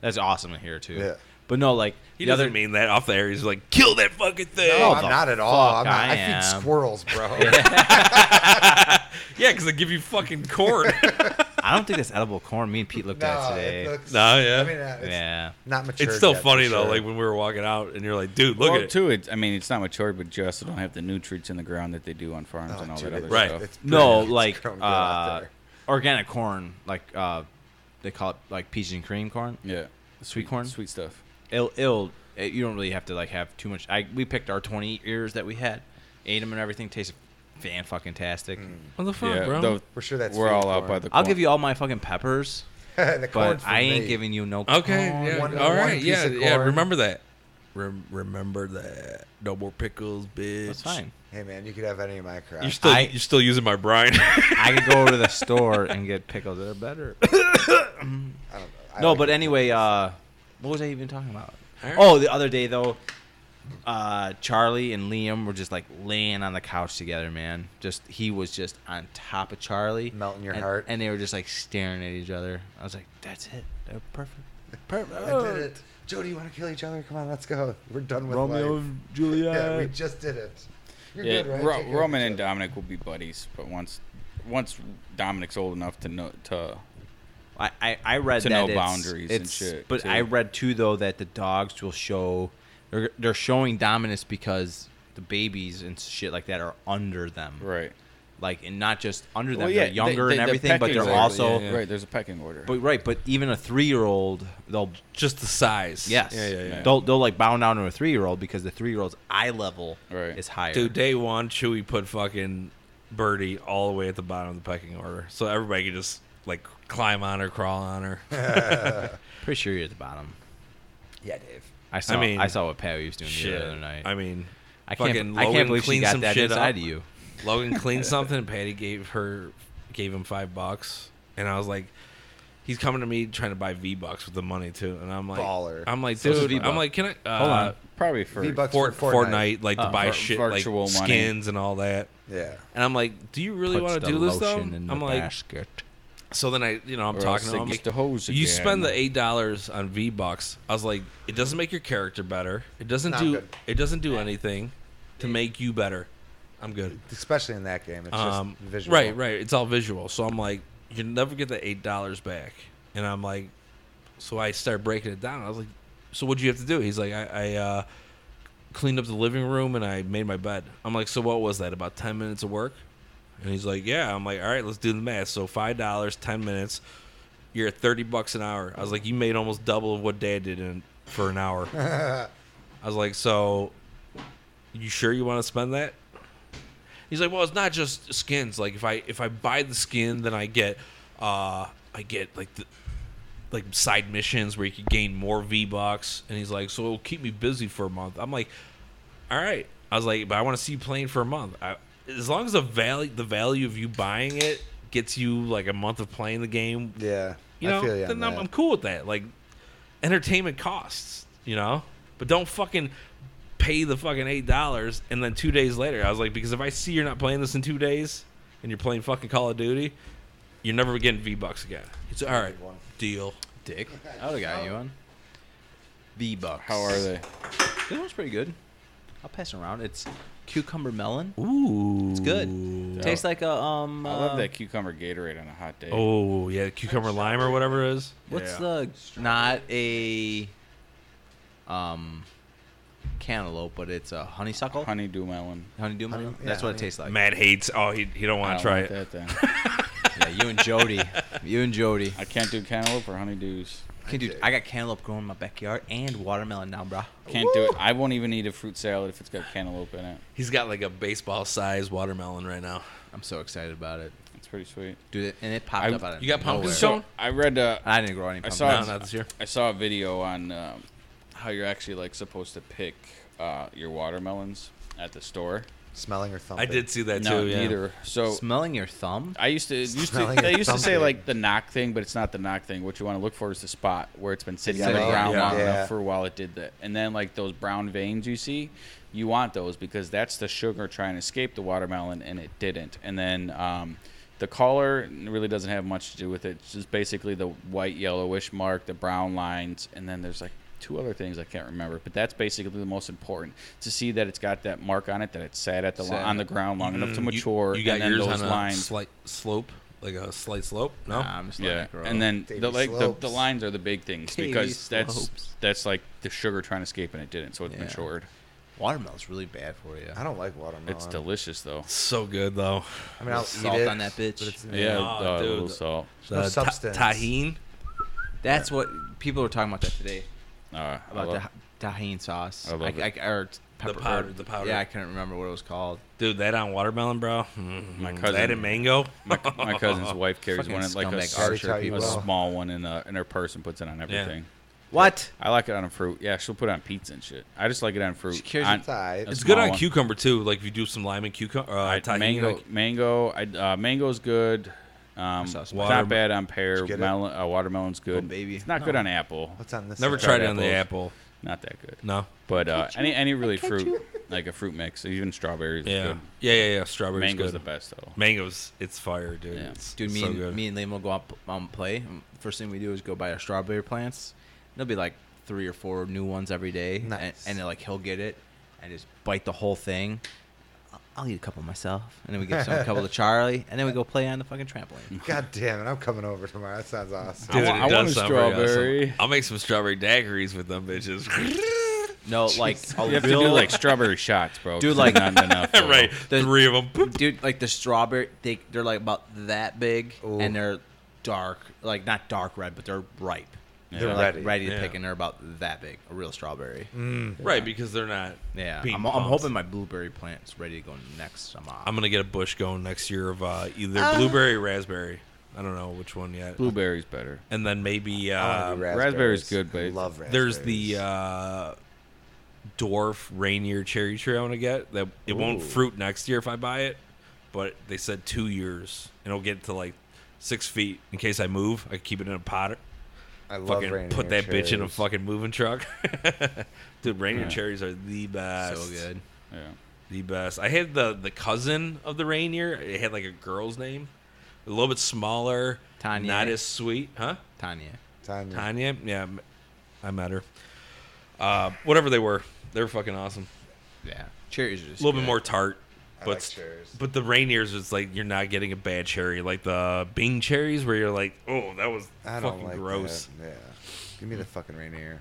Speaker 2: That's awesome to hear too.
Speaker 5: Yeah.
Speaker 2: But no, like
Speaker 3: he
Speaker 2: the
Speaker 3: doesn't
Speaker 2: other
Speaker 3: mean that off the air. He's like, kill that fucking thing.
Speaker 5: No,
Speaker 2: Oh,
Speaker 5: I'm
Speaker 2: the
Speaker 5: not at all. I'm
Speaker 2: fuck
Speaker 5: not,
Speaker 2: I
Speaker 5: I,
Speaker 2: am.
Speaker 5: feed squirrels, [LAUGHS] bro.
Speaker 3: Yeah, because they give you fucking corn.
Speaker 2: I don't think that's edible corn. Me and Pete
Speaker 5: [LAUGHS]
Speaker 2: looked at it today.
Speaker 5: it looks,
Speaker 3: No, yeah.
Speaker 5: I mean, uh, it's
Speaker 2: yeah.
Speaker 5: not mature.
Speaker 3: it's still funny though. Like when we were walking out, and you're like, dude, look
Speaker 1: well,
Speaker 3: at it.
Speaker 1: too. It's, I mean, it's not mature, but you also don't have the nutrients in the ground that they do on farms and all that other
Speaker 3: right.
Speaker 1: stuff.
Speaker 5: Oh, It's
Speaker 2: No,
Speaker 5: pretty- it's
Speaker 2: like
Speaker 5: grown good out
Speaker 2: uh,
Speaker 5: there.
Speaker 2: organic corn, like uh, they call it like peach and cream corn.
Speaker 1: Yeah,
Speaker 2: Sweet corn?
Speaker 1: sweet stuff.
Speaker 2: It'll, it'll it, you don't really have to like have too much. I we picked our twenty ears that we had, ate them and everything. Tasted fan fucking tastic.
Speaker 5: Mm.
Speaker 3: What the fuck,
Speaker 1: yeah,
Speaker 3: bro?
Speaker 1: though
Speaker 5: We're sure that's
Speaker 1: we're
Speaker 5: sweet
Speaker 1: all out
Speaker 5: corn.
Speaker 1: by the.
Speaker 2: I'll
Speaker 1: corn.
Speaker 2: give you all my fucking peppers,
Speaker 5: [LAUGHS] the corn's
Speaker 2: but
Speaker 5: for
Speaker 2: I ain't
Speaker 5: me.
Speaker 2: giving you no.
Speaker 3: Okay,
Speaker 2: corn.
Speaker 3: yeah.
Speaker 5: One-
Speaker 3: All
Speaker 5: one
Speaker 3: right,
Speaker 5: piece
Speaker 3: yeah,
Speaker 5: of
Speaker 3: yeah.
Speaker 5: corn.
Speaker 3: Remember that. Rem- remember that. No more pickles, bitch.
Speaker 2: That's fine.
Speaker 5: Hey man, you could have any of my crap.
Speaker 3: You're still
Speaker 2: I-
Speaker 3: you're still using my brine. [LAUGHS]
Speaker 2: I could go to the store and get pickles that are better.
Speaker 5: I don't know. I
Speaker 2: no,
Speaker 5: like
Speaker 2: but
Speaker 5: it.
Speaker 2: anyway, uh, what was I even talking about?
Speaker 3: All right.
Speaker 2: Oh, the other day though, uh, Charlie and Liam were just like laying on the couch together, man. Just he was just on top of Charlie,
Speaker 5: Melting your
Speaker 2: and-
Speaker 5: heart.
Speaker 2: and they were just like staring at each other. I was like, that's it, they're perfect, perfect.
Speaker 5: I did it. Jody, you want to kill each other? Come on, let's go. We're done with
Speaker 2: Romeo
Speaker 5: life.
Speaker 2: and
Speaker 5: Yeah, we
Speaker 2: Juliet.
Speaker 5: just did it. You're
Speaker 1: Yeah,
Speaker 5: good, right?
Speaker 1: Ro-
Speaker 5: Take care of
Speaker 1: Roman
Speaker 5: each
Speaker 1: and
Speaker 5: other.
Speaker 1: Dominic will be buddies, but once once Dominic's old enough to know to
Speaker 2: I, I, I read
Speaker 1: To
Speaker 2: that
Speaker 1: know
Speaker 2: it's-
Speaker 1: boundaries and
Speaker 2: it's-
Speaker 1: shit,
Speaker 2: But
Speaker 1: too.
Speaker 2: I read too though that the dogs will show they're they're showing dominance because the babies and shit like that are under them,
Speaker 1: right.
Speaker 2: like and not just under them.
Speaker 1: Well,
Speaker 2: they're younger
Speaker 1: they-
Speaker 2: and
Speaker 1: they- the
Speaker 2: everything, but
Speaker 1: pecking
Speaker 2: they're
Speaker 1: order,
Speaker 2: also
Speaker 1: yeah, yeah. right. There's a pecking order.
Speaker 2: but right. But even a three year old, they'll
Speaker 3: Just the size.
Speaker 2: yes,
Speaker 3: Yeah, yeah, yeah.
Speaker 2: they'll they'll like bow down to a three year old because the three year old's eye level
Speaker 1: Right.
Speaker 2: is higher.
Speaker 3: Dude, day one, Chewy put fucking Birdie all the way at the bottom of the pecking order, so everybody could just like climb on her, crawl on her.
Speaker 2: pretty sure you're at the bottom.
Speaker 5: Yeah, Dave.
Speaker 2: I saw I,
Speaker 3: mean,
Speaker 2: saw what Patty was doing
Speaker 3: Shit.
Speaker 2: the other night.
Speaker 3: I mean,
Speaker 2: I can't
Speaker 3: fucking
Speaker 2: I
Speaker 3: Logan
Speaker 2: can't believe she
Speaker 3: cleaned
Speaker 2: got
Speaker 3: some
Speaker 2: that
Speaker 3: shit
Speaker 2: inside
Speaker 3: up.
Speaker 2: of you.
Speaker 3: Logan
Speaker 2: [LAUGHS]
Speaker 3: cleaned something. and Patty gave her, gave him five bucks, and I was like, he's coming to me trying to buy V bucks with the money too, and I'm like,
Speaker 5: Baller.
Speaker 3: I'm like,
Speaker 2: What's a
Speaker 3: dude,
Speaker 2: V-Buck?
Speaker 3: I'm like, can I? Uh,
Speaker 2: Hold on.
Speaker 1: probably for
Speaker 5: V-Bucks
Speaker 3: Fort,
Speaker 5: for
Speaker 3: Fortnite, like
Speaker 2: Oh.
Speaker 3: to buy
Speaker 1: Vir-
Speaker 3: shit
Speaker 1: virtual
Speaker 3: like
Speaker 1: money.
Speaker 3: skins and all that.
Speaker 5: Yeah.
Speaker 3: And I'm like, do you really
Speaker 2: Puts
Speaker 3: want
Speaker 2: the
Speaker 3: to do this though?
Speaker 2: lotion in the
Speaker 3: I'm like,
Speaker 2: basket.
Speaker 3: so then I, you know, I'm
Speaker 1: Or else
Speaker 3: talking to
Speaker 1: they
Speaker 3: him. I'm
Speaker 1: get
Speaker 3: like,
Speaker 1: the hose
Speaker 3: you
Speaker 1: again."
Speaker 3: spend the eight dollars on V bucks. I was like, it doesn't make your character better. It doesn't
Speaker 5: Nah, I'm
Speaker 3: do.
Speaker 5: good.
Speaker 3: It doesn't do anything to make you better. I'm good.
Speaker 5: Especially in that game, it's just
Speaker 3: Um,
Speaker 5: visual.
Speaker 3: right, right. It's all visual. So I'm like, you will never get the eight dollars back. And I'm like, so I started breaking it down. I was like, so what'd you have to do? He's like, I, I uh, cleaned up the living room and I made my bed. I'm like, so what was that? About ten minutes of work? And he's like, yeah. I'm like, all right, let's do the math. So five dollars, ten minutes. You're at thirty bucks an hour. I was like, you made almost double of what Dad did in for an hour. I was like, so you sure you want to spend that? He's like, well, it's not just skins. Like if I if I buy the skin, then I get uh I get like the like side missions where you could gain more V bucks. And he's like, so it'll keep me busy for a month. I'm like, all right. I was like, but I want to see you playing for a month. I as long as the value the value of you buying it gets you like a month of playing the game,
Speaker 5: Yeah,
Speaker 3: you
Speaker 5: I
Speaker 3: know,
Speaker 5: feel you on
Speaker 3: then I'm,
Speaker 5: that.
Speaker 3: I'm cool with that. Like, entertainment costs, you know, but don't fucking pay the fucking eight dollars and then two days later, I was like, because if I see you're not playing this in two days and you're playing fucking Call of Duty, you're never getting V bucks again. It's all right, deal.
Speaker 2: Dick. I would have Oh, got you one. V bucks.
Speaker 1: How are they?
Speaker 2: That one's pretty good. I'll pass it around. It's cucumber melon.
Speaker 3: Ooh,
Speaker 2: It's good. Tastes like a um.
Speaker 1: I love
Speaker 2: uh,
Speaker 1: that cucumber Gatorade on a hot day.
Speaker 3: Oh yeah, cucumber lime or whatever it is.
Speaker 2: What's
Speaker 1: Yeah.
Speaker 2: the not a um cantaloupe, but it's a honeysuckle?
Speaker 1: Honeydew melon.
Speaker 2: Honeydew melon?
Speaker 5: Honey- yeah,
Speaker 2: That's what it
Speaker 5: honey.
Speaker 2: tastes like.
Speaker 3: Matt hates. Oh, he he don't
Speaker 1: I
Speaker 3: want
Speaker 1: don't
Speaker 3: to try
Speaker 1: like that
Speaker 3: it.
Speaker 1: then.
Speaker 2: [LAUGHS] Yeah, you and
Speaker 1: [LAUGHS]
Speaker 2: Jody. you and Jody.
Speaker 1: I can't do cantaloupe or honeydews.
Speaker 2: Okay, dude, I got cantaloupe growing in my backyard and watermelon now, bro.
Speaker 1: Can't do it. I won't even eat a fruit salad if it's got cantaloupe in it.
Speaker 3: He's got like a baseball sized watermelon right now.
Speaker 2: I'm so excited about it.
Speaker 1: It's pretty sweet.
Speaker 2: Dude, it- and it popped
Speaker 1: I-
Speaker 2: up out of
Speaker 3: you got pumpkin
Speaker 2: nowhere.
Speaker 3: seed?
Speaker 1: So I read uh,
Speaker 2: I didn't grow any pumpkin.
Speaker 1: saw
Speaker 3: No,
Speaker 1: it's-
Speaker 3: not this year.
Speaker 1: I saw a video on um, how you're actually like supposed to pick uh, your watermelons at the store.
Speaker 5: Smelling or thumping.
Speaker 3: I did see that
Speaker 1: no,
Speaker 3: too. Yeah.
Speaker 1: neither. So
Speaker 2: Smelling your thumb?
Speaker 1: I used to used to
Speaker 5: Smelling
Speaker 1: they
Speaker 5: it
Speaker 1: used to say
Speaker 5: thumping.
Speaker 1: like the knock thing, but it's not the knock thing. What you want to look for is the spot where it's been sitting on the
Speaker 2: Sitting,
Speaker 1: ground
Speaker 3: yeah.
Speaker 1: long
Speaker 5: Yeah.
Speaker 1: enough for a while. It did that, and then like those brown veins you see, you want those because that's the sugar trying to escape the watermelon, and it didn't. And then um, the color really doesn't have much to do with it. It's just basically the white yellowish mark, the brown lines, and then there's like. Two other things I can't remember, but that's basically the most important to see that it's got that mark on it, that it sat at the lo-
Speaker 2: Sat.
Speaker 1: on the ground long enough to mature,
Speaker 3: Mm, Mm-hmm. You, you got
Speaker 1: and then
Speaker 3: yours
Speaker 1: those
Speaker 3: on a
Speaker 1: lines
Speaker 3: slight slope, like a slight slope. No,
Speaker 2: Nah, I'm just letting
Speaker 1: yeah,
Speaker 2: it grow.
Speaker 1: and then
Speaker 5: Davy
Speaker 1: the like the, the
Speaker 5: Slopes.
Speaker 1: lines are the big things
Speaker 2: Davy
Speaker 1: because that's
Speaker 2: Slopes.
Speaker 1: that's like the sugar trying to escape and it didn't, so it's
Speaker 2: Yeah.
Speaker 1: matured.
Speaker 2: watermelon's really bad for you.
Speaker 5: I don't like watermelon.
Speaker 2: Oh.
Speaker 1: It's delicious though.
Speaker 3: so good though.
Speaker 5: I mean, I'll
Speaker 2: Salt
Speaker 5: eat it.
Speaker 2: on that bitch.
Speaker 5: But it's,
Speaker 1: Yeah,
Speaker 3: Aw,
Speaker 1: uh, a
Speaker 3: dude.
Speaker 1: little salt.
Speaker 5: No
Speaker 3: ta-
Speaker 5: substance.
Speaker 3: Tahine.
Speaker 2: That's what people were talking about that today.
Speaker 1: Uh,
Speaker 2: about
Speaker 1: about
Speaker 2: the tahini sauce.
Speaker 1: I love
Speaker 2: I, I, or pepper, or-
Speaker 3: powder- the powder.
Speaker 2: Yeah, I couldn't remember what it was called.
Speaker 3: Dude, that on watermelon, bro. Mm,
Speaker 1: My
Speaker 3: mm.
Speaker 1: cousin-
Speaker 3: That and mango.
Speaker 1: my, my cousin's
Speaker 2: [LAUGHS]
Speaker 1: wife carries
Speaker 2: Fucking
Speaker 1: one in like a,
Speaker 2: scumbag
Speaker 1: s-
Speaker 5: Archer
Speaker 1: a
Speaker 5: people.
Speaker 1: small one in, a, in her purse and puts it on everything.
Speaker 2: What?
Speaker 1: I like it on a fruit. Yeah, she'll put it on pizza and shit. I just like it on fruit.
Speaker 2: She carries
Speaker 1: On-
Speaker 5: it's alright.
Speaker 1: a
Speaker 3: it's good
Speaker 1: small
Speaker 3: on
Speaker 1: one.
Speaker 3: cucumber too. Like if you do some lime and cucumber, uh,
Speaker 1: I-
Speaker 3: tahini.
Speaker 1: mango,
Speaker 3: like-
Speaker 1: mango. I, uh, mango's good. Um,
Speaker 2: saw
Speaker 1: it's
Speaker 2: some-
Speaker 1: not
Speaker 3: Waterme-
Speaker 1: bad on
Speaker 5: Did
Speaker 1: pear.
Speaker 5: you get it?
Speaker 1: Melon, uh, watermelon's good.
Speaker 2: Oh, baby.
Speaker 1: It's not good
Speaker 2: No.
Speaker 1: on apple.
Speaker 5: What's on this?
Speaker 3: never
Speaker 5: side?
Speaker 3: tried
Speaker 1: Fried
Speaker 3: it on the apple.
Speaker 1: Not that good.
Speaker 3: No.
Speaker 1: But uh, any any really fruit like a fruit mix, even strawberries.
Speaker 3: Yeah.
Speaker 1: Is good.
Speaker 3: Yeah, yeah, yeah. Strawberries
Speaker 1: Mango's
Speaker 3: good.
Speaker 1: the best though.
Speaker 3: Mangoes, it's fire, dude.
Speaker 1: Yeah.
Speaker 3: It's
Speaker 2: Dude, me,
Speaker 3: so
Speaker 2: and,
Speaker 3: good.
Speaker 2: me and Liam will go out and um, play. First thing we do is go buy our strawberry plants. There'll be like three or four new ones every day. and- And,
Speaker 5: Nice.
Speaker 2: then, like he'll get it and just bite the whole thing. I'll- I'll eat a couple myself, and then we give some a couple
Speaker 5: [LAUGHS]
Speaker 2: to Charlie, and then we go play on the fucking trampoline.
Speaker 5: God damn it! I'm coming over tomorrow. That sounds awesome.
Speaker 3: Dude,
Speaker 1: I wa-
Speaker 3: it
Speaker 1: I
Speaker 3: does
Speaker 1: want a
Speaker 3: sound pretty awesome.
Speaker 1: strawberry.
Speaker 3: I'll make some strawberry daiquiris with them bitches. [LAUGHS]
Speaker 2: No, like a
Speaker 1: You have to
Speaker 2: real
Speaker 1: do like strawberry shots, [LAUGHS] bro.
Speaker 2: Dude,
Speaker 1: 'cause
Speaker 2: like-
Speaker 1: not enough. bro.
Speaker 3: right,
Speaker 2: The-
Speaker 3: three of them.
Speaker 2: dude like the strawberry they they're like about that big
Speaker 5: Ooh.
Speaker 2: and they're dark like not dark red but they're ripe
Speaker 1: Yeah.
Speaker 2: they're
Speaker 5: ready.
Speaker 2: like ready to
Speaker 3: Yeah.
Speaker 2: pick and they're about that big a real strawberry
Speaker 3: Right, because they're not.
Speaker 2: yeah
Speaker 3: being
Speaker 2: I'm, I'm
Speaker 3: pumped.
Speaker 2: hoping my blueberry plant's ready to go next summer
Speaker 3: I'm gonna get a bush going next year of uh, either blueberry or raspberry. I don't know which one yet.
Speaker 1: Blueberries better.
Speaker 3: and then maybe
Speaker 5: I wanna do
Speaker 3: uh,
Speaker 5: raspberries.
Speaker 1: raspberry's good, but-
Speaker 5: I love
Speaker 3: there's
Speaker 5: raspberries.
Speaker 3: the uh, dwarf Rainier cherry tree I want to get. That it won't
Speaker 5: Ooh.
Speaker 3: fruit next year if I buy it, but they said two years and it'll get to like six feet in case I move. I can keep it in a pot.
Speaker 5: I love
Speaker 3: Fucking
Speaker 5: Rainier
Speaker 3: put that bitch in a
Speaker 5: cherries.
Speaker 3: fucking moving truck. [LAUGHS] Dude, Rainier
Speaker 1: Yeah.
Speaker 3: cherries are the best.
Speaker 2: so good
Speaker 1: Yeah.
Speaker 3: The best. I had the the cousin of the reindeer. It had like a girl's name, a little bit smaller,
Speaker 2: Tanya.
Speaker 3: not as sweet, huh?
Speaker 2: Tanya
Speaker 5: Tanya.
Speaker 3: Tanya. Yeah, m- I met her. Uh, whatever they were, they were fucking awesome.
Speaker 2: yeah cherries are just
Speaker 3: A little bit
Speaker 2: good.
Speaker 3: more tart,
Speaker 5: I
Speaker 3: but
Speaker 5: like cherries.
Speaker 3: but the reindeers is like you're not getting a bad cherry, like the Bing cherries, where you're like, oh, that was
Speaker 5: I don't
Speaker 3: fucking
Speaker 5: like
Speaker 3: gross.
Speaker 5: that. Yeah. Give me the fucking Rainier.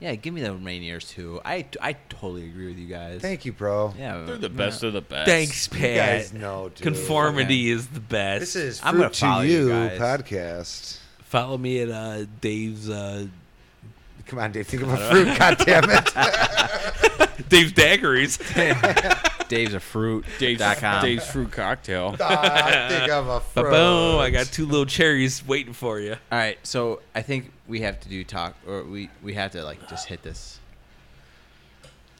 Speaker 2: yeah give me the Rainiers too I I totally agree with you guys
Speaker 5: Thank you, bro.
Speaker 2: yeah
Speaker 1: They're the best of the best.
Speaker 3: Thanks, Pat.
Speaker 5: You guys know, dude.
Speaker 3: Conformity is the best.
Speaker 5: This is
Speaker 2: I'm
Speaker 5: fruit
Speaker 2: gonna follow
Speaker 5: to
Speaker 2: you
Speaker 5: you
Speaker 2: guys.
Speaker 5: podcast.
Speaker 3: follow me at uh, Dave's uh,
Speaker 5: Come on, Dave. Think of a
Speaker 3: [LAUGHS]
Speaker 5: fruit. God damn it.
Speaker 3: Dave's daiquiris.
Speaker 2: [LAUGHS] Dave's a fruit
Speaker 1: Dave's,
Speaker 2: dot com.
Speaker 1: Dave's fruit cocktail.
Speaker 5: Ah, [LAUGHS] think of a fruit.
Speaker 3: Boom! I got two little cherries waiting for you.
Speaker 2: all right so I think we have to do talk or we we have to like just hit this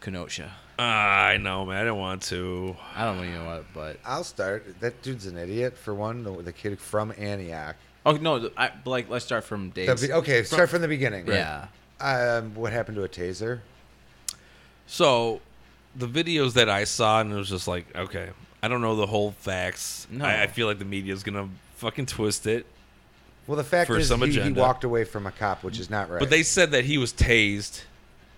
Speaker 2: Kenosha
Speaker 3: Uh, I know, man. I didn't want to.
Speaker 2: I don't really know what, but
Speaker 5: I'll start. That dude's an idiot for one. The, the kid from Antioch.
Speaker 2: oh no, th- I, like let's start from
Speaker 5: The
Speaker 2: Dave's.
Speaker 5: be- okay, start from the beginning.
Speaker 2: Yeah,
Speaker 5: Um, what happened to a taser?
Speaker 3: So, the videos that I saw, and it was just like, okay, I don't know the whole facts.
Speaker 2: No.
Speaker 3: I, I feel like the media's gonna fucking twist it.
Speaker 5: Well, the fact
Speaker 3: For
Speaker 5: is,
Speaker 3: some
Speaker 5: he, he
Speaker 3: agenda.
Speaker 5: walked away from a cop, which is not right.
Speaker 3: But they said that he was tased,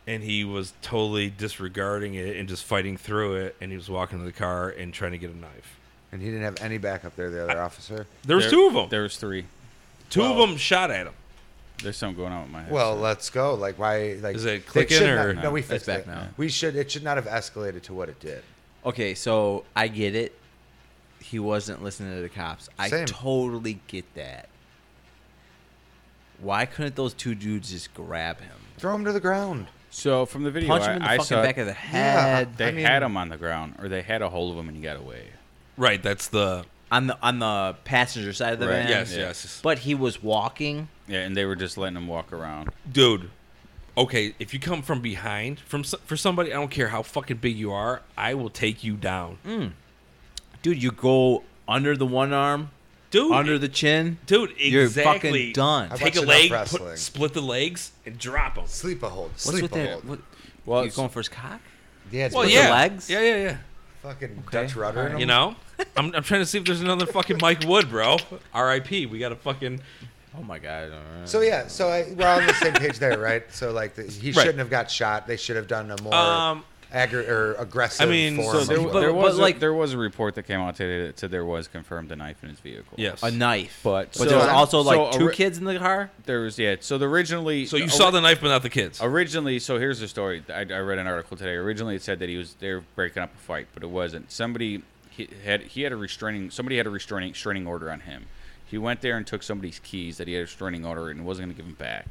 Speaker 3: and he was totally disregarding it and just fighting through it, and he was walking to the car and trying to get a knife.
Speaker 5: and he didn't have any backup there.
Speaker 3: [LAUGHS]
Speaker 5: The other officer.
Speaker 3: There was two of them.
Speaker 1: There was three.
Speaker 3: two
Speaker 1: well-
Speaker 3: of them shot at him.
Speaker 1: There's something going on with my head.
Speaker 5: Well,
Speaker 2: uh,
Speaker 5: let's go. Like, why? Like,
Speaker 3: Is it
Speaker 5: they
Speaker 3: clicking
Speaker 5: should
Speaker 3: or-
Speaker 5: not, no? We
Speaker 2: It's
Speaker 5: fixed
Speaker 2: back
Speaker 5: it.
Speaker 2: now.
Speaker 5: We should. It should not have escalated to what it did.
Speaker 2: Okay, so I get it. He wasn't listening to the cops. I
Speaker 5: Same.
Speaker 2: totally get that. Why couldn't those two dudes just grab him?
Speaker 5: Throw him to the ground.
Speaker 1: so from the video,
Speaker 2: Punch
Speaker 1: I,
Speaker 2: him in the
Speaker 1: I
Speaker 2: fucking
Speaker 1: saw
Speaker 2: back of the head.
Speaker 1: they
Speaker 5: I mean-
Speaker 1: had him on the ground, or they had a hold of him and he got away.
Speaker 3: Right. That's the
Speaker 2: On the on the passenger side of the
Speaker 1: Right.
Speaker 2: van.
Speaker 3: yes,
Speaker 1: yeah.
Speaker 3: yes,
Speaker 2: But he was walking.
Speaker 1: Yeah, and they were just letting him walk around.
Speaker 3: dude. Okay, if you come from behind, from so- for somebody, I don't care how fucking big you are, I will take you down,
Speaker 2: Mm. Dude, you go under the one arm,
Speaker 3: dude.
Speaker 2: under the chin.
Speaker 3: Dude, exactly.
Speaker 2: You're fucking done.
Speaker 5: I've
Speaker 3: Take a
Speaker 5: watched enough
Speaker 3: leg,
Speaker 5: wrestling.
Speaker 3: put, split the legs, and drop them.
Speaker 5: Sleep a hold.
Speaker 2: What's
Speaker 5: Sleep
Speaker 2: with
Speaker 5: a
Speaker 2: that?
Speaker 5: hold.
Speaker 2: What,
Speaker 1: Well,
Speaker 2: he's going for his cock?
Speaker 5: Yeah, it's
Speaker 3: Well,
Speaker 5: with
Speaker 2: the
Speaker 5: the
Speaker 3: yeah.
Speaker 2: legs?
Speaker 3: Yeah, yeah,
Speaker 5: Fucking
Speaker 2: Okay.
Speaker 5: Dutch rudder. in
Speaker 2: Alright.
Speaker 3: yeah.
Speaker 5: him.
Speaker 2: [LAUGHS]
Speaker 3: You know, I'm, I'm trying to see if there's another fucking Mike Wood, bro. R.I.P. We got a fucking
Speaker 2: Oh my god. all right.
Speaker 5: So yeah, so I, we're all on the same page
Speaker 2: [LAUGHS]
Speaker 5: there, right? So like, the, he
Speaker 3: Right.
Speaker 5: shouldn't have got shot. They should have done a more
Speaker 3: Um,
Speaker 5: aggr- or aggressive.
Speaker 3: I mean,
Speaker 5: form
Speaker 1: So
Speaker 3: so
Speaker 5: of-
Speaker 1: there,
Speaker 3: But-
Speaker 1: there
Speaker 2: but
Speaker 1: was
Speaker 2: like-
Speaker 1: a, there was a report that came out today that said there was confirmed a knife in his vehicle.
Speaker 3: yes.
Speaker 2: a knife.
Speaker 1: But-
Speaker 2: but
Speaker 1: so-
Speaker 2: there was also like
Speaker 1: so
Speaker 2: two
Speaker 1: ori-
Speaker 2: kids in the car?
Speaker 1: there was yeah. So the originally,
Speaker 3: So you
Speaker 1: the-
Speaker 3: saw the knife, but not the kids.
Speaker 1: originally. So here's the story. I, I read an article today. Originally, it said that he was they were breaking up a fight, but it wasn't. Somebody he had he had a restraining. Somebody had a restraining restraining order on him. He went there and took somebody's keys that he had a restraining order and wasn't going to give him back.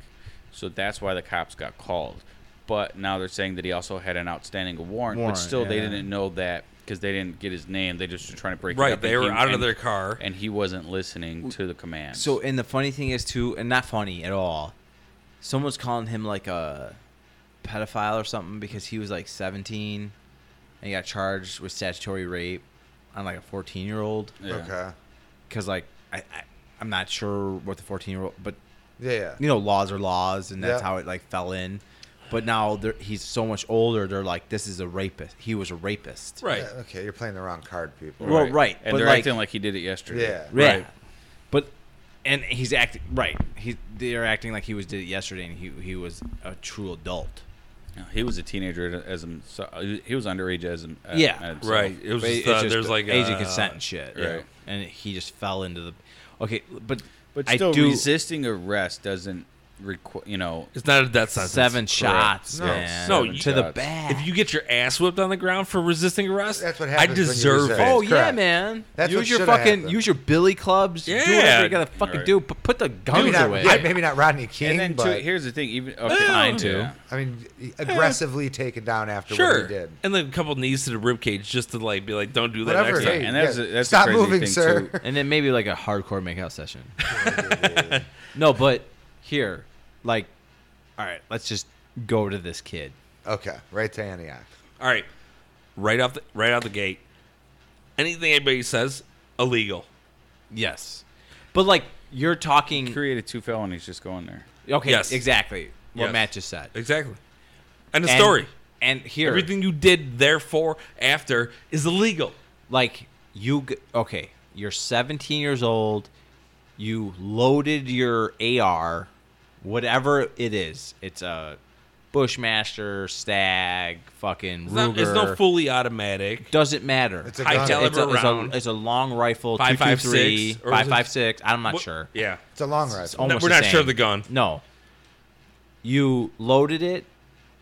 Speaker 1: So that's why the cops got called. But now they're saying that he also had an outstanding warrant, but
Speaker 2: Warrant,
Speaker 1: still they
Speaker 2: yeah.
Speaker 1: didn't know that because they didn't get his name. They just were trying to break it
Speaker 3: Right,
Speaker 1: up.
Speaker 3: they
Speaker 1: and
Speaker 3: were
Speaker 1: he-
Speaker 3: out of
Speaker 1: and-
Speaker 3: their car.
Speaker 1: and he wasn't listening to the commands.
Speaker 2: So, and the funny thing is too, and not funny at all. Someone's calling him like a pedophile or something because he was like 17 and he got charged with statutory rape on like a 14 year old.
Speaker 1: Yeah.
Speaker 5: Okay.
Speaker 2: Because like I, I, I'm not sure what the 14 year old, but
Speaker 5: Yeah. yeah.
Speaker 2: you know, laws are laws, and that's
Speaker 5: Yeah.
Speaker 2: how it like fell in. But now they're- he's so much older. They're like, this is a rapist. He was a rapist.
Speaker 3: right.
Speaker 5: Yeah, Uh, Okay, you're playing the wrong card, people.
Speaker 2: Well, right,
Speaker 1: and
Speaker 2: but
Speaker 1: they're
Speaker 2: like-
Speaker 1: acting like he did it yesterday.
Speaker 5: Yeah.
Speaker 2: Yeah.
Speaker 3: Right.
Speaker 2: But and he's acting right. He they're acting like he was did it yesterday, and he he was a true adult.
Speaker 1: No, he was a teenager as him. So, uh, he was underage as him. uh,
Speaker 2: Yeah.
Speaker 1: as himself.
Speaker 3: Right. It was
Speaker 2: But
Speaker 3: just,
Speaker 2: it's
Speaker 3: uh,
Speaker 2: just
Speaker 3: there's like
Speaker 2: age
Speaker 3: uh,
Speaker 2: of consent and shit,
Speaker 1: right.
Speaker 2: right? And he just fell into the okay, but
Speaker 1: But still,
Speaker 2: I do
Speaker 1: resisting arrest doesn't require. You know,
Speaker 3: It's not a death sentence.
Speaker 2: seven shots,
Speaker 1: No,
Speaker 2: man.
Speaker 3: no,
Speaker 2: to
Speaker 3: you-
Speaker 2: the
Speaker 1: shots.
Speaker 2: back.
Speaker 3: If you get your ass whipped on the ground for resisting arrest,
Speaker 5: That's what
Speaker 3: I
Speaker 5: happens when you
Speaker 3: deserve
Speaker 5: resist.
Speaker 3: it.
Speaker 2: oh
Speaker 5: That's
Speaker 2: yeah,
Speaker 5: correct.
Speaker 2: man.
Speaker 5: That's what
Speaker 2: use your
Speaker 5: shoulda
Speaker 2: fucking
Speaker 5: happened.
Speaker 2: use your billy clubs. do whatever
Speaker 3: Yeah.
Speaker 2: you gotta fucking
Speaker 1: Right.
Speaker 2: do. But put the
Speaker 5: Maybe
Speaker 2: guns
Speaker 5: not,
Speaker 2: away.
Speaker 5: yeah, maybe not Rodney King,
Speaker 1: and then
Speaker 5: but
Speaker 1: too, here's the thing. Even okay,
Speaker 3: Mine too.
Speaker 1: yeah.
Speaker 5: I mean, aggressively taken down after
Speaker 3: Sure.
Speaker 5: what he did.
Speaker 3: And then a couple knees to the rib cage just to like be like, don't do that
Speaker 5: Whatever.
Speaker 3: next
Speaker 1: Yeah,
Speaker 3: time.
Speaker 5: Hey,
Speaker 1: and that's
Speaker 5: yeah,
Speaker 1: a- that's the
Speaker 5: stop
Speaker 1: crazy
Speaker 5: moving,
Speaker 1: thing,
Speaker 5: sir.
Speaker 1: too.
Speaker 2: [LAUGHS] and then maybe like a hardcore makeout
Speaker 3: [LAUGHS]
Speaker 2: session. no, but here, like, all right, let's just go to this kid.
Speaker 5: [LAUGHS] Okay, right to Antioch.
Speaker 3: All right, right off the right out the gate. Anything anybody says illegal.
Speaker 2: Yes, but like you're talking.
Speaker 1: Created two felonies just going there.
Speaker 2: Okay,
Speaker 3: Yes.
Speaker 2: exactly what
Speaker 3: Yes.
Speaker 2: Matt just said.
Speaker 3: Exactly. And the
Speaker 2: And-
Speaker 3: story.
Speaker 2: and here,
Speaker 3: Everything you did therefore after is illegal.
Speaker 2: like you g- okay you're 17 years old you loaded your ar whatever it is it's a bushmaster stag fucking
Speaker 3: It's, not, it's
Speaker 2: Ruger.
Speaker 3: no fully automatic.
Speaker 2: doesn't matter
Speaker 5: It's a
Speaker 3: High
Speaker 5: gun.
Speaker 3: caliber
Speaker 2: it's a, it's a-
Speaker 3: round.
Speaker 2: it's a long rifle
Speaker 3: Five, five,
Speaker 2: 223
Speaker 3: six, or
Speaker 2: 556 i'm not
Speaker 3: What-
Speaker 2: sure
Speaker 3: Yeah.
Speaker 5: It's a long ride.
Speaker 2: It's almost
Speaker 3: we're
Speaker 2: the
Speaker 3: not
Speaker 2: same.
Speaker 3: sure of the gun.
Speaker 2: no you loaded it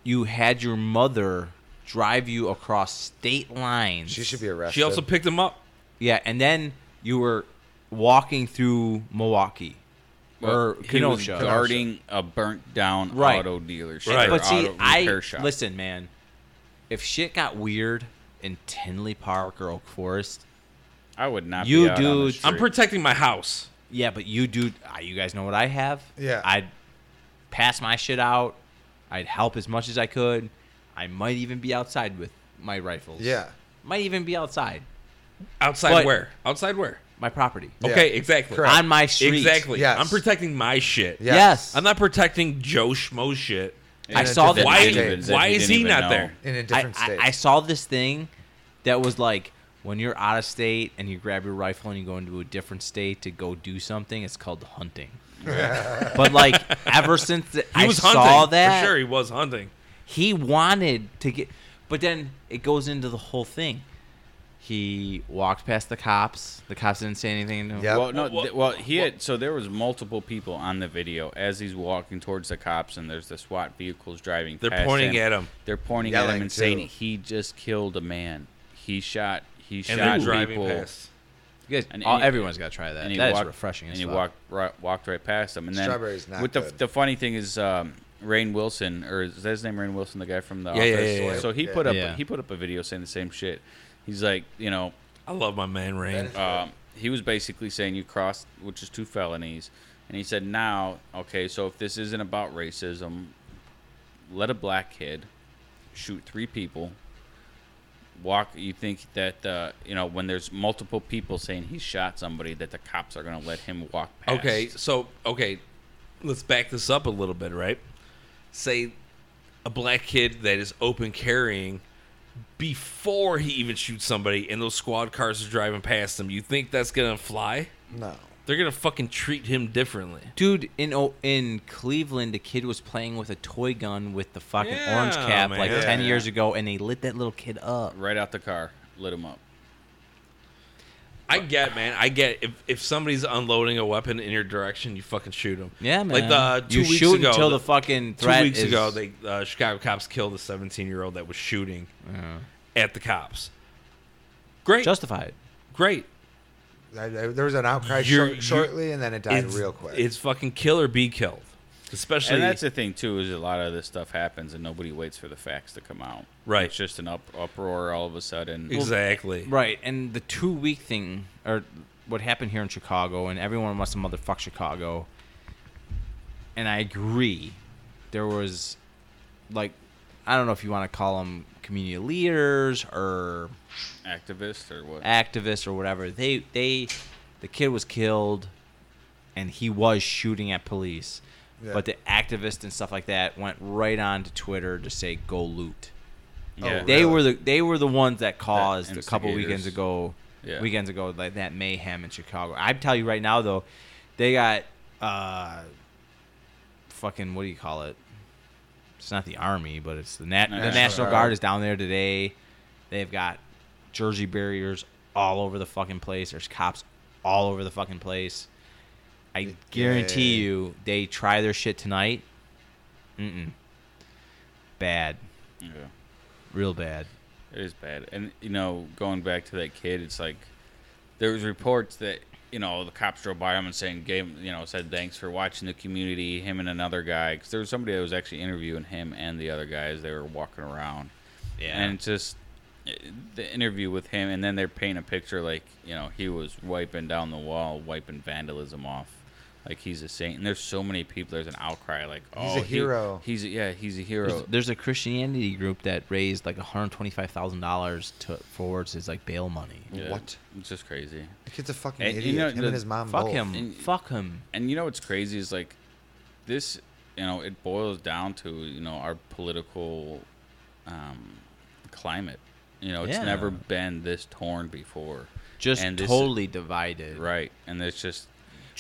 Speaker 2: you had your mother drive you across state lines
Speaker 5: She should be arrested.
Speaker 3: She also picked him up.
Speaker 2: Yeah, and then you were walking through Milwaukee or
Speaker 1: he was
Speaker 2: Kenosha.
Speaker 1: guarding a burnt down
Speaker 2: Right.
Speaker 1: auto dealership.
Speaker 3: Right.
Speaker 1: or
Speaker 2: But see,
Speaker 1: auto
Speaker 2: I
Speaker 1: repair shop.
Speaker 2: listen, man. If shit got weird in Tinley Park or Oak Forest,
Speaker 1: I would not.
Speaker 2: You
Speaker 1: be out on the
Speaker 2: dudes-
Speaker 1: street.
Speaker 3: I'm protecting my house.
Speaker 2: yeah, but you do. ah, You guys know what I have.
Speaker 5: Yeah.
Speaker 2: I'd pass my shit out. I'd help as much as I could. I might even be outside with my rifles.
Speaker 5: Yeah.
Speaker 2: Might even be outside
Speaker 3: Outside
Speaker 2: But-
Speaker 3: where? Outside where?
Speaker 2: my property.
Speaker 5: Yeah.
Speaker 3: Okay, exactly.
Speaker 5: Correct.
Speaker 2: On my street.
Speaker 3: Exactly.
Speaker 5: Yes.
Speaker 3: I'm protecting my shit.
Speaker 5: Yes.
Speaker 2: Yes.
Speaker 3: I'm not protecting Joe Schmo shit.
Speaker 2: I
Speaker 1: And
Speaker 2: saw
Speaker 1: if
Speaker 2: that-
Speaker 1: it
Speaker 3: Why-
Speaker 1: didn't even- if
Speaker 3: why
Speaker 1: it
Speaker 3: is
Speaker 1: didn't
Speaker 3: he
Speaker 1: even
Speaker 3: not
Speaker 1: know.
Speaker 3: there?
Speaker 5: in a
Speaker 2: I,
Speaker 5: different
Speaker 2: I,
Speaker 5: state.
Speaker 2: I saw this thing that was like when you're out of state and you grab your rifle and you go into a different state to go do something, it's called
Speaker 5: [LAUGHS]
Speaker 2: hunting. but like ever since th-
Speaker 3: He
Speaker 2: I
Speaker 3: was hunting.
Speaker 2: saw that,
Speaker 3: For sure, he was hunting.
Speaker 2: he wanted to get but then it goes into the whole thing he walked past the cops the cops didn't say anything to him
Speaker 5: Yep.
Speaker 1: Well, no,
Speaker 3: Well,
Speaker 1: th- well, he had so there was multiple people on the video as he's walking towards the cops, and there's the SWAT vehicles driving.
Speaker 3: They're
Speaker 1: past
Speaker 3: pointing at him.
Speaker 1: They're pointing at
Speaker 5: Yelling,
Speaker 1: him and saying
Speaker 5: too.
Speaker 1: he just killed a man. He shot. He
Speaker 3: And
Speaker 1: shot
Speaker 3: then driving
Speaker 1: people.
Speaker 3: past.
Speaker 2: you guys,
Speaker 1: And-
Speaker 2: all,
Speaker 1: and he-
Speaker 2: everyone's got to try that
Speaker 1: And he
Speaker 2: that is
Speaker 1: walked,
Speaker 2: refreshing
Speaker 1: And
Speaker 2: as
Speaker 1: he
Speaker 2: fuck.
Speaker 1: walked right, walked right past him. And then
Speaker 5: Strawberry's not
Speaker 1: with the
Speaker 5: good.
Speaker 1: the funny thing is um, Rain Wilson or is that his name Rain Wilson, the guy from the
Speaker 3: Yeah, yeah,
Speaker 1: office.
Speaker 3: yeah, yeah.
Speaker 1: So he
Speaker 5: Yeah.
Speaker 1: put up
Speaker 2: Yeah.
Speaker 1: he put up a video saying the same shit. He's like, you know,
Speaker 3: I love my man Rain. Uh,
Speaker 1: um, he was basically saying you crossed, which is two felonies. And he said, now, okay, so if this isn't about racism, let a black kid shoot three people. Walk. You think that uh, you know when there's multiple people saying he shot somebody that the cops are going to let him walk past?
Speaker 3: Okay, so okay, let's back this up a little bit, right? Say a black kid that is open carrying before he even shoots somebody and those squad cars are driving past him. You think that's going to fly?
Speaker 5: no.
Speaker 3: They're going to fucking treat him differently.
Speaker 2: dude in O- in cleveland a kid was playing with a toy gun with the fucking
Speaker 3: Yeah,
Speaker 2: orange cap like
Speaker 3: man.
Speaker 2: 10 years ago and they lit that little kid up
Speaker 1: right out the car, lit him up.
Speaker 3: I get, man. I get if, if somebody's unloading a weapon in your direction, you fucking shoot them.
Speaker 2: yeah man
Speaker 3: Like the two
Speaker 2: you
Speaker 3: weeks
Speaker 2: shoot
Speaker 3: ago,
Speaker 2: until
Speaker 3: the-
Speaker 2: the fucking
Speaker 3: two
Speaker 2: threat
Speaker 3: weeks
Speaker 2: is-
Speaker 3: ago, they uh, Chicago cops killed a 17 year old that was shooting at the cops. Great,
Speaker 2: justified
Speaker 3: great.
Speaker 5: I, I, there was an outcry
Speaker 3: You're-
Speaker 5: short,
Speaker 3: you-
Speaker 5: shortly, and then it died real quick.
Speaker 3: It's fucking kill or be killed. Especially
Speaker 1: And that's the thing too is a lot of this stuff happens and nobody waits for the facts to come out.
Speaker 3: Right.
Speaker 1: It's just an up, uproar all of a sudden.
Speaker 3: exactly
Speaker 2: Right, and the two week thing, or what happened here in Chicago, and everyone wants to motherfuck Chicago. And I agree. There was, like, I don't know if you want to call them community leaders or
Speaker 1: Activists or what?
Speaker 2: activists or whatever. They, they, the kid was killed, and he was shooting at police.
Speaker 5: Yeah.
Speaker 2: But the activists and stuff like that went right on to Twitter to say go loot.
Speaker 1: yeah.
Speaker 5: Oh,
Speaker 2: They
Speaker 5: Really?
Speaker 2: were the they were the ones that caused a couple
Speaker 1: instigators.
Speaker 2: weekends ago,
Speaker 1: Yeah.
Speaker 2: weekends ago like that mayhem in Chicago. I tell you right now though, they got uh, fucking what do you call it? It's not the army, but it's the nat- the
Speaker 1: National
Speaker 2: National
Speaker 5: Guard.
Speaker 2: Guard is down there today. They've got jersey barriers all over the fucking place. There's cops all over the fucking place. I guarantee
Speaker 5: yeah, yeah.
Speaker 2: you, they try their shit tonight. Mm-mm. Bad,
Speaker 1: yeah.
Speaker 2: real bad.
Speaker 1: It is bad. And you know, going back to that kid, it's like there was reports that you know the cops drove by him and saying gave him- you know said thanks for watching the community him and another guy because there was somebody that was actually interviewing him and the other guy as they were walking around
Speaker 2: Yeah.
Speaker 1: and it's just eh, the interview with him and then they're painting a picture like you know he was wiping down the wall wiping vandalism off like he's a saint and there's so many people there's an outcry like oh
Speaker 5: He's a
Speaker 1: he-
Speaker 5: hero."
Speaker 1: he's a, yeah he's a
Speaker 2: There's,
Speaker 1: hero
Speaker 2: there's a Christianity group that raised like 125 thousand dollars to towards his like bail money.
Speaker 1: Yeah,
Speaker 5: What?
Speaker 1: it's just crazy
Speaker 5: the kid's a fucking
Speaker 1: And, you
Speaker 5: idiot.
Speaker 1: know,
Speaker 5: him
Speaker 1: the-
Speaker 5: and his mom
Speaker 2: Fuck
Speaker 5: both.
Speaker 2: him.
Speaker 1: And-
Speaker 2: Fuck him.
Speaker 1: and you know what's crazy is like this you know it boils down to you know our political um climate you know it's
Speaker 2: Yeah.
Speaker 1: never been this torn before
Speaker 2: Just
Speaker 1: And this-
Speaker 2: totally divided.
Speaker 1: right and it's just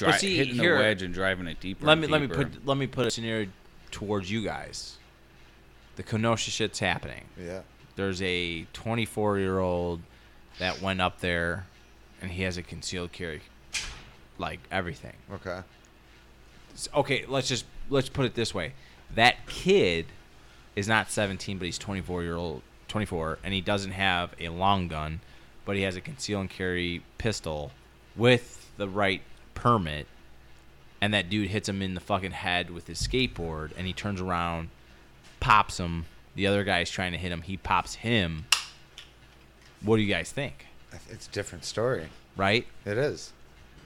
Speaker 2: Well,
Speaker 1: dri-
Speaker 2: see,
Speaker 1: hitting
Speaker 2: here-
Speaker 1: the wedge and driving it deeper
Speaker 2: Let
Speaker 1: and
Speaker 2: me let me
Speaker 1: deeper.
Speaker 2: put let me put a scenario towards you guys. The Kenosha shit's happening.
Speaker 5: Yeah.
Speaker 2: There's a 24 year old that went up there, and he has a concealed carry, like everything.
Speaker 5: Okay.
Speaker 2: s- okay, let's just let's put it this way. That kid is not 17, but he's 24 year old, 24, and he doesn't have a long gun, but he has a conceal and carry pistol with the right permit. And that dude hits him in the fucking head with his skateboard, and he turns around, pops him. The other guy's trying to hit him. He pops him. What do you guys think?
Speaker 5: It's a different story.
Speaker 2: Right?
Speaker 5: It is.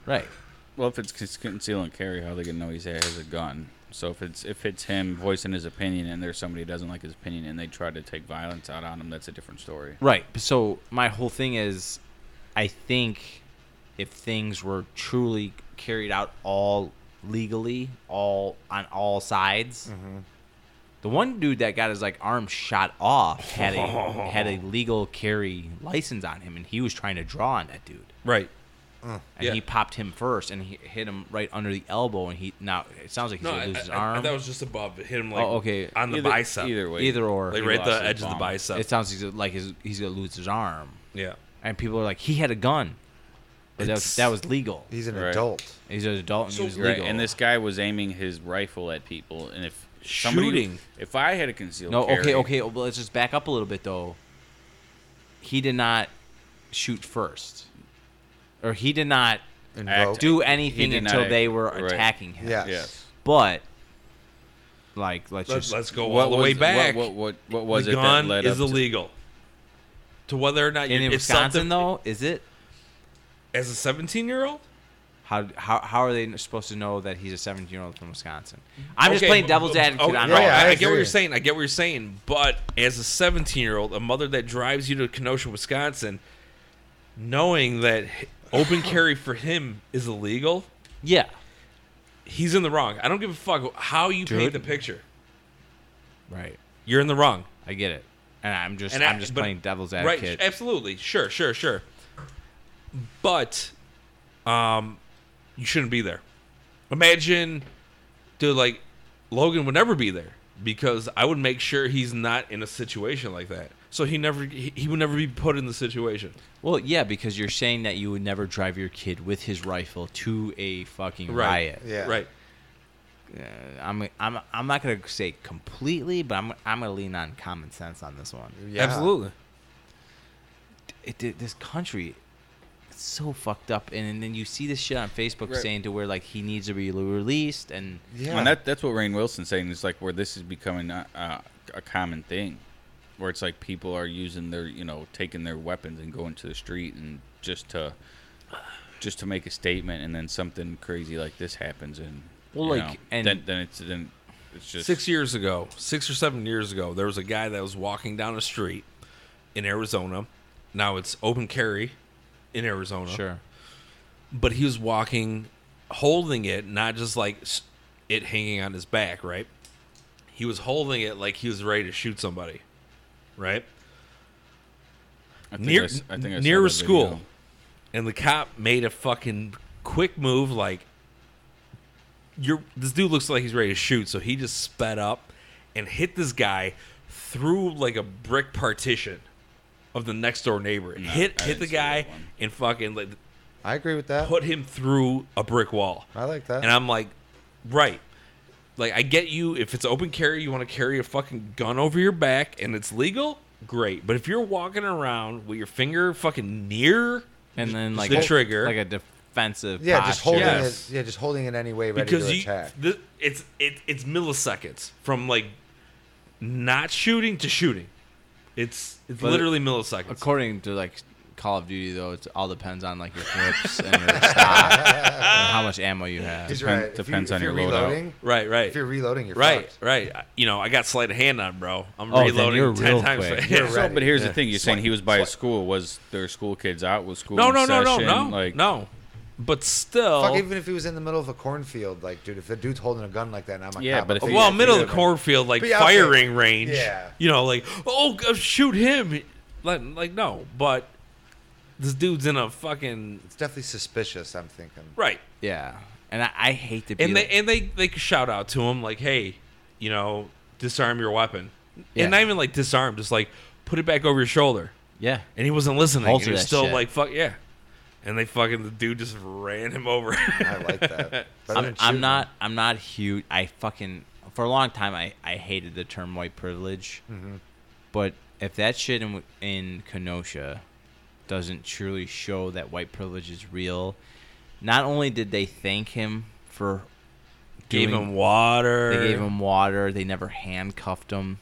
Speaker 2: Right.
Speaker 1: well if it's con- conceal and carry how they gonna know he's- he has a gun So if it's if it's him voicing his opinion and there's somebody who doesn't like his opinion and they try to take violence out on him, that's a different story.
Speaker 2: Right. So my whole thing is, I think if things were truly carried out all legally, all on all sides,
Speaker 3: Mm-hmm.
Speaker 2: the one dude that got his like arm shot off had
Speaker 3: [LAUGHS]
Speaker 2: a had a legal carry license on him, and he was trying to draw on that dude,
Speaker 3: Right.
Speaker 2: and
Speaker 3: Yeah.
Speaker 2: he popped him first, and he hit him right under the elbow, and he now it sounds like he's
Speaker 3: No,
Speaker 2: gonna
Speaker 3: I,
Speaker 2: lose his
Speaker 3: I-
Speaker 2: arm.
Speaker 3: I- that was just above. It Hit him like
Speaker 2: Oh, okay.
Speaker 3: on the
Speaker 1: Either-
Speaker 3: bicep.
Speaker 1: Either way.
Speaker 2: Either or.
Speaker 3: Like
Speaker 1: He
Speaker 3: right
Speaker 1: lost
Speaker 3: the
Speaker 1: his
Speaker 3: edge of the
Speaker 1: bomb.
Speaker 3: bicep.
Speaker 2: it sounds he's- like he's, he's gonna lose his arm,
Speaker 3: yeah.
Speaker 2: and people are like, he had a gun, but that was,
Speaker 3: It's-
Speaker 2: that was legal.
Speaker 5: He's an
Speaker 1: Right.
Speaker 5: adult.
Speaker 2: He's an adult and
Speaker 3: So-
Speaker 2: he was
Speaker 1: Right,
Speaker 2: legal.
Speaker 1: and this guy was aiming his rifle at people, and if somebody,
Speaker 3: Shooting.
Speaker 1: if I had a concealed
Speaker 2: no,
Speaker 1: carry,
Speaker 2: okay, okay. Well, let's just back up a little bit though. He did not shoot first, or he did not
Speaker 5: Invoke.
Speaker 2: do anything
Speaker 1: did not
Speaker 2: until
Speaker 1: act-
Speaker 2: they were
Speaker 1: right.
Speaker 2: attacking him.
Speaker 5: Yes.
Speaker 1: Yes.
Speaker 2: but like let's
Speaker 3: Let's,
Speaker 2: just
Speaker 3: let's go all the
Speaker 1: was-
Speaker 3: way back.
Speaker 1: What what what, what was
Speaker 3: the
Speaker 1: it
Speaker 3: gun
Speaker 1: that led
Speaker 3: is
Speaker 1: up to-
Speaker 3: illegal. To, whether or not
Speaker 2: and in
Speaker 3: it's
Speaker 2: Wisconsin
Speaker 3: something-
Speaker 2: though is it
Speaker 3: as a 17 year old.
Speaker 2: how how how are they supposed to know that he's a 17 year old from Wisconsin? I'm just
Speaker 3: Okay,
Speaker 2: playing
Speaker 3: but-
Speaker 2: devil's
Speaker 3: but-
Speaker 2: advocate
Speaker 3: okay,
Speaker 2: on
Speaker 3: no,
Speaker 2: all
Speaker 5: yeah,
Speaker 2: that.
Speaker 3: I,
Speaker 5: I
Speaker 3: I get what
Speaker 5: agree.
Speaker 3: you're saying. I get what you're saying. But as a 17 year old, a mother that drives you to Kenosha, Wisconsin, knowing that
Speaker 2: [SIGHS]
Speaker 3: open carry for him is illegal,
Speaker 2: yeah.
Speaker 3: he's in the wrong. I don't give a fuck how you
Speaker 2: Dude.
Speaker 3: paint the picture.
Speaker 2: right.
Speaker 3: You're in the wrong.
Speaker 2: I get it, and I'm just
Speaker 3: And I-
Speaker 2: I'm just
Speaker 3: but-
Speaker 2: playing devil's
Speaker 3: Right?
Speaker 2: advocate.
Speaker 3: Absolutely. Sure. Sure. Sure. But, um, you shouldn't be there. Imagine, dude, like Logan would never be there because I would make sure he's not in a situation like that. So he never he, he would never be put in the situation.
Speaker 2: Well, yeah, because you're saying that you would never drive your kid with his rifle to a fucking
Speaker 3: Right.
Speaker 2: riot.
Speaker 5: Yeah.
Speaker 3: Right.
Speaker 2: Uh, I'm I'm I'm not gonna say completely, but I'm I'm gonna lean on common sense on this one.
Speaker 5: Yeah.
Speaker 3: Absolutely.
Speaker 2: It, it- this country, it's so fucked up, and, and then you see this shit on Facebook
Speaker 1: Right.
Speaker 2: saying to where like he needs to be released, and
Speaker 5: Yeah.
Speaker 1: And that that's what Rain Wilson's saying is like where this is becoming a, a, a common thing, where it's like people are using their you know taking their weapons and going to the street and just to just to make a statement, and then something crazy like this happens, and
Speaker 2: Well,
Speaker 1: you
Speaker 2: like,
Speaker 1: know,
Speaker 2: and-
Speaker 1: then, then it's then it's just
Speaker 3: Six years ago, six or seven years ago, there was a guy that was walking down a street in Arizona. Now it's open carry in Arizona.
Speaker 2: sure,
Speaker 3: but he was walking holding it not just like s- it hanging on his back right he was holding it like he was ready to shoot somebody right
Speaker 1: I think
Speaker 3: near
Speaker 1: I s- I think I saw
Speaker 3: near
Speaker 1: that
Speaker 3: a school
Speaker 1: video.
Speaker 3: and the cop made a fucking quick move like you're this dude looks like he's ready to shoot so he just sped up and hit this guy through like a brick partition of the next door neighbor
Speaker 1: I
Speaker 3: hit hit
Speaker 1: didn't
Speaker 3: the
Speaker 1: see that
Speaker 3: guy
Speaker 1: one.
Speaker 3: and fucking like
Speaker 5: I agree with that.
Speaker 3: put him through a brick wall
Speaker 5: I like that.
Speaker 3: and I'm like, right. Like I get you if it's open carry, you want to carry a fucking gun over your back and it's legal, great. But if you're walking around with your finger fucking near
Speaker 2: and then like
Speaker 3: the
Speaker 2: a-
Speaker 3: trigger
Speaker 2: like a defensive.
Speaker 5: yeah, just
Speaker 2: posture.
Speaker 5: holding
Speaker 3: Yes.
Speaker 5: it. Yeah, just holding it anyway, ready
Speaker 3: because
Speaker 5: to
Speaker 3: you
Speaker 5: attack.
Speaker 3: th- it's it, it's milliseconds from like not shooting to shooting. It's it's
Speaker 2: But-
Speaker 3: literally milliseconds.
Speaker 2: According to like Call of Duty, though, it all depends on like your clips and your
Speaker 5: [LAUGHS]
Speaker 2: stock and how much ammo you have.
Speaker 5: He's
Speaker 1: Depend-
Speaker 5: right. If
Speaker 1: depends
Speaker 5: you,
Speaker 1: on
Speaker 5: if
Speaker 1: your
Speaker 5: you're
Speaker 1: loadout.
Speaker 5: reloading.
Speaker 3: right, right.
Speaker 5: If you're reloading, you're
Speaker 3: Right,
Speaker 5: fucked.
Speaker 3: right. I- You know, I got sleight of hand on, bro. I'm
Speaker 2: Oh, then
Speaker 3: reloading
Speaker 2: you're
Speaker 3: ten
Speaker 2: real
Speaker 3: times.
Speaker 2: quick.
Speaker 3: fast. [LAUGHS]
Speaker 5: You're
Speaker 1: So,
Speaker 5: ready.
Speaker 1: but here's the thing: you're saying
Speaker 3: Swipe,
Speaker 1: he was by
Speaker 3: swipe.
Speaker 1: his school. Was there school kids out? Was school
Speaker 3: No,
Speaker 1: in
Speaker 3: no, no, no,
Speaker 1: session?
Speaker 3: no,
Speaker 1: Like
Speaker 3: no. But still,
Speaker 5: Fuck, even if he was in the middle of a cornfield, like, dude, if a dude's holding a gun like that and I'm a
Speaker 1: Yeah,
Speaker 5: cop,
Speaker 1: but
Speaker 5: I'm
Speaker 1: if
Speaker 5: like,
Speaker 1: he-
Speaker 3: well,
Speaker 5: yeah,
Speaker 3: middle
Speaker 5: yeah,
Speaker 3: of the
Speaker 5: but-
Speaker 3: cornfield, like
Speaker 5: Be out
Speaker 3: firing range.
Speaker 5: Yeah.
Speaker 3: You know, like oh, g- shoot him. Like, like no, but this dude's in a fucking
Speaker 5: It's definitely suspicious, I'm
Speaker 3: [LAUGHS]
Speaker 5: thinking.
Speaker 3: right,
Speaker 2: Yeah, and I, I hate to be.
Speaker 3: and they
Speaker 2: like-
Speaker 3: and they they could shout out to him like, hey, you know, disarm your weapon,
Speaker 2: Yeah.
Speaker 3: and not even like disarm, just like put it back over your shoulder.
Speaker 2: yeah,
Speaker 3: And he wasn't listening.
Speaker 2: Alter
Speaker 3: he was
Speaker 2: that
Speaker 3: still
Speaker 2: shit.
Speaker 3: like, fuck yeah. And they fucking the dude just ran him over. [LAUGHS]
Speaker 5: I like that. Better
Speaker 2: I'm,
Speaker 5: than
Speaker 2: I'm
Speaker 5: shooting.
Speaker 2: not. I'm not huge. I fucking for a long time I, I hated the term white privilege, but if that shit in in Kenosha doesn't truly show that white privilege is real, not only did they thank him for
Speaker 3: gave
Speaker 2: doing-
Speaker 3: him water.
Speaker 2: they gave him water, they never handcuffed him.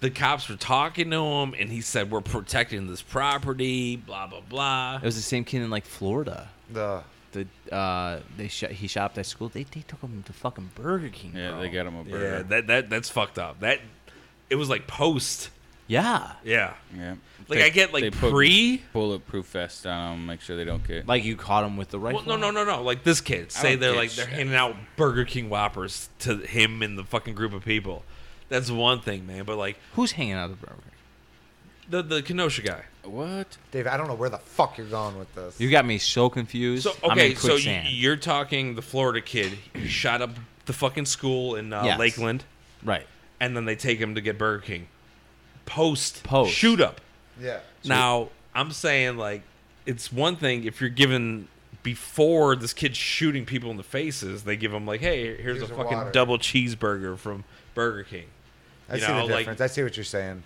Speaker 3: the cops were talking to him and he said we're protecting this property blah blah blah
Speaker 2: It was the same kid in like Florida.
Speaker 5: The,
Speaker 2: the uh, they sh- he shopped at school. They, they took him to fucking Burger King.
Speaker 1: Yeah,
Speaker 2: bro.
Speaker 1: they got him a burger.
Speaker 3: Yeah, that that that's fucked up. That it was like post.
Speaker 2: Yeah,
Speaker 3: Yeah.
Speaker 1: Yeah.
Speaker 3: Like I get like
Speaker 1: put
Speaker 3: pre.
Speaker 1: bulletproof vest on them, make sure they don't get.
Speaker 2: like you caught him with the
Speaker 3: Well,
Speaker 2: rifle.
Speaker 3: no, no, no, no. Like this kid,
Speaker 1: I
Speaker 3: say
Speaker 1: don't
Speaker 3: they're
Speaker 1: get
Speaker 3: like they're
Speaker 1: shit.
Speaker 3: handing out Burger King Whoppers to him and the fucking group of people. That's one thing, man. But like
Speaker 2: Who's hanging out at the Burger? King?
Speaker 3: the the Kenosha guy.
Speaker 1: what?
Speaker 5: Dave, I don't know where the fuck you're going with this.
Speaker 2: You got me so confused.
Speaker 3: So
Speaker 2: I'm in
Speaker 3: okay, so you,
Speaker 2: quicksand.
Speaker 3: you're talking the Florida kid who shot up the fucking school in uh,
Speaker 2: Yes.
Speaker 3: Lakeland,
Speaker 2: right.
Speaker 3: and then they take him to get Burger King. Post
Speaker 2: Post.
Speaker 3: shoot up.
Speaker 5: yeah.
Speaker 3: Now, I'm saying like it's one thing if you're given before this kid's shooting people in the faces, they give him like, "Hey, here's,
Speaker 5: Here's
Speaker 3: a
Speaker 5: a
Speaker 3: fucking
Speaker 5: water.
Speaker 3: double cheeseburger from Burger King."
Speaker 5: I
Speaker 3: you
Speaker 5: see
Speaker 3: know,
Speaker 5: the
Speaker 3: like-
Speaker 5: difference. I see what you're saying.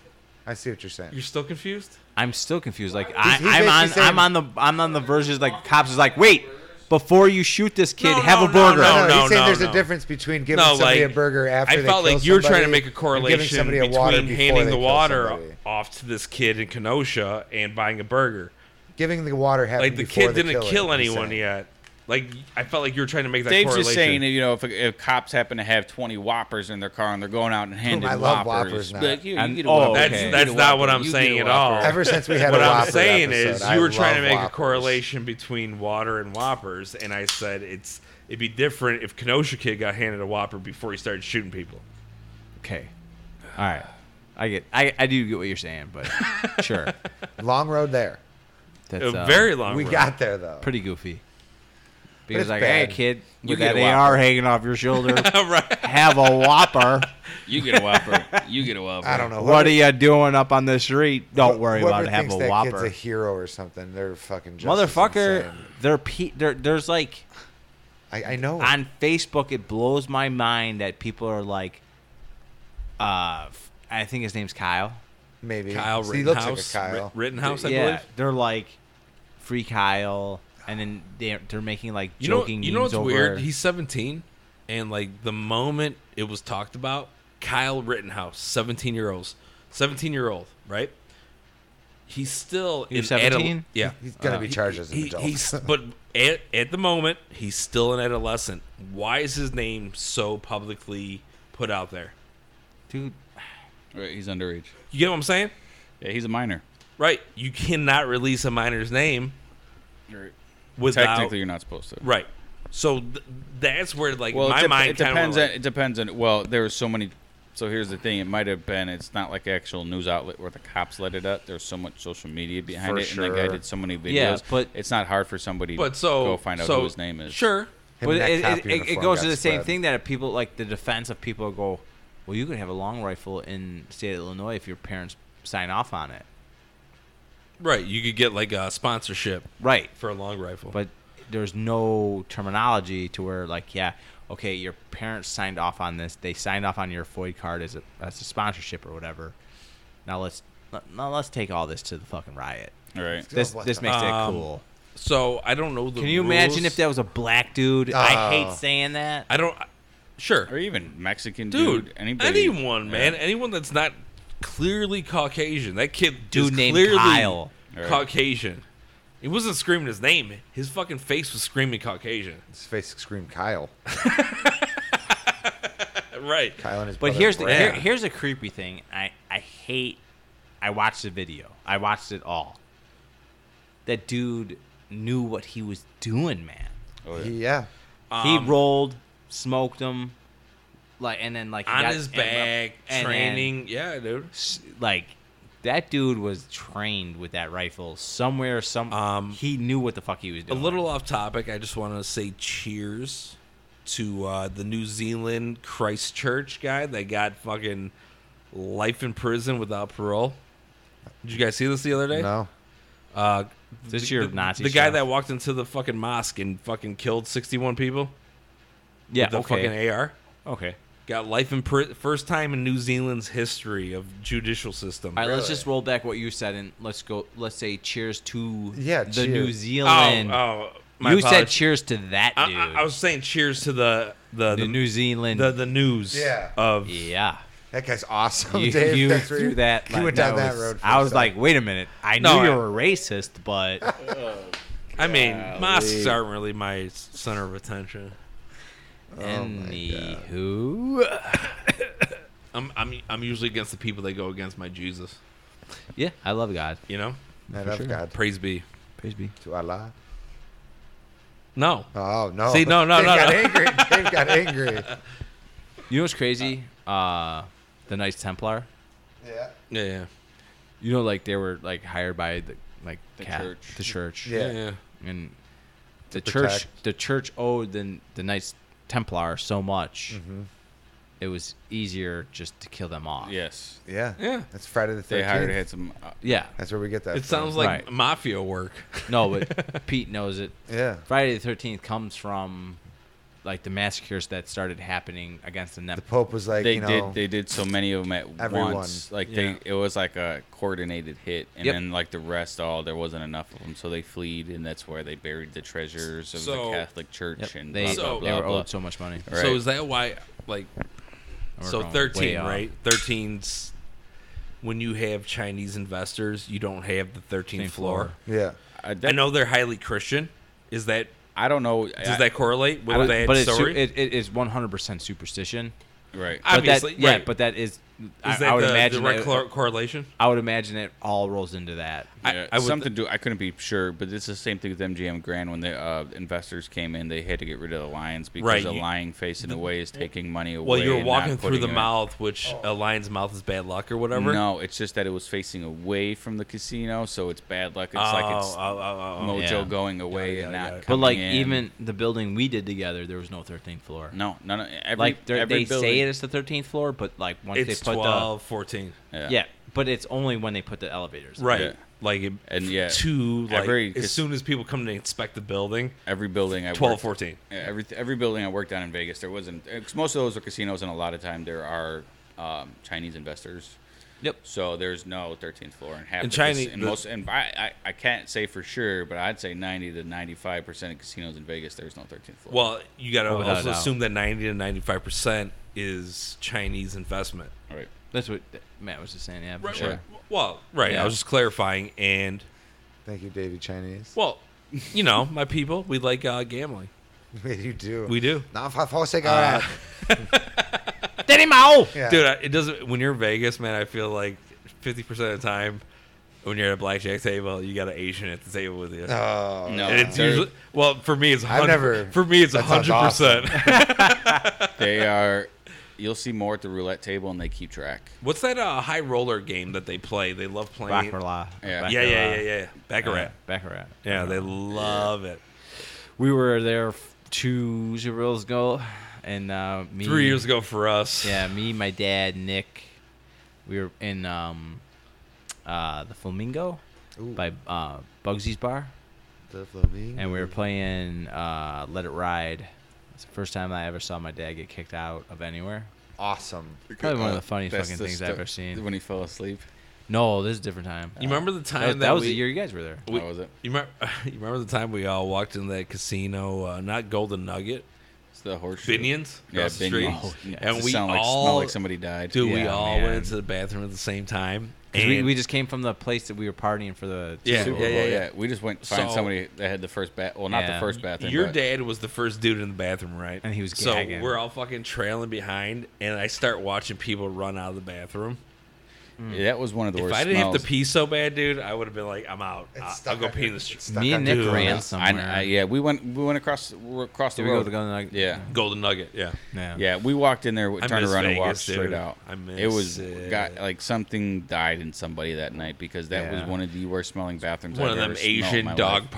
Speaker 5: I see what you're saying.
Speaker 3: You're still confused?
Speaker 2: I'm still confused. Like I,
Speaker 5: he's
Speaker 2: I'm on,
Speaker 5: basically
Speaker 2: I'm on the, I'm on the version. Like cops is like, wait, before you shoot this kid,
Speaker 3: No,
Speaker 2: have
Speaker 3: no,
Speaker 2: a
Speaker 3: no,
Speaker 2: burger.
Speaker 5: no, no,
Speaker 3: no,
Speaker 5: he's saying
Speaker 3: no,
Speaker 5: there's
Speaker 3: no.
Speaker 5: a difference between giving
Speaker 3: No,
Speaker 5: somebody
Speaker 3: like,
Speaker 5: a burger after
Speaker 3: I
Speaker 5: they
Speaker 3: felt
Speaker 5: kill
Speaker 3: like you were trying to
Speaker 5: somebody
Speaker 3: make a
Speaker 5: and giving
Speaker 3: correlation
Speaker 5: somebody a water
Speaker 3: between
Speaker 5: before
Speaker 3: handing
Speaker 5: they
Speaker 3: the
Speaker 5: kill
Speaker 3: water
Speaker 5: somebody.
Speaker 3: off to this kid in Kenosha and buying a burger.
Speaker 5: Giving the water happened
Speaker 3: Like the
Speaker 5: before
Speaker 3: kid
Speaker 5: the
Speaker 3: didn't
Speaker 5: killing,
Speaker 3: kill,
Speaker 5: he's
Speaker 3: anyone
Speaker 5: saying.
Speaker 3: yet. Like I felt like you were trying to make that
Speaker 1: Dave's
Speaker 3: correlation.
Speaker 1: just saying, you know, if, if cops happen to have 20 Whoppers in their car and they're going out and handing
Speaker 5: I love Whoppers now.
Speaker 1: like, you, you
Speaker 2: And-
Speaker 1: get a
Speaker 2: oh,
Speaker 1: Whopper.
Speaker 3: that's
Speaker 2: Okay.
Speaker 3: that's
Speaker 1: You get a
Speaker 3: not what
Speaker 1: Whopper.
Speaker 3: I'm
Speaker 1: You get a
Speaker 3: saying at all.
Speaker 1: Whopper.
Speaker 5: Ever since we had
Speaker 3: what
Speaker 5: a
Speaker 3: I'm
Speaker 5: Whopper
Speaker 3: saying
Speaker 5: episode,
Speaker 3: is
Speaker 5: I
Speaker 3: you were trying to
Speaker 5: love
Speaker 3: make
Speaker 5: Whoppers.
Speaker 3: a correlation between water and whoppers, and I said it's it'd be different if Kenosha kid got handed a whopper before he started shooting people.
Speaker 2: Okay. All right. I get. I, I do get what you're saying,
Speaker 3: [LAUGHS]
Speaker 2: but sure.
Speaker 5: Long road there.
Speaker 2: That's
Speaker 3: A
Speaker 2: uh,
Speaker 3: very long.
Speaker 5: we
Speaker 3: road.
Speaker 5: got there though.
Speaker 2: pretty goofy.
Speaker 5: it's
Speaker 2: Because like,
Speaker 5: bad.
Speaker 2: hey kid,
Speaker 1: You
Speaker 2: with
Speaker 1: get
Speaker 2: that
Speaker 1: a
Speaker 2: AR
Speaker 1: Whopper.
Speaker 2: hanging off your shoulder,
Speaker 3: [LAUGHS] right.
Speaker 2: have a whopper.
Speaker 1: You get a Whopper. You
Speaker 3: [LAUGHS]
Speaker 1: get a Whopper.
Speaker 5: I don't know.
Speaker 2: what are you doing up on the street? Don't worry
Speaker 5: whoever
Speaker 2: about it. Have
Speaker 5: thinks
Speaker 2: a
Speaker 5: that
Speaker 2: whopper.
Speaker 5: Kid's a hero or something. They're fucking just as
Speaker 2: Motherfucker,
Speaker 5: insane.
Speaker 2: they're, pe- they're there's like
Speaker 5: I, I know.
Speaker 2: on Facebook, it blows my mind that people are like, uh, f- I think his name's Kyle.
Speaker 5: maybe
Speaker 3: Kyle
Speaker 5: See, he looks like a
Speaker 3: Rittenhouse.
Speaker 5: Kyle.
Speaker 3: Ri- Rittenhouse, I believe.
Speaker 2: they're like, free Kyle, and then they're they're making like
Speaker 3: You know,
Speaker 2: joking
Speaker 3: you know
Speaker 2: memes
Speaker 3: what's
Speaker 2: over.
Speaker 3: weird? He's 17, and like the moment it was talked about, Kyle Rittenhouse, 17 year olds, 17 year old, right? He's still
Speaker 2: He was
Speaker 3: an adole-
Speaker 2: 17?
Speaker 3: yeah,
Speaker 5: He's gonna be charged as an
Speaker 3: He-
Speaker 5: adult.
Speaker 3: He's, but at, at the moment, he's still an adolescent. Why is his name so publicly put out there?
Speaker 2: dude.
Speaker 1: Right, he's underage.
Speaker 3: You get what I'm saying?
Speaker 1: Yeah, he's a minor.
Speaker 3: Right. You cannot release a minor's name without.
Speaker 1: Technically, you're not supposed to.
Speaker 3: Right. So th- that's where, like,
Speaker 1: Well,
Speaker 3: my
Speaker 1: it, dep-
Speaker 3: mind
Speaker 1: it
Speaker 3: kinda went
Speaker 1: depends.
Speaker 3: like-
Speaker 1: On, it depends on. Well, there were so many. So here's the thing. It might have been. It's not like actual news outlet where the cops let it up. There's so much social media behind
Speaker 5: For
Speaker 1: it, and that guy
Speaker 5: sure.
Speaker 1: did so many videos.
Speaker 2: Yeah, but-
Speaker 1: it's not hard for somebody
Speaker 3: But so
Speaker 1: to go find out
Speaker 3: so,
Speaker 1: who his name is.
Speaker 3: Sure.
Speaker 5: Him
Speaker 2: but
Speaker 5: in that
Speaker 2: it, it,
Speaker 5: cop
Speaker 2: it, it
Speaker 5: uniform
Speaker 2: goes
Speaker 5: got
Speaker 2: to the same
Speaker 5: spread.
Speaker 2: thing that people like the defense of people go, well, you could have a long rifle in the state of Illinois if your parents sign off on it,
Speaker 3: Right. You could get like a sponsorship
Speaker 2: right?
Speaker 3: for a long rifle.
Speaker 2: But there's no terminology to where like, yeah, okay, your parents signed off on this. They signed off on your FOID card as a as a sponsorship or whatever. Now let's let- now let's take all this to the fucking riot.
Speaker 1: All right.
Speaker 2: This
Speaker 5: what
Speaker 2: this
Speaker 5: the-
Speaker 2: makes it
Speaker 3: Um,
Speaker 2: cool.
Speaker 3: so I don't know the
Speaker 2: Can you
Speaker 3: rules.
Speaker 2: imagine if that was a black dude? I
Speaker 5: Oh.
Speaker 2: hate saying that.
Speaker 3: I don't Sure.
Speaker 1: Or even Mexican dude.
Speaker 3: Dude,
Speaker 1: anybody,
Speaker 3: anyone,
Speaker 1: Yeah.
Speaker 3: man. Anyone that's not clearly Caucasian. That kid
Speaker 2: Dude
Speaker 3: is
Speaker 2: named
Speaker 3: clearly
Speaker 2: Kyle.
Speaker 1: Right.
Speaker 3: Caucasian. He wasn't screaming his name. His fucking face was screaming Caucasian.
Speaker 5: His face screamed Kyle.
Speaker 3: Right.
Speaker 5: Kyle and his.
Speaker 2: But
Speaker 5: brother
Speaker 2: here's the here,
Speaker 5: Brad.
Speaker 2: here's a creepy thing. I I hate. I watched the video. I watched it all. That dude knew what he was doing, man.
Speaker 1: Oh, yeah.
Speaker 5: He- yeah.
Speaker 3: Um,
Speaker 2: he rolled, smoked him, like, and then like he
Speaker 3: On
Speaker 2: got-
Speaker 3: his
Speaker 2: and, uh,
Speaker 3: back,
Speaker 2: and then,
Speaker 3: training. yeah, dude.
Speaker 2: s- like that dude was trained with that rifle somewhere. Some
Speaker 3: Um,
Speaker 2: he knew what the fuck he was
Speaker 3: A
Speaker 2: doing.
Speaker 3: little off topic. I just want to say cheers to uh, the New Zealand Christchurch guy that got fucking life in prison without parole. Did you guys see this the other day?
Speaker 5: No.
Speaker 3: Uh,
Speaker 2: This
Speaker 3: the,
Speaker 2: your
Speaker 3: the,
Speaker 2: Nazi
Speaker 3: The guy
Speaker 2: stuff?
Speaker 3: that walked into the fucking mosque and fucking killed sixty-one people.
Speaker 2: yeah.
Speaker 3: with the
Speaker 2: Okay.
Speaker 3: fucking AR
Speaker 2: Okay.
Speaker 3: got life in pri- first time in New Zealand's history of judicial system.
Speaker 2: All right, let's
Speaker 5: Really?
Speaker 2: just roll back what you said and let's go. Let's say cheers to
Speaker 5: Yeah,
Speaker 2: the
Speaker 5: cheers.
Speaker 2: New
Speaker 5: Oh,
Speaker 2: Zealand.
Speaker 3: oh, oh, my
Speaker 2: you said
Speaker 3: apologies.
Speaker 2: cheers to that
Speaker 3: I,
Speaker 2: dude.
Speaker 3: I, I was saying cheers to the the
Speaker 2: the
Speaker 3: the,
Speaker 2: New Zealand.
Speaker 3: the, the news
Speaker 5: Yeah.
Speaker 3: of
Speaker 2: yeah.
Speaker 5: That guy's awesome.
Speaker 2: You,
Speaker 5: Dave.
Speaker 2: you
Speaker 5: That's where
Speaker 2: threw that.
Speaker 5: You
Speaker 2: like,
Speaker 5: went down that
Speaker 2: was-
Speaker 5: road. for
Speaker 2: I was
Speaker 5: yourself.
Speaker 2: like, wait a minute. I
Speaker 3: No,
Speaker 5: [LAUGHS]
Speaker 2: knew
Speaker 3: I-
Speaker 5: Oh
Speaker 2: you were a racist, but
Speaker 3: I mean,
Speaker 1: Golly.
Speaker 3: mosques aren't really my s- center of attention.
Speaker 2: Anywho,
Speaker 3: I'm, I'm, I'm usually against the people that go against my Jesus.
Speaker 2: yeah, I love God.
Speaker 3: You know,
Speaker 5: I
Speaker 2: For
Speaker 5: love
Speaker 2: sure.
Speaker 5: God.
Speaker 3: praise be.
Speaker 2: Praise be.
Speaker 5: To Allah.
Speaker 3: No,
Speaker 5: Oh no!
Speaker 3: See, no, no,
Speaker 5: They've
Speaker 3: no,
Speaker 5: Got
Speaker 3: no.
Speaker 5: angry. They've got angry.
Speaker 2: You know what's crazy? Uh, the Knights Templar.
Speaker 5: Yeah.
Speaker 3: yeah, yeah,
Speaker 2: You know, like they were like hired by the like
Speaker 1: The
Speaker 2: Cath-
Speaker 1: church.
Speaker 2: the church,
Speaker 5: Yeah.
Speaker 3: yeah, yeah.
Speaker 2: and the
Speaker 5: protect.
Speaker 2: church, the church owed the the Knights Templar so much. It was easier just to kill them off.
Speaker 1: Yes.
Speaker 5: Mm-hmm. Yeah.
Speaker 3: Yeah.
Speaker 5: That's Friday the
Speaker 1: They hired
Speaker 5: Thirteenth.
Speaker 1: had some. Uh,
Speaker 2: Yeah.
Speaker 5: That's where we get that.
Speaker 3: It
Speaker 5: from.
Speaker 3: sounds like
Speaker 2: Right.
Speaker 3: mafia work. [LAUGHS]
Speaker 2: No, but [LAUGHS] Pete knows it.
Speaker 5: Yeah.
Speaker 2: Friday the Thirteenth comes from like the massacres that started happening against the Nep-
Speaker 5: The Pope was like,
Speaker 1: they
Speaker 5: you know,
Speaker 1: did. They did so many of them at
Speaker 5: everyone.
Speaker 1: once. Like
Speaker 3: Yeah.
Speaker 1: they, it was like a coordinated hit, and
Speaker 2: Yep.
Speaker 1: then like the rest, all there wasn't enough of them, so they fled, and that's where they buried the treasures of
Speaker 3: So-
Speaker 1: the Catholic Church.
Speaker 2: Yep.
Speaker 1: And blah,
Speaker 2: They,
Speaker 1: blah,
Speaker 3: So-
Speaker 2: they
Speaker 1: blah,
Speaker 2: were
Speaker 1: blah.
Speaker 2: owed so much money.
Speaker 1: Right.
Speaker 3: So is that why, like,
Speaker 2: We're
Speaker 3: so
Speaker 2: going way
Speaker 3: 13,
Speaker 2: off.
Speaker 3: right? 13's when you have Chinese investors, you don't have the 13th
Speaker 2: Same
Speaker 3: floor.
Speaker 2: floor.
Speaker 5: Yeah.
Speaker 1: I,
Speaker 3: I
Speaker 1: that-
Speaker 3: know they're highly Christian. Is that
Speaker 1: I don't know.
Speaker 3: does that correlate with
Speaker 2: But,
Speaker 3: that
Speaker 2: but it's, su-
Speaker 3: story?
Speaker 2: it, it is 100% superstition.
Speaker 1: right?
Speaker 3: I-
Speaker 2: But that-
Speaker 3: Obviously,
Speaker 2: yeah,
Speaker 3: right.
Speaker 2: but that is. I,
Speaker 3: Is that
Speaker 2: I would
Speaker 3: the,
Speaker 2: imagine.
Speaker 3: direct
Speaker 2: it-
Speaker 3: cor- correlation?
Speaker 2: I would imagine it all rolls into that.
Speaker 3: I-
Speaker 1: Yeah,
Speaker 3: I would-
Speaker 1: something to I couldn't be sure, but it's the same thing with MGM Grand when the uh, investors came in, they had to get rid of the lions because
Speaker 3: Right,
Speaker 1: a
Speaker 3: you-
Speaker 1: lion face in a way is taking money away.
Speaker 3: Well, you're
Speaker 1: and not
Speaker 3: walking through
Speaker 1: putting
Speaker 3: the
Speaker 1: it-
Speaker 3: mouth, which a lion's mouth is bad luck or whatever.
Speaker 1: No, it's just that it was facing away from the casino, so it's bad luck. It's
Speaker 3: Oh,
Speaker 1: like it's
Speaker 3: oh, oh, oh, oh.
Speaker 1: mojo
Speaker 2: Yeah.
Speaker 1: going away
Speaker 3: Got it,
Speaker 1: and
Speaker 3: got it,
Speaker 1: not.
Speaker 3: got it.
Speaker 2: But
Speaker 1: coming
Speaker 2: like
Speaker 1: in. Mm.
Speaker 2: even the building we did together, there was no 13th floor.
Speaker 1: no, no, no. Every,
Speaker 2: like they're-
Speaker 1: every
Speaker 2: they
Speaker 1: building,
Speaker 2: say it's the 13th floor, but like once
Speaker 3: it's
Speaker 2: they put
Speaker 3: 12, 14.
Speaker 2: the yeah, but it's only when they put the elevators. up.
Speaker 3: Right.
Speaker 1: Yeah.
Speaker 3: Like it,
Speaker 1: And, yeah,
Speaker 3: two like
Speaker 1: every-
Speaker 3: as soon as people come to inspect the building,
Speaker 1: every building I
Speaker 3: 12,
Speaker 1: worked-
Speaker 3: 14.
Speaker 1: Yeah, Every every building I worked on in Vegas, there wasn't. 'cause most of those were casinos, and a lot of time there are um, Chinese investors.
Speaker 2: Yep.
Speaker 1: So there's no 13th floor in half.
Speaker 3: And
Speaker 1: of cas-
Speaker 3: Chinese-
Speaker 1: and
Speaker 3: the-
Speaker 1: most, and I, I, I can't say for sure, but I'd say 90 to 95 percent of casinos in Vegas there's no 13th floor.
Speaker 3: Well, you got to
Speaker 2: Oh, without a
Speaker 3: also
Speaker 2: doubt.
Speaker 3: assume that 90 to 95% is Chinese investment.
Speaker 1: All right.
Speaker 2: That's what Matt was just saying. Yeah, for
Speaker 3: Right.
Speaker 2: sure.
Speaker 3: right. Well, right. I
Speaker 2: Yeah.
Speaker 3: was just clarifying. And,
Speaker 5: Thank you, Davy Chinese. [LAUGHS]
Speaker 3: well, you know, my people, we like uh, gambling.
Speaker 5: you do.
Speaker 3: We do.
Speaker 5: Not for for cigarette.
Speaker 2: Danny Mao.
Speaker 5: Yeah.
Speaker 3: Dude, I- it doesn't. When you're in Vegas, man, I feel like 50% of the time when you're at a blackjack table, you got an Asian at the table with you.
Speaker 5: Oh,
Speaker 1: No.
Speaker 3: and it's
Speaker 1: they're-
Speaker 3: usually well for me it's
Speaker 5: I've
Speaker 3: 100
Speaker 5: never-
Speaker 3: for me it's
Speaker 5: that sounds
Speaker 3: 100%
Speaker 1: They are. You'll see more at the roulette table, and they keep track.
Speaker 3: [LAUGHS] what's that uh, high roller game that they play they love playing
Speaker 2: Baccarat.
Speaker 1: Yeah.
Speaker 3: yeah yeah yeah yeah baccarat
Speaker 2: Uh, Baccarat.
Speaker 3: yeah they love it
Speaker 2: We were there f- two years ago, and uh, me,
Speaker 3: three years ago for us
Speaker 2: Yeah, me, my dad, Nick. We were in um, uh, the Flamingo
Speaker 5: Ooh.
Speaker 2: by uh, Bugsy's Bar,
Speaker 5: The flamingo.
Speaker 2: and we were playing uh, Let It Ride. It's the first time I ever saw my dad get kicked out of anywhere.
Speaker 5: awesome.
Speaker 2: Probably one of the funniest
Speaker 1: That's
Speaker 2: fucking
Speaker 1: the
Speaker 2: things
Speaker 1: sto-
Speaker 2: I've ever seen.
Speaker 1: When he fell asleep.
Speaker 2: No, this is a different time.
Speaker 3: you remember the time
Speaker 2: that,
Speaker 3: that,
Speaker 2: that was
Speaker 3: we,
Speaker 2: the year you guys were there.
Speaker 3: we-
Speaker 1: How was it?
Speaker 3: you remember, [LAUGHS] you remember the time we all walked in that casino uh, not golden nugget
Speaker 1: It's the horseshoe.
Speaker 3: binions
Speaker 1: Yeah,
Speaker 3: across the street
Speaker 1: Binions.
Speaker 2: yeah.
Speaker 1: Does
Speaker 3: and
Speaker 1: it
Speaker 3: we
Speaker 1: sound like, smell
Speaker 3: all
Speaker 1: like somebody died.
Speaker 3: dude we
Speaker 2: Oh, Yeah,
Speaker 3: all
Speaker 2: man.
Speaker 3: went into the bathroom at the same time
Speaker 2: 'Cause we,
Speaker 3: and-
Speaker 2: we just came from the place that we were partying for the
Speaker 3: Yeah,
Speaker 1: Super
Speaker 3: yeah,
Speaker 1: Bowl,
Speaker 3: yeah, yeah.
Speaker 1: We just went find
Speaker 3: So-
Speaker 1: somebody that had the first bath. Well, not the
Speaker 2: Yeah.
Speaker 1: first bathroom.
Speaker 3: Your
Speaker 1: but-
Speaker 3: dad was the first dude in the bathroom, right?
Speaker 2: And he was
Speaker 3: so
Speaker 2: gagging.
Speaker 3: we're all fucking trailing behind, and I start watching people run out of the bathroom.
Speaker 1: Yeah, Mm. that was one of the
Speaker 3: If
Speaker 1: worst.
Speaker 3: I didn't have
Speaker 1: smells.
Speaker 3: to pee so bad, dude, I would have been like, I'm out.
Speaker 5: It's
Speaker 3: I- I'll,
Speaker 5: stuck
Speaker 3: go
Speaker 5: on
Speaker 3: pee
Speaker 5: your-
Speaker 3: in the
Speaker 5: it's
Speaker 3: street.
Speaker 5: stuck
Speaker 2: Me
Speaker 5: on
Speaker 2: and
Speaker 5: your
Speaker 2: Nick
Speaker 5: tongue.
Speaker 2: ran
Speaker 1: I,
Speaker 2: somewhere.
Speaker 1: I- yeah, we went we went across across the
Speaker 2: Did we go
Speaker 1: road.
Speaker 2: to Golden Nugget?
Speaker 1: yeah.
Speaker 3: Golden Nugget, yeah.
Speaker 2: Yeah.
Speaker 1: Yeah, we walked in there,
Speaker 3: I
Speaker 1: turned
Speaker 3: miss
Speaker 1: around and
Speaker 3: Vegas,
Speaker 1: walked straight
Speaker 3: dude.
Speaker 1: out.
Speaker 3: I miss
Speaker 1: it was
Speaker 3: it.
Speaker 1: got like something died in somebody that night because that was
Speaker 2: Yeah.
Speaker 1: one of the worst smelling bathrooms.
Speaker 3: One
Speaker 1: I've
Speaker 3: of them
Speaker 1: ever smelled in my
Speaker 3: Asian dog
Speaker 1: life.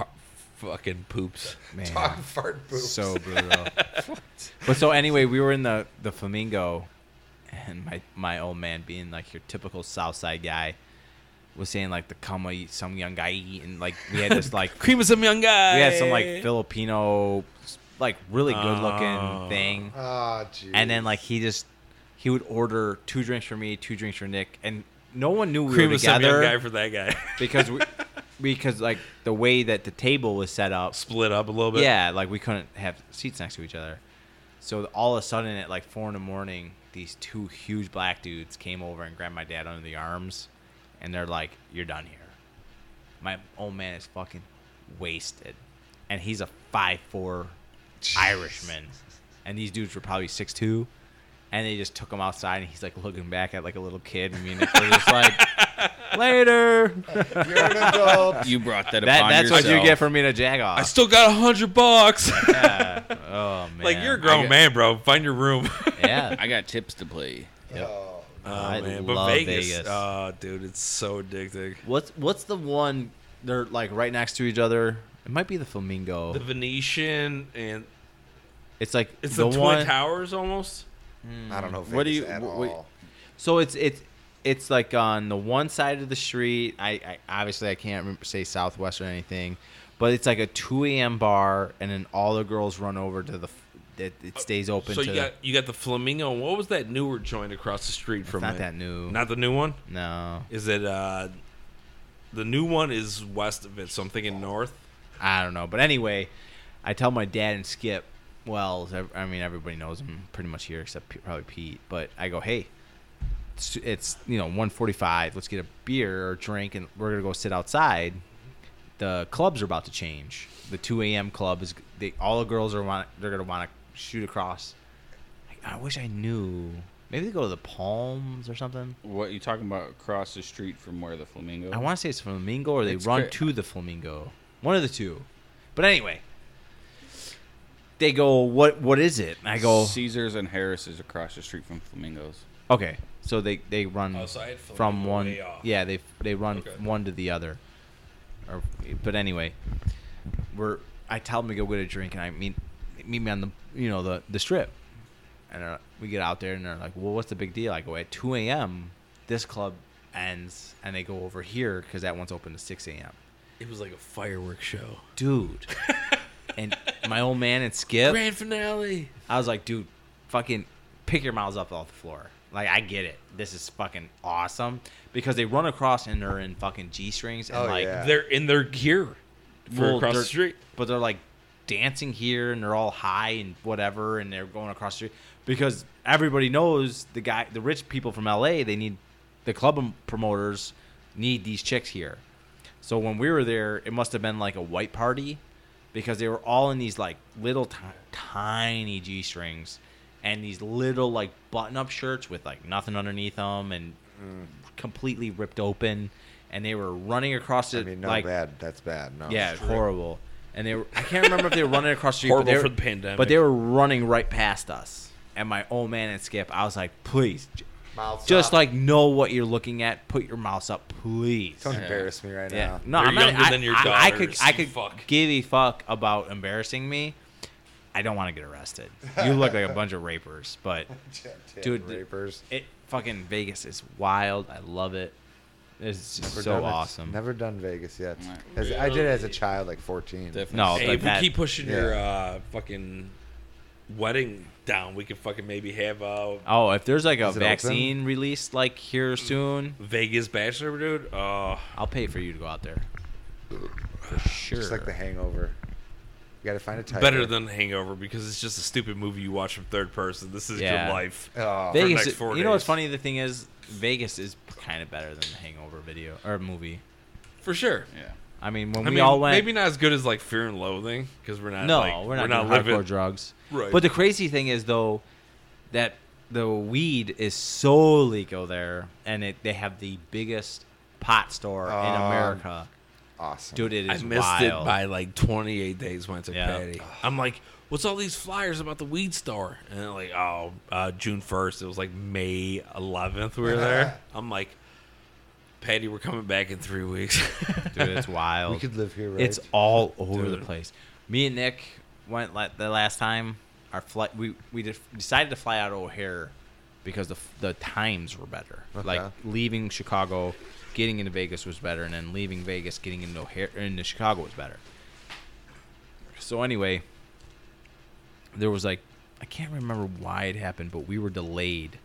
Speaker 3: po- fucking poops.
Speaker 2: Man.
Speaker 5: [LAUGHS] Dog fart boobs.
Speaker 2: So
Speaker 3: [LAUGHS]
Speaker 2: brutal. but so anyway, we were in the the flamingo, and my my old man, being like your typical South Side guy, was saying like the kama eat some young guy eat," and like we had this like
Speaker 3: [LAUGHS] Cream of some young guy.
Speaker 2: we had some like Filipino, like really good looking
Speaker 3: Oh.
Speaker 2: thing,
Speaker 5: Ah, jeez.
Speaker 2: and then like he just he would order two drinks for me, two drinks for Nick, and no one knew we
Speaker 3: cream
Speaker 2: were
Speaker 3: of some young guy
Speaker 2: together
Speaker 3: for that guy. [LAUGHS]
Speaker 2: because we because like the way that the table was set up
Speaker 3: Split up a little bit.
Speaker 2: yeah, like we couldn't have seats next to each other. So all of a sudden, at like four in the morning, these two huge black dudes came over and grabbed my dad under the arms, and they're like, "You're done here." My old man is fucking wasted. and he's a five four Irishman, and these dudes were probably six two, and they just took him outside, and he's like looking back at like a little kid. I mean, they're just
Speaker 3: [LAUGHS]
Speaker 2: like later.
Speaker 5: You're an adult.
Speaker 1: [LAUGHS] You brought
Speaker 3: [LAUGHS]
Speaker 1: that,
Speaker 2: That,
Speaker 1: upon
Speaker 2: that's
Speaker 1: yourself.
Speaker 2: what you get for being a jag
Speaker 3: I
Speaker 2: off.
Speaker 3: still got a hundred bucks. [LAUGHS]
Speaker 2: Yeah. Oh man,
Speaker 3: like you're a
Speaker 2: I
Speaker 3: grown
Speaker 2: got-
Speaker 3: man, bro. Find your room. [LAUGHS]
Speaker 2: Yeah,
Speaker 1: I got tips to play.
Speaker 5: Oh,
Speaker 3: Oh,
Speaker 2: I
Speaker 3: but
Speaker 2: love
Speaker 3: Vegas,
Speaker 2: Vegas.
Speaker 3: oh, dude, it's so addicting.
Speaker 2: What's what's the one they're like right next to each other? It might be the flamingo.
Speaker 3: The Venetian and
Speaker 2: it's like
Speaker 3: it's
Speaker 2: the,
Speaker 3: the, Twin
Speaker 2: one.
Speaker 3: Towers almost.
Speaker 5: I don't know Vegas
Speaker 1: What do you-
Speaker 5: at
Speaker 1: wh-
Speaker 5: all.
Speaker 1: wait.
Speaker 2: So it's it's it's like on the one side of the street. I, I obviously I can't remember, say Southwest or anything, but it's like a two a.m. bar, and then all the girls run over to the. f- It, it stays open.
Speaker 3: Uh, So
Speaker 2: to
Speaker 3: you
Speaker 2: the-
Speaker 3: got you got the Flamingo. What was that newer joint across the street
Speaker 2: it's
Speaker 3: from
Speaker 2: not
Speaker 3: it?
Speaker 2: that new.
Speaker 3: Not the new one.
Speaker 2: no,
Speaker 3: Is it? uh The new one is west of it, so I'm thinking north.
Speaker 2: I don't know. But anyway, I tell my dad and Skip. Well, ev- I mean everybody knows him pretty much here except P- probably Pete. But I go, hey, it's, it's you know 1:45. Let's get a beer or a drink, and we're gonna go sit outside. The clubs are about to change. The 2 a.m. club is they all the girls are want they're gonna want to shoot across. I, I wish I knew. Maybe they go to the Palms or something.
Speaker 1: What you talking about across the street from where the flamingo?
Speaker 2: I want to say it's flamingo or they
Speaker 1: It's
Speaker 2: run
Speaker 1: cra-
Speaker 2: to the flamingo. One of the two. But anyway, they go, "What? What is it?" And I go,
Speaker 1: Caesars and Harris is across the street from flamingos.
Speaker 2: "Okay." So they they run
Speaker 3: Oh, so I had
Speaker 2: from
Speaker 3: flamingo
Speaker 2: one.
Speaker 3: way off.
Speaker 2: Yeah, they they run
Speaker 3: Okay.
Speaker 2: one to the other. Or, but anyway, we're I tell them to go get a drink, and I meet meet me on the you know the the strip, and uh, we get out there, and they're like, "Well, what's the big deal?" I go, "At 2 a.m., this club ends, and they go over here because that one's open to 6 a.m."
Speaker 3: It was like a fireworks show.
Speaker 2: dude. and my old man and Skip,
Speaker 3: Grand finale.
Speaker 2: I was like, dude, fucking pick your mouths up off the floor. Like, I get it. This is fucking awesome because they run across and they're in fucking g strings and
Speaker 5: Oh,
Speaker 2: like,
Speaker 5: yeah.
Speaker 3: They're in their gear for
Speaker 2: well,
Speaker 3: across the
Speaker 2: they're-
Speaker 3: street.
Speaker 2: but they're like dancing here and they're all high and whatever and they're going across the street because everybody knows the guy, the rich people from LA, they need the club promoters need these chicks here. So when we were there, it must have been like a white party because they were all in these like little ti- tiny G strings and these little like button up shirts with like nothing underneath them and
Speaker 5: Mm.
Speaker 2: completely ripped open. And they were running across
Speaker 5: I
Speaker 2: it
Speaker 5: mean, no
Speaker 2: like
Speaker 5: bad. That's bad. No.
Speaker 2: yeah, it's horrible. And they were, I can't remember if they were running across the street.
Speaker 3: Horrible
Speaker 2: but they were,
Speaker 3: for the pandemic.
Speaker 2: But they were running right past us. And my old man and Skip, I was like, please, j-
Speaker 5: Mouths
Speaker 2: just
Speaker 5: up.
Speaker 2: like know what you're looking at. Put your mouse up, please.
Speaker 5: Don't [LAUGHS] embarrass me right
Speaker 2: Yeah.
Speaker 5: [LAUGHS]
Speaker 2: No,
Speaker 5: now.
Speaker 3: They're
Speaker 2: I'm not,
Speaker 3: younger
Speaker 2: I,
Speaker 3: than your
Speaker 2: I, I could,
Speaker 3: daughters,
Speaker 2: I
Speaker 3: you
Speaker 2: could
Speaker 3: fuck.
Speaker 2: give a fuck about embarrassing me. I don't want to get arrested. You look like a bunch of rapers, but Dude,
Speaker 5: rapers.
Speaker 2: it fucking Vegas is wild. I love it. It's just
Speaker 5: Never
Speaker 2: so
Speaker 5: done it.
Speaker 2: awesome.
Speaker 5: Never done Vegas yet.
Speaker 1: Not
Speaker 5: As- I did it as a
Speaker 3: really.
Speaker 5: child, like 14.
Speaker 1: Definitely.
Speaker 2: No,
Speaker 3: Hey,
Speaker 2: but
Speaker 3: if
Speaker 2: that-
Speaker 3: we keep pushing
Speaker 5: Yeah.
Speaker 3: your uh, fucking wedding down, we could fucking maybe have uh,
Speaker 2: Oh, if there's like a
Speaker 5: Is it open?
Speaker 2: vaccine released like here soon,
Speaker 3: Vegas Bachelor, dude. Uh,
Speaker 2: I'll pay for you to go out there. For sure.
Speaker 5: Just like the hangover. You got to find a title.
Speaker 3: better than Hangover because it's just a stupid movie you watch from third person. This is
Speaker 2: Yeah.
Speaker 3: your life.
Speaker 5: Oh,
Speaker 3: They-
Speaker 2: Vegas.
Speaker 3: next four
Speaker 2: you know what's
Speaker 3: days.
Speaker 2: funny? The thing is, Vegas is kind of better than the Hangover video or movie.
Speaker 3: For sure.
Speaker 1: Yeah.
Speaker 2: I mean, when
Speaker 3: I
Speaker 2: we
Speaker 3: mean,
Speaker 2: all went,
Speaker 3: maybe not as good as like Fear and Loathing because we're not.
Speaker 2: no,
Speaker 3: like,
Speaker 2: we're not, doing hardcore drugs.
Speaker 3: Right.
Speaker 2: But the crazy thing is though that the weed is so legal there, and it, they have the biggest pot store in
Speaker 5: Um,
Speaker 2: America.
Speaker 5: awesome.
Speaker 2: Dude, it
Speaker 3: I
Speaker 2: is
Speaker 3: missed
Speaker 2: wild.
Speaker 3: it by like 28 days when it's a
Speaker 2: Yeah.
Speaker 3: patty. I'm like, what's all these flyers about the weed store? And they're like, oh, uh, June 1st. It was like May 11th we
Speaker 2: [LAUGHS]
Speaker 3: were there. I'm like, Patty, we're coming back in
Speaker 2: [LAUGHS]
Speaker 3: three weeks. [LAUGHS]
Speaker 2: Dude, it's wild.
Speaker 5: we could live here, right?
Speaker 2: It's all over the
Speaker 3: Dude.
Speaker 2: place. Me and Nick went la- the last time. Our flight, we we def- decided to fly out of O'Hare because the f- the times were better. Like
Speaker 5: Okay.
Speaker 2: leaving Chicago, getting into Vegas was better, and then leaving Vegas, getting into O'Hare into Chicago was better. So anyway, there was like I can't remember why it happened, but we were delayed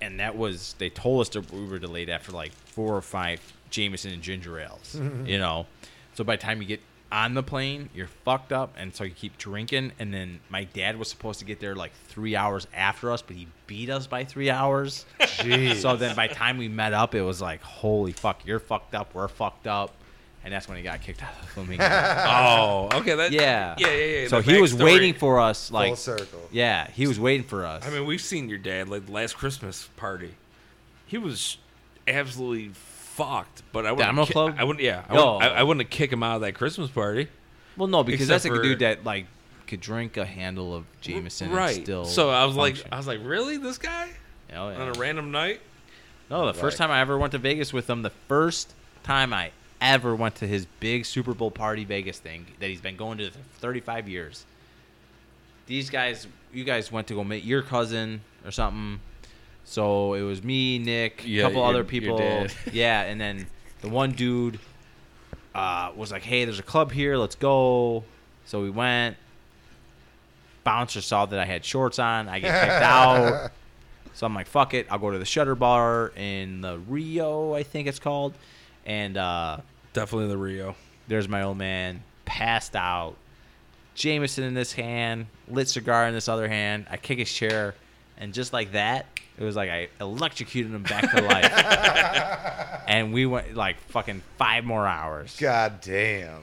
Speaker 2: and that was they told us that we were delayed after like four or five Jameson and ginger ales,
Speaker 5: Mm-hmm.
Speaker 2: you know. So by the time you get on the plane, you're fucked up, and so you keep drinking. And then my dad was supposed to get there like three hours after us, but he beat us by three hours.
Speaker 5: Jeez.
Speaker 2: So then by the time we met up, it was like, holy fuck, you're fucked up, we're fucked up. and that's when he got kicked out of the
Speaker 5: [LAUGHS]
Speaker 2: flamingo.
Speaker 3: Oh, okay. That,
Speaker 2: yeah.
Speaker 3: yeah, yeah, yeah.
Speaker 2: So
Speaker 3: the
Speaker 2: he was
Speaker 3: backstory.
Speaker 2: waiting for us, like
Speaker 5: Full circle.
Speaker 2: Yeah, he was waiting for us.
Speaker 3: I mean, we've seen your dad like the last Christmas party. He was absolutely fucked. But I wouldn't.
Speaker 2: Domino
Speaker 3: ki-
Speaker 2: Club?
Speaker 3: I wouldn't. Yeah. I,
Speaker 2: No.
Speaker 3: wouldn't, I, I wouldn't kick him out of that Christmas party.
Speaker 2: well, no, because that's like
Speaker 3: except
Speaker 2: a dude
Speaker 3: for-
Speaker 2: that like could drink a handle of Jameson,
Speaker 3: right.
Speaker 2: And still,
Speaker 3: so I was like,
Speaker 2: function.
Speaker 3: I was like, really, this guy
Speaker 2: Oh, yeah.
Speaker 3: on a random night?
Speaker 2: No, the first
Speaker 5: Right.
Speaker 2: time I ever went to Vegas with him, the first time I ever went to his big Super Bowl party Vegas thing that he's been going to for 35 years. These guys, you guys went to go meet your cousin or something. So it was me, Nick, a
Speaker 1: Yeah,
Speaker 2: couple
Speaker 1: your-
Speaker 2: other
Speaker 1: your
Speaker 2: people.
Speaker 1: dad.
Speaker 2: [LAUGHS]
Speaker 1: [LAUGHS]
Speaker 2: Yeah, and then the one dude uh, was like, "Hey, there's a club here. Let's go." So we went. Bouncer saw that I had shorts on. I get
Speaker 1: [LAUGHS]
Speaker 2: kicked out. So I'm like, fuck it. I'll go to the Shutter Bar in the Rio, I think it's called. And uh,
Speaker 3: Definitely the Rio.
Speaker 2: there's my old man passed out. Jameson in this hand, lit cigar in this other hand. I kick his chair, and just like that, it was like I electrocuted him back to life.
Speaker 5: [LAUGHS]
Speaker 2: and we went like fucking five more hours.
Speaker 5: God damn.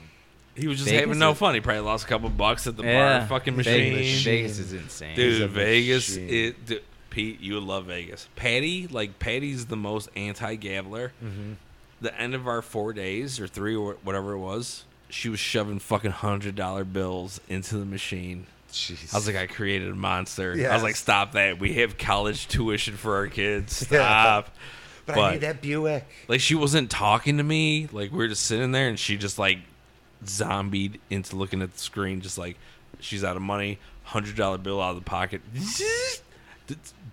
Speaker 3: He was just
Speaker 2: Vegas
Speaker 3: having no
Speaker 2: is-
Speaker 3: fun. He probably lost a couple bucks at the bar fucking machine.
Speaker 2: Vegas-
Speaker 5: machine.
Speaker 2: Vegas is insane.
Speaker 5: He's a
Speaker 3: Dude, Vegas,
Speaker 5: machine.
Speaker 3: it, dude, Pete, you would love Vegas. Patty, like Patty's the most anti-gambler.
Speaker 2: Mm-hmm.
Speaker 3: The end of our four days or three or whatever it was, she was shoving fucking hundred dollar bills into the machine.
Speaker 5: Jeez.
Speaker 3: I was like, I created a monster. I was
Speaker 5: Yes.
Speaker 3: like, stop that. We have college tuition for our kids.
Speaker 5: [LAUGHS] Yeah.
Speaker 3: Stop.
Speaker 5: but, I need that Buick.
Speaker 3: like she wasn't talking to me. Like we were just sitting there, and she just like zombied into looking at the screen, just like she's out of money, hundred dollar bill out of the pocket, [LAUGHS]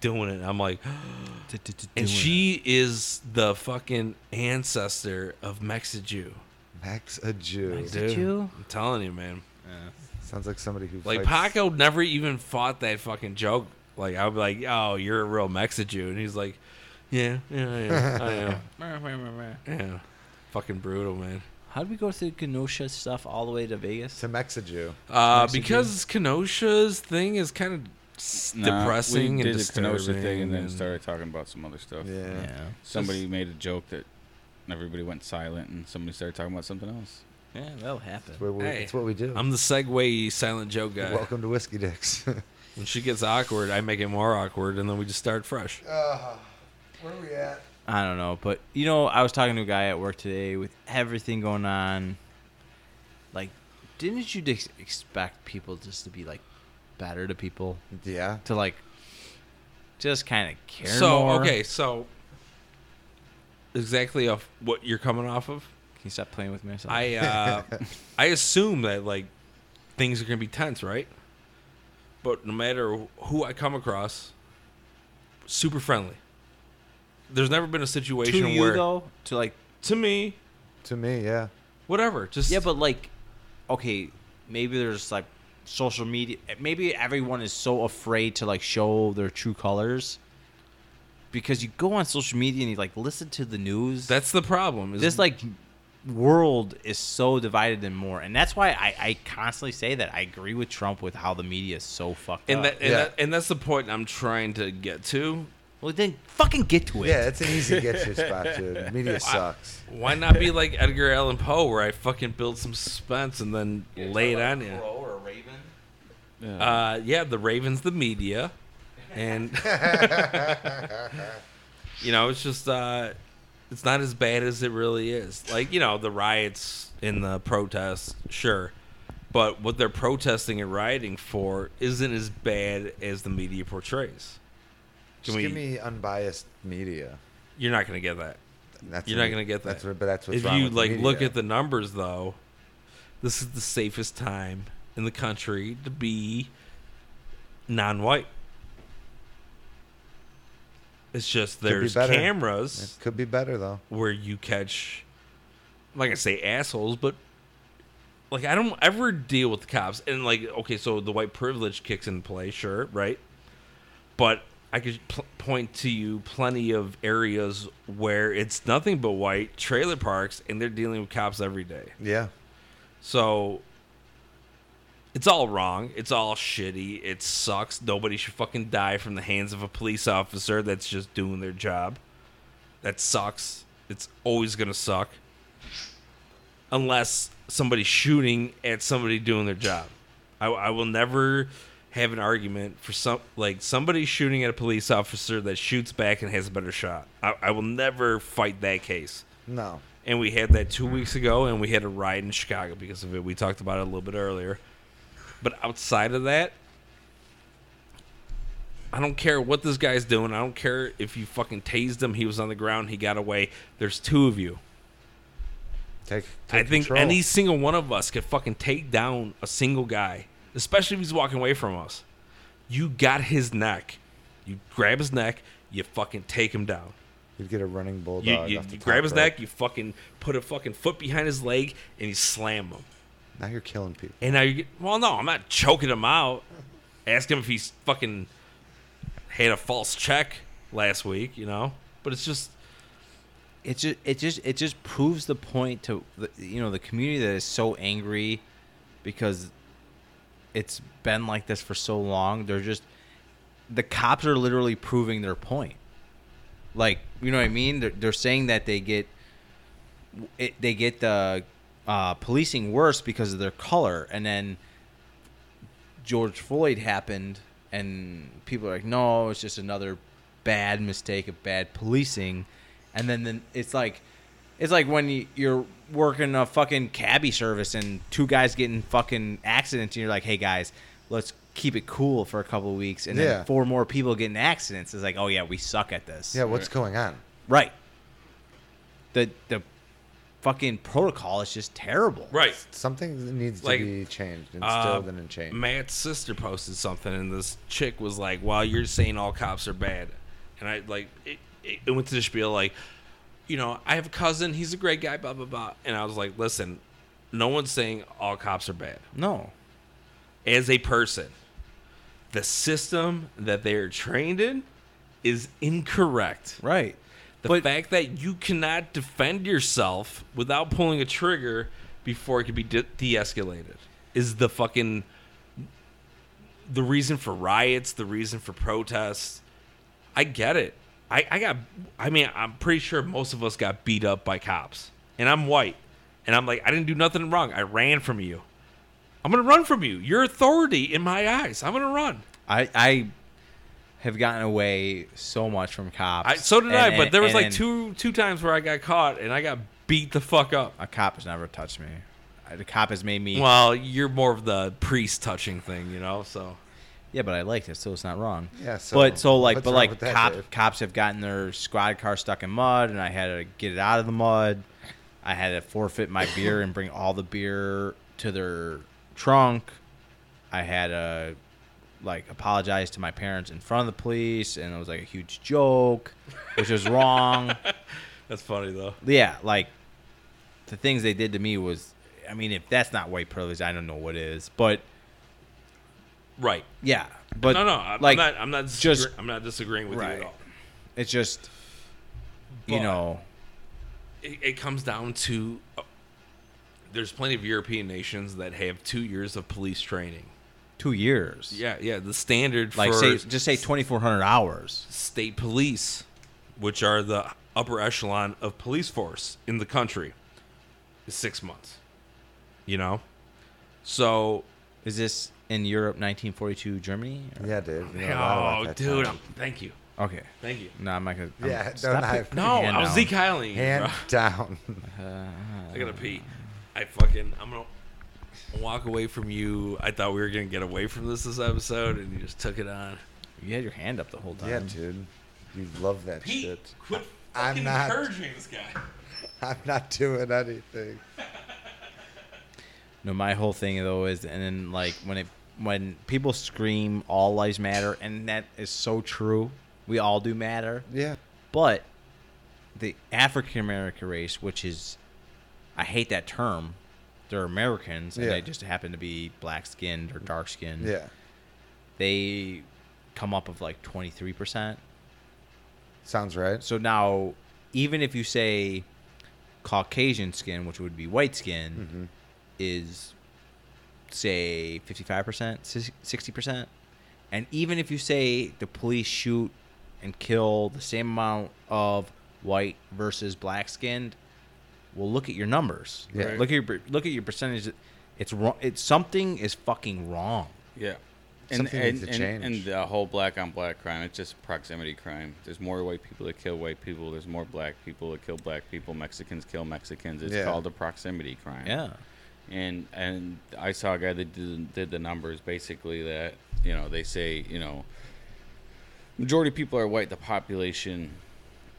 Speaker 3: doing it. I'm like, [GASPS] and she is the fucking ancestor of Mexiju.
Speaker 5: Max a Jew.
Speaker 3: Dude,
Speaker 2: you?
Speaker 3: I'm telling you, man.
Speaker 5: Sounds like somebody who
Speaker 3: Like
Speaker 5: fights-
Speaker 3: Paco never even fought that fucking joke. Like I'd be like, "Oh, you're a real Mexiju," and he's like, "Yeah, yeah, I am. I am. yeah." Fucking brutal, man.
Speaker 2: How did we go through Kenosha stuff all the way to Vegas?
Speaker 5: to Max a Jew.
Speaker 3: Uh,
Speaker 2: Mexican.
Speaker 3: because Kenosha's thing is kind of
Speaker 1: Nah,
Speaker 3: depressing
Speaker 1: we
Speaker 3: and
Speaker 1: did the
Speaker 3: disturbing.
Speaker 1: Kenosha thing and then
Speaker 3: and-
Speaker 1: started talking about some other stuff.
Speaker 5: Yeah.
Speaker 2: Yeah.
Speaker 1: Somebody made a joke that everybody went silent and somebody started talking about something else.
Speaker 2: Yeah, that'll happen.
Speaker 5: It's what we,
Speaker 3: Hey,
Speaker 5: it's what we do.
Speaker 3: I'm the segue silent joke guy.
Speaker 5: Welcome to Whiskey Dicks. [LAUGHS]
Speaker 3: When she gets awkward, I make it more awkward, and then we just start fresh.
Speaker 5: Uh, where are we at?
Speaker 2: I don't know, but you know, I was talking to a guy at work today with everything going on. Like, didn't you dis- expect people just to be like better to people,
Speaker 5: Yeah.
Speaker 2: to like just kind of care
Speaker 3: so
Speaker 2: more?
Speaker 3: okay, so exactly off what you're coming off of.
Speaker 2: can you stop playing with myself?
Speaker 1: [LAUGHS]
Speaker 3: I uh, I assume that like things are gonna be tense, right? But no matter who I come across, super friendly. There's never been a
Speaker 2: to
Speaker 3: situation
Speaker 2: you
Speaker 3: where
Speaker 2: though, to like
Speaker 3: to me,
Speaker 5: To me, yeah.
Speaker 3: whatever. Just
Speaker 2: yeah, but like okay, maybe there's like social media. eh, Maybe everyone is so afraid to like show their true colors because you go on social media and you like listen to the news.
Speaker 3: that's the problem. Is
Speaker 2: this like world is so divided and more and that's why I, I constantly say that i agree with trump with how the media is so fucked
Speaker 3: and
Speaker 2: up
Speaker 3: that and,
Speaker 5: Yeah.
Speaker 3: that, and that's the point I'm trying to get to.
Speaker 2: well then fucking get to it
Speaker 5: Yeah, it's an easy get
Speaker 3: [LAUGHS]
Speaker 5: to spot, dude. Media sucks.
Speaker 3: Why not be like Edgar Allan Poe, where I fucking build some suspense and then lay it on you?
Speaker 2: or raven
Speaker 3: Uh, yeah, the Ravens, the media, and you know, it's just uh, it's not as bad as it really is. Like you know, the riots and the protests, sure, but what they're protesting and rioting for isn't as bad as the media portrays. Can
Speaker 5: Just
Speaker 3: we-
Speaker 5: give me unbiased media.
Speaker 3: You're not gonna get that.
Speaker 5: That's
Speaker 3: You're
Speaker 5: what-
Speaker 3: not gonna get that.
Speaker 5: That's what, but that's what's
Speaker 3: if
Speaker 5: wrong
Speaker 3: you
Speaker 5: with
Speaker 3: like
Speaker 5: media.
Speaker 3: look at the numbers though this is the safest time in the country to be non-white it's just
Speaker 5: be
Speaker 3: there's
Speaker 5: better.
Speaker 3: cameras
Speaker 5: It could be better though.
Speaker 3: where you catch I'm not gonna say assholes but like i don't ever deal with the cops and like okay so the white privilege kicks in play sure right but i could pl- point to you plenty of areas where it's nothing but white trailer parks and they're dealing with cops every day
Speaker 5: Yeah.
Speaker 3: so it's all wrong. It's all shitty. It sucks. Nobody should fucking die from the hands of a police officer that's just doing their job. That sucks. It's always going to suck. unless somebody's shooting at somebody doing their job. I, I will never have an argument for some like somebody shooting at a police officer that shoots back and has a better shot. I, I will never fight that case.
Speaker 5: No.
Speaker 3: And we had that two weeks ago, and we had a riot in Chicago because of it. We talked about it a little bit earlier. But outside of that, I don't care what this guy's doing. I don't care if you fucking tased him. He was on the ground. He got away. There's two of you.
Speaker 5: Take,
Speaker 3: I
Speaker 5: take
Speaker 3: think
Speaker 5: control.
Speaker 3: any single one of us could fucking take down a single guy, especially if he's walking away from us. You got his neck. You grab his neck. You fucking take him down.
Speaker 5: You'd get a running bulldog.
Speaker 3: You, you,
Speaker 5: off the
Speaker 3: you
Speaker 5: top
Speaker 3: grab his
Speaker 5: rope.
Speaker 3: neck. You fucking put a fucking foot behind his leg and you slam him.
Speaker 5: Now you're killing people.
Speaker 3: And now you get, well, no, I'm not choking him out. Ask him if he's fucking had a false check last week, you know? But it's just,
Speaker 2: it just it just it just proves the point to the, you know the community that is so angry because it's been like this for so long they're just the cops are literally proving their point like you know what i mean they're, they're saying that they get it, they get the uh, policing worse because of their color and then george floyd happened and people are like no it's just another bad mistake of bad policing and then, then it's like it's like when you, you're working a fucking cabbie service and two guys getting fucking accidents and you're like hey guys let's keep it cool for a couple of weeks and
Speaker 5: Yeah.
Speaker 2: then four more people get in accidents it's like oh yeah we suck at this
Speaker 5: Yeah, what's going on?
Speaker 2: Right. The the fucking protocol is just terrible.
Speaker 3: right.
Speaker 5: Something needs to
Speaker 3: Like,
Speaker 5: be changed,
Speaker 3: Uh,
Speaker 5: instilled, and and changed.
Speaker 3: Matt's sister posted something, and this chick was like, "Wow, you're saying all cops are bad," and I like it, it, it went to the spiel like, you know, I have a cousin, he's a great guy, blah blah blah, and I was like, listen, no one's saying all cops are bad.
Speaker 2: No.
Speaker 3: As a person, the system that they are trained in is incorrect.
Speaker 2: Right.
Speaker 3: The
Speaker 2: But-
Speaker 3: fact that you cannot defend yourself without pulling a trigger before it can be de- de-escalated is the fucking the reason for riots, the reason for protests. I get it. I, I got. I mean, I'm pretty sure most of us got beat up by cops, and I'm white, and I'm like, I didn't do nothing wrong. I ran from you. I'm gonna run from you. You're authority in my eyes. I'm gonna run.
Speaker 2: I I have gotten away so much from cops.
Speaker 3: I, so did
Speaker 2: And-
Speaker 3: I, but there was
Speaker 2: and-
Speaker 3: like
Speaker 2: and
Speaker 3: two two times where I got caught and I got beat the fuck up.
Speaker 2: A cop has never touched me. A cop has made me.
Speaker 3: Well, you're more of the priest touching thing, you know. So
Speaker 2: yeah, but I liked it, so it's not wrong.
Speaker 5: Yeah, so
Speaker 2: but so like,
Speaker 5: what's
Speaker 2: but
Speaker 5: wrong
Speaker 2: like,
Speaker 5: with that,
Speaker 2: cop,
Speaker 5: Dave?
Speaker 2: cops have gotten their squad car stuck in mud, and I had to get it out of the mud. I had to forfeit my beer and bring all the beer to their trunk. I had to like apologize to my parents in front of the police, and it was like a huge joke, which was wrong.
Speaker 5: [LAUGHS]
Speaker 3: that's funny though.
Speaker 2: yeah, like the things they did to me was, I mean, if that's not white privilege, I don't know what is. But
Speaker 3: Right?
Speaker 2: yeah, but
Speaker 3: no, no. I'm
Speaker 2: like
Speaker 3: not. I'm not. Disagree-
Speaker 2: just-
Speaker 3: I'm not disagreeing with you
Speaker 2: Right.
Speaker 3: at all.
Speaker 2: it's just, you
Speaker 3: But-
Speaker 2: know.
Speaker 3: It, it comes down to uh, there's plenty of European nations that have two years of police training.
Speaker 2: two years.
Speaker 3: Yeah, yeah. The standard
Speaker 2: Like
Speaker 3: for
Speaker 2: say just say twenty four hundred hours.
Speaker 3: state police, which are the upper echelon of police force in the country, is six months. You know, so
Speaker 2: Is this in Europe nineteen forty two Germany? Or-
Speaker 5: yeah, dude. you know a lot
Speaker 3: oh,
Speaker 5: about that
Speaker 3: dude,
Speaker 5: town.
Speaker 3: I'm, thank you,
Speaker 2: Okay.
Speaker 3: thank you.
Speaker 2: No, I'm not gonna I'm,
Speaker 5: Yeah, don't
Speaker 2: stop
Speaker 5: I-
Speaker 2: it.
Speaker 3: No,
Speaker 2: Hand
Speaker 3: I was
Speaker 2: down.
Speaker 3: Zeke Heiling.
Speaker 5: hand
Speaker 2: [LAUGHS]
Speaker 5: down. [LAUGHS]
Speaker 3: I gotta pee. I fucking I'm gonna walk away from you. I thought we were gonna get away from this this episode, and you just took it on.
Speaker 2: You had your hand up the whole time.
Speaker 5: yeah, dude. You love that
Speaker 3: Pete,
Speaker 5: shit.
Speaker 3: quit
Speaker 5: I'm
Speaker 3: fucking
Speaker 5: not.
Speaker 3: encouraging this guy.
Speaker 5: I'm not doing anything.
Speaker 2: No, my whole thing though is, and then like when it when people scream all lives matter, and that is so true. We all do matter.
Speaker 5: Yeah.
Speaker 2: but the African American race, which is, I hate that term. They're Americans, and
Speaker 5: Yeah.
Speaker 2: they just happen to be black skinned or dark skinned.
Speaker 5: Yeah.
Speaker 2: They come up of like twenty three percent.
Speaker 5: Sounds right.
Speaker 2: So now, even if you say Caucasian skin, which would be white skin, is say 55%, 60%. And even if you say the police shoot and kill the same amount of white versus black skinned, Well, look at your numbers.
Speaker 5: Yeah.
Speaker 2: Look at your per- look at your percentage. It's wrong. It's something is fucking wrong.
Speaker 1: Yeah. And,
Speaker 5: Something
Speaker 1: and,
Speaker 5: needs to
Speaker 1: and, and
Speaker 5: change.
Speaker 1: the whole black on black crime, it's just proximity crime. There's more white people that kill white people. There's more black people that kill black people. Mexicans kill Mexicans. It's
Speaker 5: Yeah.
Speaker 1: called a proximity crime.
Speaker 2: Yeah.
Speaker 1: and and I saw a guy that did, did the numbers basically that you know they say you know majority of people are white the population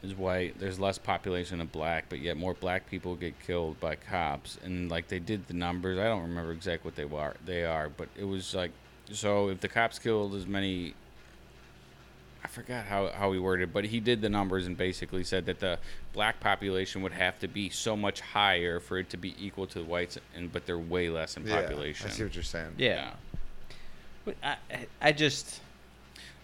Speaker 1: is white there's less population of black but yet more black people get killed by cops and like they did the numbers I don't remember exactly what they were they are but it was like so if the cops killed as many I forgot how, how he worded, it, but he did the numbers and basically said that the black population would have to be so much higher for it to be equal to the whites, and but they're way less in
Speaker 5: Yeah,
Speaker 1: population.
Speaker 5: I see what you're saying.
Speaker 1: Yeah.
Speaker 2: But I, I, I just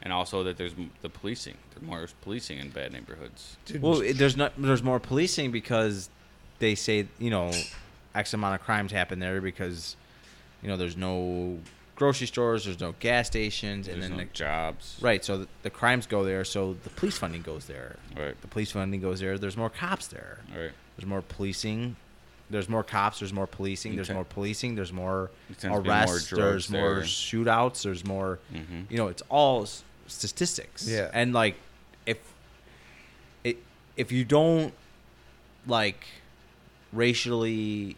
Speaker 1: and also that there's m- the policing. There's more policing in bad neighborhoods.
Speaker 5: Dude,
Speaker 2: well, it- there's not there's more policing because they say you know x amount of crimes happen there because you know there's no grocery stores, there's no gas stations,
Speaker 1: There's
Speaker 2: and then
Speaker 1: no
Speaker 2: the,
Speaker 1: jobs.
Speaker 2: Right. So the, the crimes go there. So the police funding goes there.
Speaker 1: Right.
Speaker 2: The police funding goes there. There's more cops there.
Speaker 1: Right.
Speaker 2: There's more policing. There's more cops. There's more policing. There's
Speaker 1: Okay.
Speaker 2: more policing. There's more
Speaker 1: It tends to be more
Speaker 2: arrests.
Speaker 1: drugs
Speaker 2: there's more
Speaker 1: there.
Speaker 2: shootouts. There's more.
Speaker 1: Mhm.
Speaker 2: You know, it's all s- statistics.
Speaker 5: Yeah.
Speaker 2: And like, if it if you don't like racially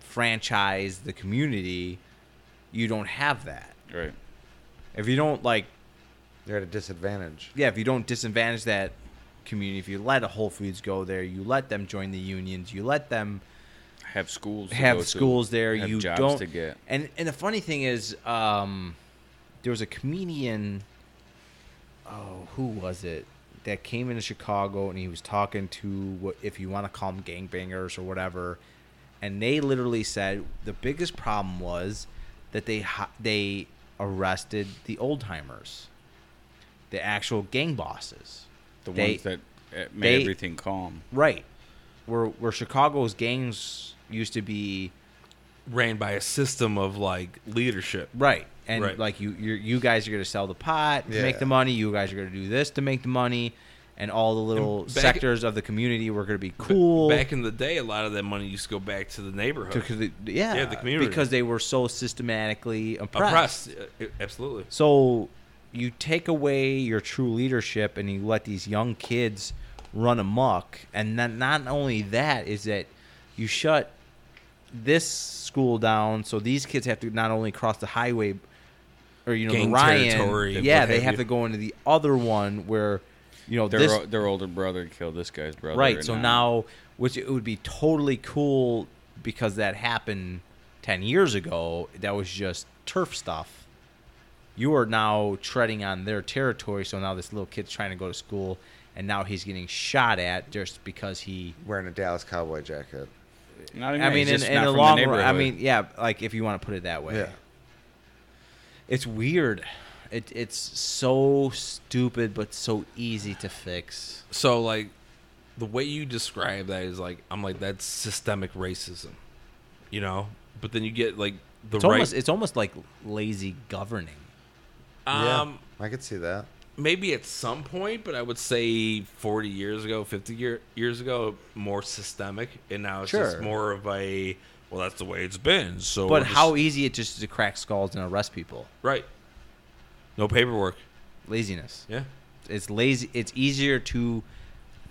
Speaker 2: franchise the community, you don't have that.
Speaker 1: Right.
Speaker 2: If you don't like
Speaker 5: they're at a disadvantage.
Speaker 2: yeah, if you don't disadvantage that community, if you let a Whole Foods go there, you let them join the unions, you let them
Speaker 1: Have schools. to go
Speaker 2: have
Speaker 1: to,
Speaker 2: schools there,
Speaker 1: have
Speaker 2: you
Speaker 1: jobs
Speaker 2: don't.
Speaker 1: to get.
Speaker 2: And and the funny thing is, um, there was a comedian. Oh, who was it that came into Chicago and he was talking to what if you want to call them gangbangers or whatever, and they literally said the biggest problem was that they hi- they arrested the old timers, the actual gang bosses,
Speaker 1: The
Speaker 2: They-
Speaker 1: ones that uh, made
Speaker 2: they-
Speaker 1: everything calm.
Speaker 2: right, where where Chicago's gangs used to be
Speaker 3: Ran by a system of like leadership.
Speaker 2: Right. And
Speaker 3: Right.
Speaker 2: like you, you, you guys are going to sell the pot to make
Speaker 5: Yeah.
Speaker 2: the money. You guys are going to do this to make the money, and all the little
Speaker 3: back-
Speaker 2: sectors of the community were going to be
Speaker 3: Ba-
Speaker 2: cool.
Speaker 3: Back in the day, a lot of that money used to go back to the
Speaker 2: to,
Speaker 3: neighborhood.
Speaker 2: to the- yeah,
Speaker 3: Yeah, the community.
Speaker 2: because they were so systematically oppressed.
Speaker 3: Oppressed. Uh, Absolutely.
Speaker 2: So you take away your true leadership, and you let these young kids run amok. And then not only that is that you shut this school down, so these kids have to not only cross the highway or you know
Speaker 3: Gang
Speaker 2: the Ryan,
Speaker 3: territory,
Speaker 2: yeah,
Speaker 3: what
Speaker 2: they
Speaker 3: have
Speaker 2: have
Speaker 3: you.
Speaker 2: to go into the other one where you know
Speaker 1: Their
Speaker 2: this
Speaker 1: o- their older brother killed this guy's brother.
Speaker 2: right.
Speaker 1: and
Speaker 2: So now, which it would be totally cool because that happened ten years ago. That was just turf stuff. You are now treading on their territory. So now this little kid's trying to go to school, and now he's getting shot at just because he
Speaker 5: Wearing a Dallas cowboy jacket.
Speaker 1: Not even,
Speaker 2: I mean, in, in
Speaker 1: a
Speaker 2: the long run, I mean, yeah, like if you want to put it that way,
Speaker 5: Yeah.
Speaker 2: it's weird. It, it's so stupid, but so easy to fix.
Speaker 3: So like, the way you describe that is like, I'm like that's systemic racism, you know. But then you get like the
Speaker 2: It's
Speaker 3: right.
Speaker 2: almost it's almost like lazy governing.
Speaker 3: um,
Speaker 5: yeah, I could see that.
Speaker 3: maybe at some point, but I would say 40 years ago, 50 year, years ago, more systemic, and now it's just
Speaker 2: Sure.
Speaker 3: more of a well, that's the way it's been. So,
Speaker 2: But
Speaker 3: we're just-
Speaker 2: how easy it just is to crack skulls and arrest people.
Speaker 3: Right. No paperwork.
Speaker 2: Laziness.
Speaker 3: Yeah.
Speaker 2: It's lazy. It's easier to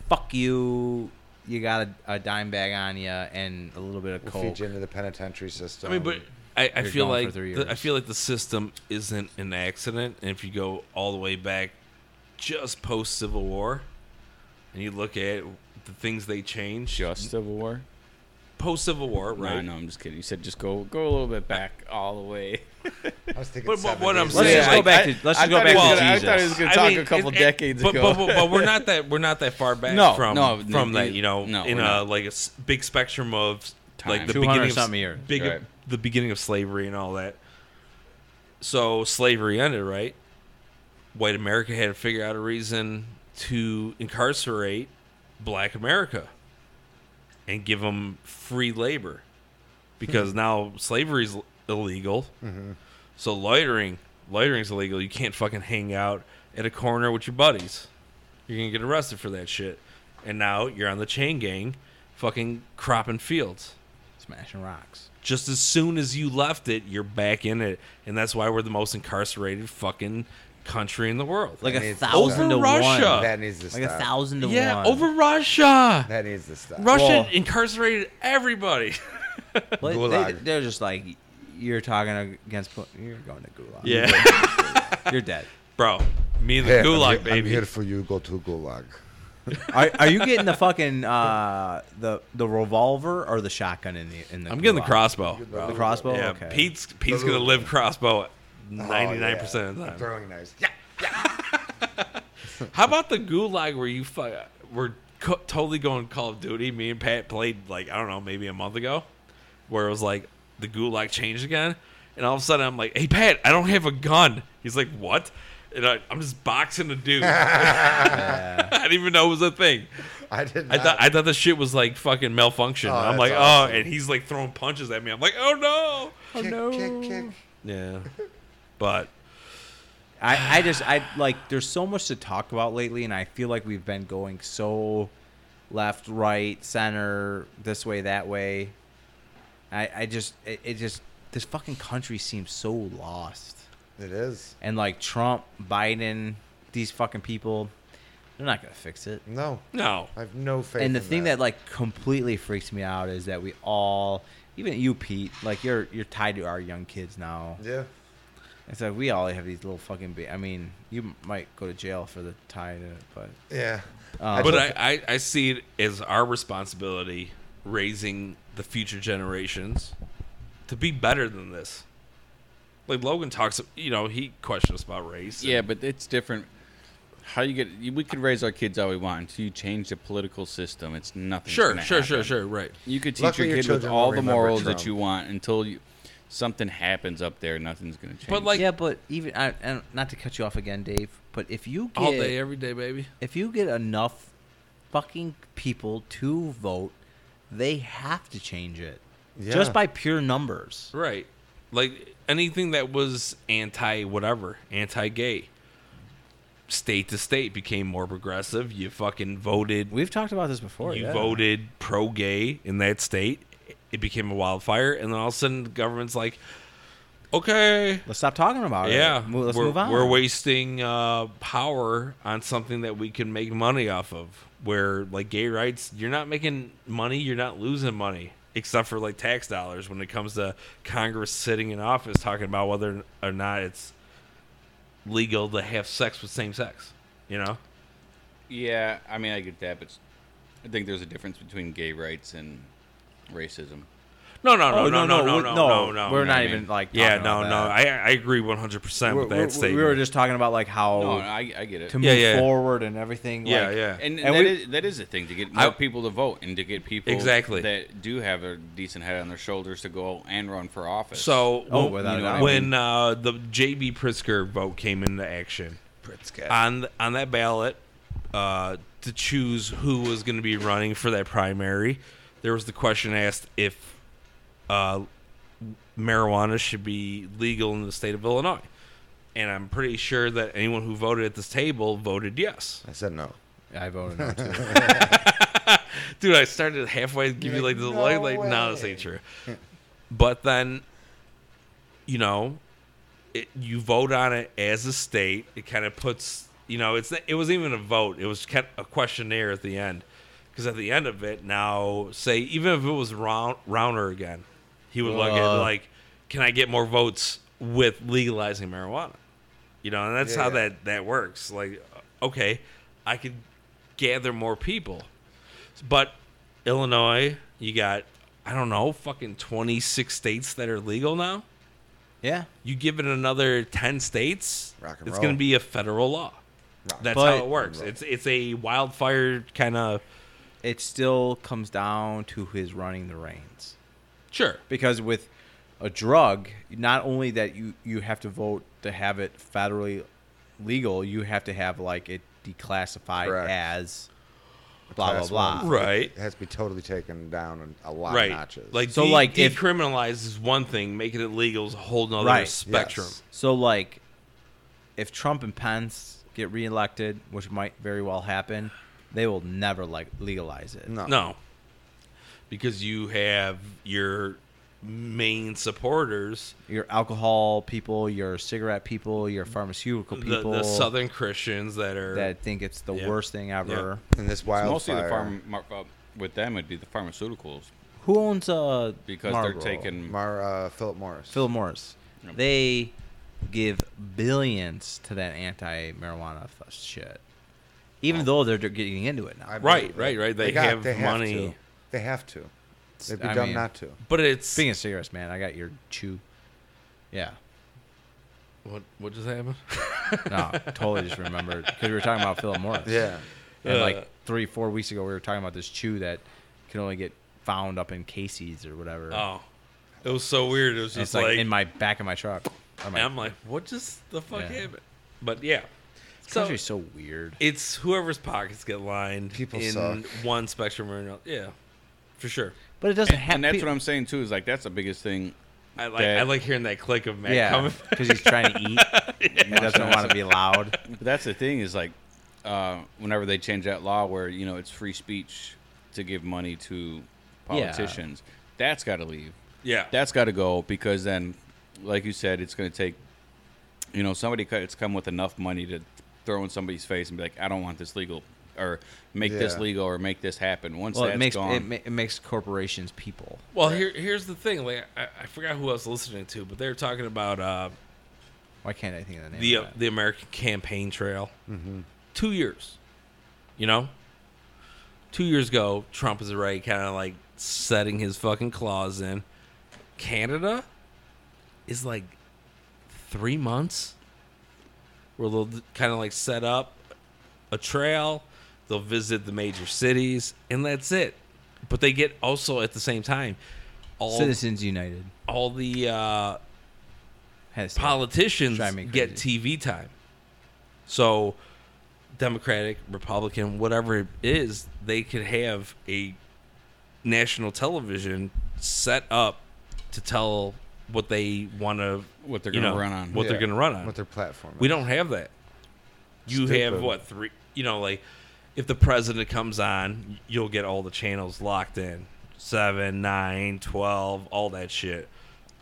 Speaker 2: fuck you. You got a, a dime bag on you and a little bit of
Speaker 5: We'll
Speaker 2: coke.
Speaker 5: feed you into the penitentiary
Speaker 3: I
Speaker 5: system.
Speaker 3: mean, but I, I
Speaker 2: you're
Speaker 3: feel
Speaker 2: gone for
Speaker 3: like
Speaker 2: three
Speaker 3: the, I
Speaker 2: years.
Speaker 3: feel like the system isn't an accident, and if you go all the way back, just post Civil War, and you look at the things they changed,
Speaker 1: just civil war.
Speaker 3: post Civil War,
Speaker 1: Right. No,
Speaker 3: right?
Speaker 1: no, I'm just kidding. You said just go go a little bit back all the way.
Speaker 5: I was thinking
Speaker 3: But what- what
Speaker 5: 70s.
Speaker 3: I'm
Speaker 2: Let's
Speaker 3: saying-
Speaker 2: just
Speaker 3: I-
Speaker 2: go back to
Speaker 1: I-
Speaker 2: let's
Speaker 1: I
Speaker 2: just go
Speaker 1: thought it
Speaker 2: back to
Speaker 1: was
Speaker 2: Jesus.
Speaker 1: gonna- I thought it was gonna
Speaker 3: I
Speaker 1: talk
Speaker 3: mean,
Speaker 1: a couple
Speaker 3: it- it-
Speaker 1: decades
Speaker 3: but,
Speaker 1: ago.
Speaker 3: But, but,
Speaker 1: [LAUGHS]
Speaker 3: but we're not that we're not that far back
Speaker 1: No,
Speaker 3: from
Speaker 1: no,
Speaker 3: from
Speaker 1: no,
Speaker 3: that you know
Speaker 1: no,
Speaker 3: in
Speaker 1: we're
Speaker 3: a
Speaker 1: not.
Speaker 3: uh, like a s- big spectrum of like the
Speaker 1: 200
Speaker 3: beginning of
Speaker 2: something years.
Speaker 3: big
Speaker 1: Right.
Speaker 3: the beginning of slavery and all that. So slavery ended, right? White America had to figure out a reason to incarcerate Black America and give them free labor because
Speaker 2: Hmm.
Speaker 3: now slavery's l- illegal.
Speaker 2: Mm-hmm.
Speaker 3: So loitering, loitering's illegal. You can't fucking hang out at a corner with your buddies. You're gonna get arrested for that shit. And now you're on the chain gang, fucking cropping fields.
Speaker 2: Smashing rocks.
Speaker 3: Just as soon as you left it, you're back in it, and that's why we're the most incarcerated fucking country in the world.
Speaker 2: Like
Speaker 5: I
Speaker 2: a
Speaker 5: mean,
Speaker 2: thousand to
Speaker 3: over Russia.
Speaker 2: one.
Speaker 5: That needs to
Speaker 2: Like a
Speaker 5: stop.
Speaker 2: thousand to
Speaker 3: yeah,
Speaker 2: one.
Speaker 3: over Russia.
Speaker 5: That needs to stop.
Speaker 3: Russia
Speaker 2: Well-
Speaker 3: incarcerated
Speaker 5: [LAUGHS]
Speaker 3: everybody.
Speaker 2: But they,
Speaker 5: Gulag.
Speaker 2: they're just like, you're talking against. Pu- You're going to gulag. you're dead.
Speaker 3: [LAUGHS] bro. Me and the
Speaker 5: Hey, I'm,
Speaker 3: gulag,
Speaker 5: here- I'm
Speaker 3: baby.
Speaker 5: here for you. Go to gulag.
Speaker 2: Are, are you getting the fucking uh, the the revolver or the shotgun in the in the?
Speaker 3: I'm getting the
Speaker 2: gulag?
Speaker 3: crossbow.
Speaker 2: The
Speaker 5: Oh,
Speaker 2: crossbow.
Speaker 3: Yeah,
Speaker 2: okay.
Speaker 3: Pete's Pete's gonna live crossbow ninety nine percent
Speaker 5: Oh,
Speaker 3: of
Speaker 5: yeah.
Speaker 3: the time.
Speaker 5: Throwing knives. Yeah.
Speaker 3: How about the gulag where you fuck, we're co- totally going Call of Duty? Me and Pat played like I don't know, maybe a month ago, where it was like the gulag changed again, and all of a sudden I'm like, "Hey Pat, I don't have a gun." He's like, "What?" And I, I'm just boxing a dude. [LAUGHS] I
Speaker 2: Yeah.
Speaker 3: didn't even know it was a thing.
Speaker 5: I did
Speaker 3: I
Speaker 5: not.
Speaker 3: thought I thought the shit was like fucking malfunction.
Speaker 5: Oh,
Speaker 3: I'm
Speaker 5: that's
Speaker 3: like,
Speaker 5: awesome.
Speaker 3: oh, and he's like throwing punches at me. I'm like, oh
Speaker 5: kick,
Speaker 2: no.
Speaker 5: kick, kick.
Speaker 3: no. Yeah, but
Speaker 2: I, I just I like there's so much to talk about lately and I feel like we've been going so left, right, center, this way, that way. I, I just it, it just this fucking country seems so lost.
Speaker 5: It is.
Speaker 2: And like Trump, Biden, these fucking people, they're not gonna fix it.
Speaker 5: No.
Speaker 3: no,
Speaker 5: I have no faith.
Speaker 2: and the
Speaker 5: in
Speaker 2: thing that. like completely freaks me out is that we all even you Pete, like you're you're tied to our young kids now.
Speaker 5: Yeah.
Speaker 2: It's like we all have these little fucking. Ba- I mean, you m- might go to jail for the tie to it, but
Speaker 5: Yeah.
Speaker 2: um,
Speaker 3: but I, I, I see it as our responsibility raising the future generations to be better than this. Like Logan talks, you know, he questioned us about race. and-
Speaker 1: Yeah, but it's different. How you get? you- We could raise our kids all we want until you change the political system. It's nothing.
Speaker 3: sure, sure, sure, sure, right.
Speaker 1: You could teach
Speaker 5: Luckily,
Speaker 1: your
Speaker 5: your
Speaker 1: kid with
Speaker 5: children
Speaker 1: all
Speaker 5: will
Speaker 1: the
Speaker 5: remember
Speaker 1: morals that
Speaker 5: Trump.
Speaker 1: you want until you, something happens up there. Nothing's gonna change.
Speaker 3: But, like-
Speaker 2: yeah, but even I, and not to cut you off again, Dave. But if you
Speaker 3: All day,
Speaker 2: get
Speaker 3: every day, baby.
Speaker 2: if you get enough fucking people to vote, they have to change it
Speaker 5: Yeah.
Speaker 2: just by pure numbers.
Speaker 3: Right. Like anything that was anti whatever, anti gay, state to state became more progressive. You fucking voted
Speaker 2: We've talked about this before.
Speaker 3: you
Speaker 2: yeah.
Speaker 3: voted pro gay in that state. It became a wildfire and then all of a sudden the government's like, Okay,
Speaker 2: Let's stop talking about
Speaker 3: yeah,
Speaker 2: it. Mo- Let's
Speaker 3: we're,
Speaker 2: move on.
Speaker 3: we're wasting uh, power on something that we can make money off of. Where like gay rights, you're not making money, you're not losing money, except for like tax dollars. When it comes to Congress sitting in office talking about whether or not it's legal to have sex with same sex, you know?
Speaker 1: yeah, I mean, I get that, but I think there's a difference between gay rights and racism.
Speaker 3: No, no, no,
Speaker 2: Oh,
Speaker 3: no, no, no, no,
Speaker 2: we're-
Speaker 3: no, no.
Speaker 2: We're
Speaker 1: no, I
Speaker 2: not
Speaker 1: mean-
Speaker 2: even like.
Speaker 3: Yeah,
Speaker 2: talking
Speaker 3: no,
Speaker 2: about
Speaker 3: no.
Speaker 2: that.
Speaker 3: I I agree 100 percent
Speaker 2: We're-
Speaker 3: with that
Speaker 2: we're-
Speaker 3: statement.
Speaker 2: we were just talking about like how
Speaker 1: No, I, I get it.
Speaker 2: to
Speaker 3: Yeah,
Speaker 2: move
Speaker 3: yeah.
Speaker 2: forward and everything.
Speaker 3: yeah,
Speaker 2: like,
Speaker 3: yeah.
Speaker 1: and,
Speaker 2: And
Speaker 1: that,
Speaker 2: we-
Speaker 1: is, that is the thing to get
Speaker 3: I-
Speaker 1: more people to vote and to get people
Speaker 3: Exactly.
Speaker 1: that do have a decent head on their shoulders to go and run for office.
Speaker 3: So
Speaker 2: Oh,
Speaker 3: when-
Speaker 2: without
Speaker 1: a doubt.
Speaker 3: when uh, the JB Pritzker vote came into action on th- on that ballot uh, to choose who was going to be running for that primary, there was the question asked if uh, marijuana should be legal in the state of Illinois, and I'm pretty sure that anyone who voted at this table voted yes.
Speaker 5: I said no.
Speaker 2: I voted [LAUGHS] no too.
Speaker 3: dude, I started halfway to give you
Speaker 5: You're
Speaker 3: like
Speaker 5: like,
Speaker 3: the
Speaker 5: "No
Speaker 3: like, like no, this
Speaker 5: way."
Speaker 3: ain't true. but then, you know, it, you vote on it as a state. It kind of puts, you know, it's it wasn't even a vote. It was kind of a questionnaire at the end, because at the end of it, now say even if it was round rounder again, he would look at
Speaker 2: Uh.
Speaker 3: like, can I get more votes with legalizing marijuana? You know, and that's
Speaker 5: Yeah,
Speaker 3: how
Speaker 5: yeah.
Speaker 3: that that works. Like, okay, I could gather more people, but Illinois, you got I don't know, fucking twenty six states that are legal now.
Speaker 2: Yeah,
Speaker 3: You give it another ten states,
Speaker 5: Rock and
Speaker 3: it's
Speaker 5: roll.
Speaker 3: going to be a federal law.
Speaker 5: Rock
Speaker 3: That's
Speaker 2: But-
Speaker 3: how it works. It's it's a wildfire kind of
Speaker 2: it still comes down to his running the reins
Speaker 3: sure.
Speaker 2: because with a drug, not only that you you have to vote to have it federally legal, you have to have like it declassified
Speaker 5: Correct.
Speaker 2: as blah blah
Speaker 5: Class
Speaker 2: blah.
Speaker 5: one.
Speaker 3: Right.
Speaker 5: It has to be totally taken down a lot
Speaker 3: right.
Speaker 5: of notches.
Speaker 3: Like
Speaker 2: So,
Speaker 3: so, like
Speaker 2: like, if-
Speaker 3: decriminalize is one thing, making it legal is a whole nother
Speaker 2: Right.
Speaker 3: spectrum.
Speaker 5: Yes.
Speaker 2: So like, if Trump and Pence get reelected, which might very well happen, they will never like legalize it.
Speaker 5: no.
Speaker 3: No, because you have your main supporters,
Speaker 2: Your alcohol people, your cigarette people, your pharmaceutical
Speaker 3: the,
Speaker 2: people
Speaker 3: the Southern Christians that are
Speaker 2: that think it's the
Speaker 3: Yeah.
Speaker 2: worst thing ever.
Speaker 5: And this
Speaker 1: It's
Speaker 5: wildfire.
Speaker 1: mostly the farm mar- uh, with them would be the pharmaceuticals
Speaker 2: Who owns uh
Speaker 1: because
Speaker 2: Marlboro?
Speaker 1: they're taking
Speaker 5: Mar, uh, Philip Morris.
Speaker 2: Phil Morris.
Speaker 1: Yep.
Speaker 2: They give billions to that anti-marijuana f- shit, even though they're d- getting into it now.
Speaker 5: I believe
Speaker 3: Right,
Speaker 5: it.
Speaker 3: right, right. They have money.
Speaker 5: To. They have to. They'd be
Speaker 2: I
Speaker 5: dumb
Speaker 2: mean,
Speaker 5: not to.
Speaker 3: But it's
Speaker 2: Speaking of cigarettes, man, I got your chew. Yeah,
Speaker 3: what what just happened?
Speaker 2: no, totally just remembered because we were talking about Philip Morris.
Speaker 5: Yeah.
Speaker 2: and
Speaker 3: Uh.
Speaker 2: like three, four weeks ago, we were talking about this chew that can only get found up in Casey's or whatever.
Speaker 3: Oh, it was so weird. It was
Speaker 2: And it's
Speaker 3: just
Speaker 2: like,
Speaker 3: like,
Speaker 2: in my back of my truck. I'm
Speaker 3: and
Speaker 2: like,
Speaker 3: I'm like, what just the fuck
Speaker 2: Yeah.
Speaker 3: happened? But yeah,
Speaker 2: this
Speaker 3: so
Speaker 2: country's so weird.
Speaker 3: it's whoever's pockets get lined.
Speaker 5: People
Speaker 3: in
Speaker 5: suck.
Speaker 3: one spectrum or another. Yeah, for sure.
Speaker 2: But it doesn't
Speaker 1: and,
Speaker 2: have.
Speaker 1: and that's
Speaker 2: pe-
Speaker 1: what I'm saying too is like that's the biggest thing
Speaker 3: I like
Speaker 1: That-
Speaker 3: I like hearing that click of Matt
Speaker 2: Yeah, [LAUGHS]
Speaker 3: coming.
Speaker 2: because he's trying
Speaker 3: [LAUGHS]
Speaker 2: to eat. He doesn't want to be loud.
Speaker 1: But that's the thing is like, uh, whenever they change that law where you know it's free speech to give money to politicians, that's got to leave.
Speaker 3: Yeah,
Speaker 1: That's got to go because then, like you said, it's going to take, you know, somebody co- it's come with enough money to throw in somebody's face and be like, I don't want this legal or make this
Speaker 5: Yeah.
Speaker 1: legal or make this happen. Once
Speaker 2: Well,
Speaker 1: that's
Speaker 2: it makes
Speaker 1: gone,
Speaker 2: it, ma- it makes corporations people.
Speaker 3: Well, here, here's the thing. Like, I, I forgot who I was listening to, but they were talking about uh,
Speaker 2: Why can't I think of the name?
Speaker 3: the
Speaker 2: of
Speaker 3: uh,
Speaker 2: that?
Speaker 3: the American Campaign Trail. Two years, you know. Two years ago, Trump is already kind of like setting his fucking claws in. Canada is like three months. Where they'll kind of like set up a trail. They'll visit the major cities, and that's it. But they get also at the same time all
Speaker 2: Citizens United
Speaker 3: all the uh,
Speaker 2: has
Speaker 3: politicians
Speaker 2: Drive me
Speaker 3: get
Speaker 2: crazy.
Speaker 3: TV time. So, Democratic, Republican, whatever it is, they could have a national television set up to tell what they want to
Speaker 1: What they're gonna run on.
Speaker 3: what they're
Speaker 5: Yeah.
Speaker 3: going to run on.
Speaker 5: What their platform
Speaker 3: We
Speaker 5: is.
Speaker 3: don't have that. You have
Speaker 5: Stupid.
Speaker 3: what three? You know, like if the president comes on, you'll get all the channels locked in seven, nine, twelve, all that shit.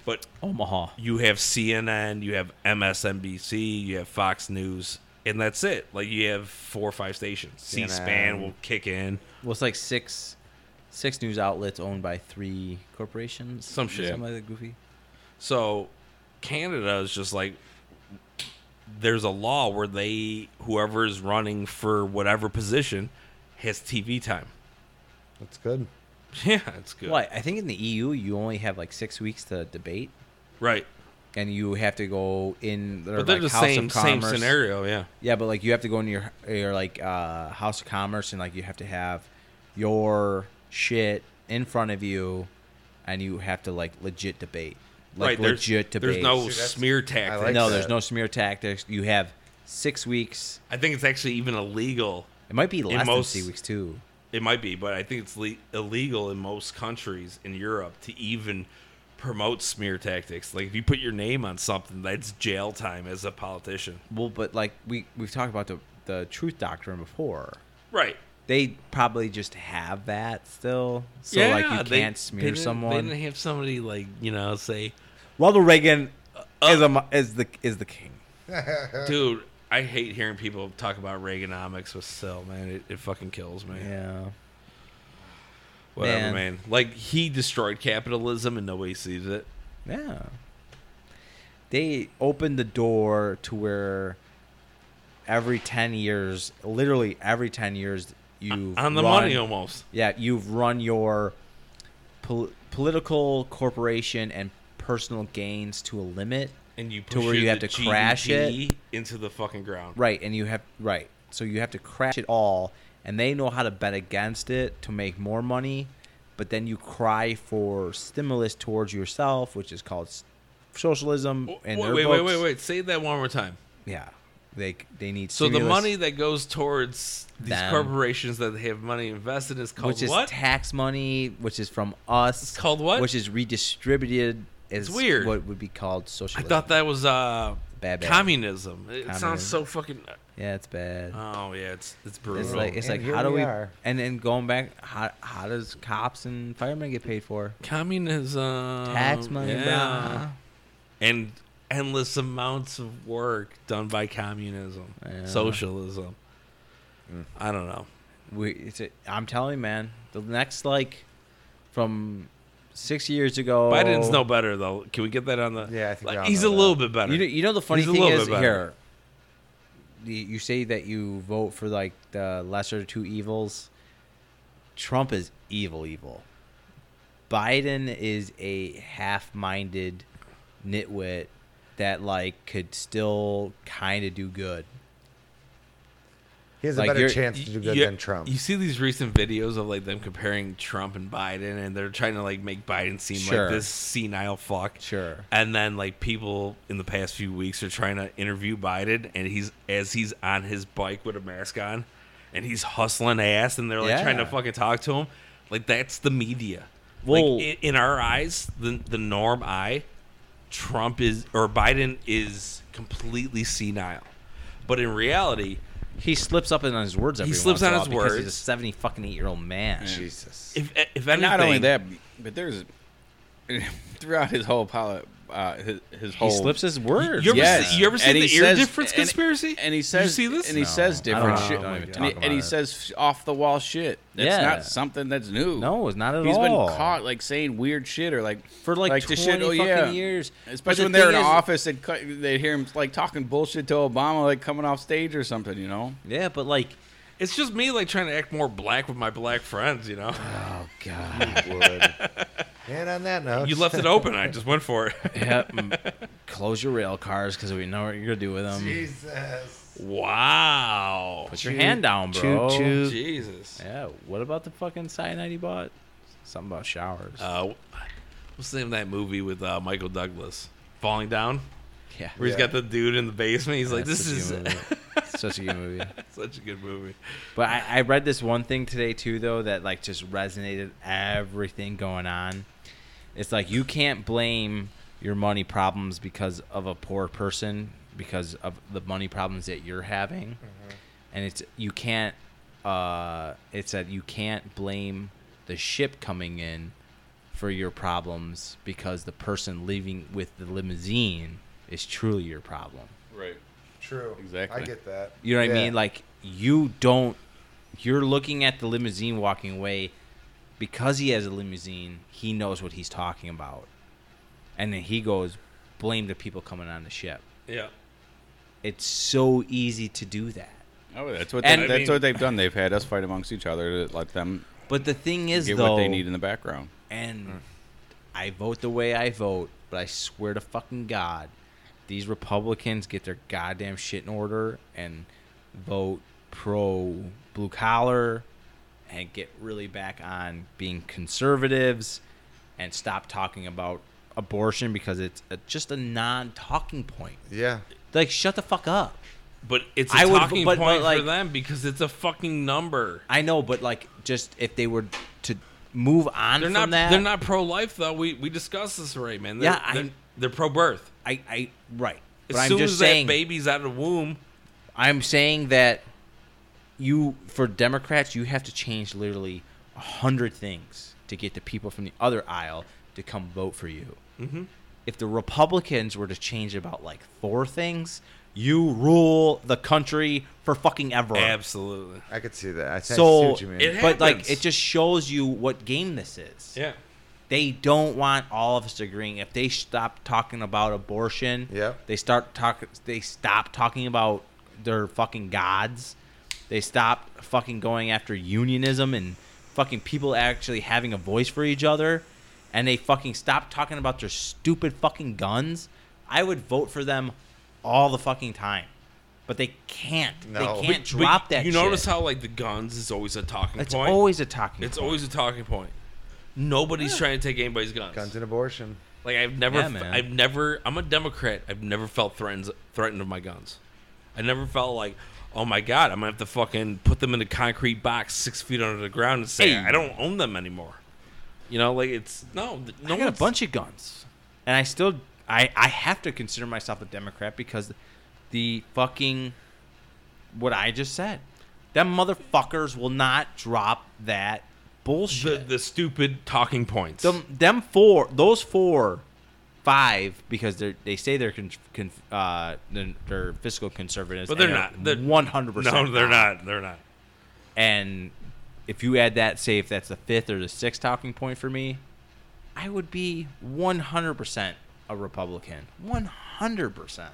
Speaker 3: But
Speaker 2: Omaha.
Speaker 3: you have CNN, you have MSNBC, you have Fox News, and that's it. Like you have four or five stations.
Speaker 5: CNN.
Speaker 3: C-SPAN will kick in.
Speaker 2: Well, it's like six six news outlets owned by three corporations.
Speaker 3: Some shit.
Speaker 2: Something like that goofy.
Speaker 3: So Canada is just like there's a law where they whoever is running for whatever position has TV time. [LAUGHS]
Speaker 5: That's good.
Speaker 3: Yeah, it's good.
Speaker 2: Well, I- I think in the EU you only have like six weeks to debate,
Speaker 3: Right.
Speaker 2: and you have to go in. Their,
Speaker 3: But they're
Speaker 2: like,
Speaker 3: the
Speaker 2: House
Speaker 3: same
Speaker 2: of
Speaker 3: same
Speaker 2: Commerce.
Speaker 3: scenario, yeah.
Speaker 2: Yeah, but like you have to go into your your like uh, House of Commerce and like you have to have your shit in front of you, and you have to like legit debate, like
Speaker 3: right. There's,
Speaker 2: legit
Speaker 3: there's
Speaker 2: debate.
Speaker 3: no
Speaker 5: See, that's-
Speaker 3: smear
Speaker 5: I
Speaker 3: tactics.
Speaker 5: like
Speaker 2: no,
Speaker 5: that.
Speaker 2: there's no smear tactics. You have six weeks.
Speaker 3: I think it's actually even illegal
Speaker 2: It might be less
Speaker 3: most-
Speaker 2: than six weeks too.
Speaker 3: It might be, but I think it's le- illegal in most countries in Europe to even promote smear tactics. Like if you put your name on something, that's jail time as a politician.
Speaker 2: Well, but like we we've talked about the the truth doctrine before.
Speaker 3: Right.
Speaker 2: They probably just have that still. So like you can't smear
Speaker 3: They
Speaker 2: someone.
Speaker 3: didn't have somebody like you know say,
Speaker 2: Ronald Reagan
Speaker 3: Uh,
Speaker 2: is a mo- is the is the king.
Speaker 3: "Dude, I hate hearing people talk about Reaganomics with Sill, man. It, it fucking kills me.
Speaker 2: Yeah.
Speaker 3: Whatever,
Speaker 2: Man.
Speaker 3: man. Like he destroyed capitalism and nobody sees it.
Speaker 2: Yeah. They opened the door to where every 10 years, literally every 10 years, you
Speaker 3: On the
Speaker 2: run,
Speaker 3: money almost.
Speaker 2: Yeah, you've run your pol- political corporation and personal gains to a limit.
Speaker 3: And you push
Speaker 2: To where you
Speaker 3: the
Speaker 2: have to crash it?
Speaker 3: GDP into the fucking ground.
Speaker 2: Right, and you have right. So you have to crash it all and they know how to bet against it to make more money, but then you cry for stimulus towards yourself, which is called s- socialism
Speaker 3: Wait,
Speaker 2: and their
Speaker 3: wait, wait,
Speaker 2: books.
Speaker 3: wait, wait. Say that one more time.
Speaker 2: Yeah. They they need
Speaker 3: So the
Speaker 2: stimulus,
Speaker 3: money that goes towards these
Speaker 2: Them.
Speaker 3: corporations that have money invested is called
Speaker 2: which is
Speaker 3: what?
Speaker 2: tax money, which is from us. It's
Speaker 3: called what?
Speaker 2: Which is redistributed is
Speaker 3: It's weird.
Speaker 2: what would be called
Speaker 3: I
Speaker 2: socialism.
Speaker 3: thought that was uh,
Speaker 2: Bad, bad.
Speaker 3: communism. It sounds
Speaker 2: Communism.
Speaker 3: so fucking.
Speaker 2: Yeah, it's bad.
Speaker 3: Oh yeah, it's it's brutal.
Speaker 2: it's like it's
Speaker 5: And
Speaker 2: like
Speaker 5: here
Speaker 2: how do
Speaker 5: we
Speaker 2: we?
Speaker 5: are.
Speaker 2: And then going back, how how does cops and firemen get paid for?
Speaker 3: communism.
Speaker 2: Tax money,
Speaker 3: Um, yeah.
Speaker 2: yeah.
Speaker 3: and endless amounts of work done by communism,
Speaker 2: Yeah. Mm.
Speaker 3: socialism. I don't know.
Speaker 2: We, it's a, I'm telling you, man. The next like, from six years ago,
Speaker 3: Biden's no better though. Can we get that on the?
Speaker 5: Oh. Yeah, I think we
Speaker 3: Like,
Speaker 5: all
Speaker 3: he's a
Speaker 5: know
Speaker 3: little
Speaker 5: that.
Speaker 3: bit better.
Speaker 2: You, know- you know the funny
Speaker 3: He's a
Speaker 2: thing
Speaker 3: little
Speaker 2: is
Speaker 3: bit
Speaker 2: here.
Speaker 3: better.
Speaker 2: You you say that you vote for like the lesser of two evils. Trump is evil, evil. Biden is a half-minded nitwit that like could still kind of do good.
Speaker 5: He has
Speaker 2: Like,
Speaker 5: a better
Speaker 2: you're-
Speaker 5: chance to do good
Speaker 3: You-
Speaker 5: than Trump.
Speaker 3: You see these recent videos of like them comparing Trump and Biden, and they're trying to like make Biden seem
Speaker 2: Sure.
Speaker 3: like this senile fuck.
Speaker 2: Sure.
Speaker 3: And then like people in the past few weeks are trying to interview Biden, and he's as he's on his bike with a mask on, and he's hustling ass, and they're like trying to
Speaker 2: Yeah.
Speaker 3: fucking talk to him. Like that's the media.
Speaker 2: Well-
Speaker 3: like in, in our eyes, the the norm eye, Trump is or Biden is completely senile, but in reality.
Speaker 2: He slips up on his words. Every once
Speaker 3: slips
Speaker 2: in
Speaker 3: on
Speaker 2: a
Speaker 3: his
Speaker 2: while because He's a
Speaker 3: words.
Speaker 2: seventy fucking eight year old man.
Speaker 5: Jesus.
Speaker 3: If, if
Speaker 1: And
Speaker 3: anything,
Speaker 1: not only that, but there's [LAUGHS] throughout his whole poli- uh, his, his
Speaker 2: He
Speaker 1: whole
Speaker 2: slips his words.
Speaker 3: Oh. You ever,
Speaker 1: Yes.
Speaker 3: see, you ever seen
Speaker 1: And
Speaker 3: the
Speaker 1: he
Speaker 3: ear
Speaker 1: says-
Speaker 3: difference
Speaker 1: and-
Speaker 3: conspiracy?
Speaker 1: and he
Speaker 3: Did
Speaker 1: says
Speaker 3: you see this?
Speaker 1: and he
Speaker 2: No,
Speaker 1: says
Speaker 2: I don't
Speaker 1: different
Speaker 2: know.
Speaker 1: shit
Speaker 2: Don't even
Speaker 1: and,
Speaker 2: talk
Speaker 1: he,
Speaker 2: about
Speaker 1: and he
Speaker 2: it.
Speaker 1: says off the wall shit that's
Speaker 2: Yeah.
Speaker 1: not something that's new
Speaker 2: no, it's not at
Speaker 1: He's
Speaker 2: all.
Speaker 1: been caught like saying weird shit or like
Speaker 2: for like,
Speaker 1: the
Speaker 2: 20
Speaker 1: shit, oh,
Speaker 2: fucking
Speaker 1: yeah.
Speaker 2: years. But the
Speaker 1: Especially when they're in
Speaker 2: thing is-
Speaker 1: office and cut, they hear him like talking bullshit to Obama, like coming off stage or something, you know.
Speaker 2: Yeah, but like,
Speaker 3: It's just me like trying to act more black with my black
Speaker 2: [LAUGHS]
Speaker 3: friends, you know.
Speaker 2: oh god,
Speaker 5: Would. and on that note,
Speaker 3: You left it open. I just went for it. [LAUGHS]
Speaker 2: yep. mm, Close your rail cars because we know what you're gonna do with them.
Speaker 5: Jesus.
Speaker 3: Wow.
Speaker 2: Put your hand down,
Speaker 5: choo-
Speaker 2: bro.
Speaker 5: choo.
Speaker 3: Jesus.
Speaker 2: Yeah. What about the fucking cyanide he bought? Something about showers.
Speaker 3: Uh, what's the name of that movie with uh, Michael Douglas? Falling down,
Speaker 2: yeah.
Speaker 3: where he's
Speaker 5: Yeah.
Speaker 3: got the dude in the basement. He's like,
Speaker 2: That's such
Speaker 3: "This
Speaker 2: a
Speaker 3: is
Speaker 2: good movie. such a good movie.
Speaker 3: [LAUGHS] such a good movie."
Speaker 2: But I, I read this one thing today too, though, that like just resonated everything going on. It's like you can't blame your money problems because of a poor person because of the money problems that you're having, and it's you can't. Uh, it's that you can't blame the ship coming in for your problems because the person leaving with the limousine is truly your problem.
Speaker 1: Right.
Speaker 5: True.
Speaker 1: Exactly.
Speaker 5: I get that.
Speaker 2: You know what I
Speaker 5: Yeah.
Speaker 2: mean? Like you don't. You're looking at the limousine walking away because he has a limousine. He knows what he's talking about, and then he goes blame the people coming on the ship.
Speaker 3: Yeah.
Speaker 2: It's so easy to do that.
Speaker 1: Oh, that's what
Speaker 2: And-
Speaker 1: they,
Speaker 3: I
Speaker 1: that's
Speaker 3: mean-
Speaker 1: what they've done. They've had us fight amongst each other to let them
Speaker 2: But the thing is,
Speaker 1: get
Speaker 2: though,
Speaker 1: what they need in the background.
Speaker 2: and
Speaker 3: Mm.
Speaker 2: I vote the way I vote, but I swear to fucking God, these Republicans get their goddamn shit in order and vote pro blue collar and get really back on being conservatives and stop talking about abortion because it's a, just a non talking point.
Speaker 5: Yeah.
Speaker 2: Like, shut the fuck up.
Speaker 3: But it's a
Speaker 2: I would-
Speaker 3: talking
Speaker 2: but- but,
Speaker 3: point for
Speaker 2: like-
Speaker 3: them because it's a fucking number.
Speaker 2: I know, but like, just if they were to move on
Speaker 3: They're
Speaker 2: from
Speaker 3: not.
Speaker 2: that,
Speaker 3: They're not pro life though. We we discussed this already, man. They're,
Speaker 2: Yeah, I-
Speaker 3: they're, they're pro birth.
Speaker 2: I, I, right.
Speaker 3: As
Speaker 2: But I'm
Speaker 3: soon
Speaker 2: just
Speaker 3: as
Speaker 2: saying,
Speaker 3: that baby's out of the womb,
Speaker 2: I'm saying that you, for Democrats, you have to change literally a hundred things to get the people from the other aisle to come vote for you. Mm-hmm. If the Republicans were to change about like four things, you rule the country for fucking ever.
Speaker 3: absolutely.
Speaker 5: I could see that. I, I see
Speaker 2: So,
Speaker 5: what you mean.
Speaker 3: It
Speaker 2: but like,
Speaker 3: happens.
Speaker 2: it just shows you what game this is.
Speaker 3: Yeah.
Speaker 2: They don't want all of us agreeing. If they stop talking about abortion,
Speaker 5: Yep.
Speaker 2: they start talking. They stop talking about their fucking gods. They stop fucking going after unionism and fucking people actually having a voice for each other, and they fucking stop talking about their stupid fucking guns. I would vote for them all the fucking time, but they can't.
Speaker 5: No.
Speaker 2: They can't
Speaker 3: But
Speaker 2: drop that.
Speaker 3: You
Speaker 2: shit.
Speaker 3: notice how like the guns is always a talking
Speaker 2: it's
Speaker 3: point.
Speaker 2: always a talking.
Speaker 3: it's
Speaker 2: point.
Speaker 3: always a talking point. Nobody's trying to take anybody's guns.
Speaker 5: Guns and abortion.
Speaker 3: Like I've never,
Speaker 2: Yeah, man.
Speaker 3: I've never. I'm a Democrat. I've never felt threatened threatened of my guns. I never felt like, oh my god, I'm gonna have to fucking put them in a concrete box six feet under the ground and say
Speaker 2: Hey.
Speaker 3: I don't own them anymore. You know, like it's no, th- no
Speaker 2: I got a
Speaker 3: one's-
Speaker 2: bunch of guns, and I still I I have to consider myself a Democrat because the fucking what I just said. Them motherfuckers will not drop that
Speaker 3: The,
Speaker 2: bullshit.
Speaker 3: the stupid talking points.
Speaker 2: them, them four, those four, five, because they they say they're con, con, uh, they're- they're fiscal conservatives,
Speaker 3: but they're
Speaker 2: and
Speaker 3: not. They're
Speaker 2: one hundred percent.
Speaker 3: No, they're not. They're not.
Speaker 2: And if you add that, say if that's the fifth or the sixth talking point for me, I would be one hundred percent a Republican. One hundred percent.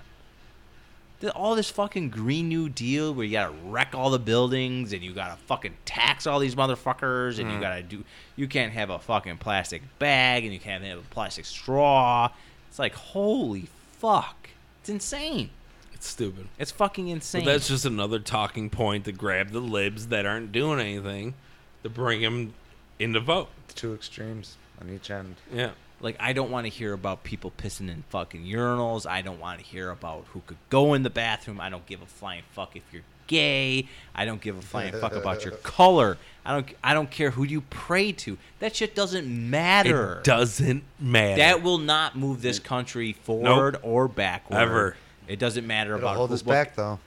Speaker 2: All this fucking Green New Deal where you gotta wreck all the buildings and you gotta fucking tax all these motherfuckers and you
Speaker 3: Mm.
Speaker 2: gotta do you can't have a fucking plastic bag and you can't have a plastic straw. It's like holy fuck. It's insane.
Speaker 3: It's stupid.
Speaker 2: It's fucking insane.
Speaker 3: But that's just another talking point to grab the libs that aren't doing anything to bring them into vote.
Speaker 5: Two extremes on each end.
Speaker 3: Yeah.
Speaker 2: Like I don't want to hear about people pissing in fucking urinals. I don't want to hear about who could go in the bathroom. I don't give a flying fuck if you're gay. I don't give a flying fuck about
Speaker 5: [LAUGHS]
Speaker 2: your color. I don't I don't care who you pray to. That shit doesn't matter.
Speaker 3: It doesn't matter.
Speaker 2: That will not move this country forward or backward.
Speaker 3: Ever.
Speaker 2: It doesn't matter
Speaker 5: It'll
Speaker 2: about
Speaker 5: hold
Speaker 2: who-
Speaker 5: us
Speaker 2: what-
Speaker 5: back though.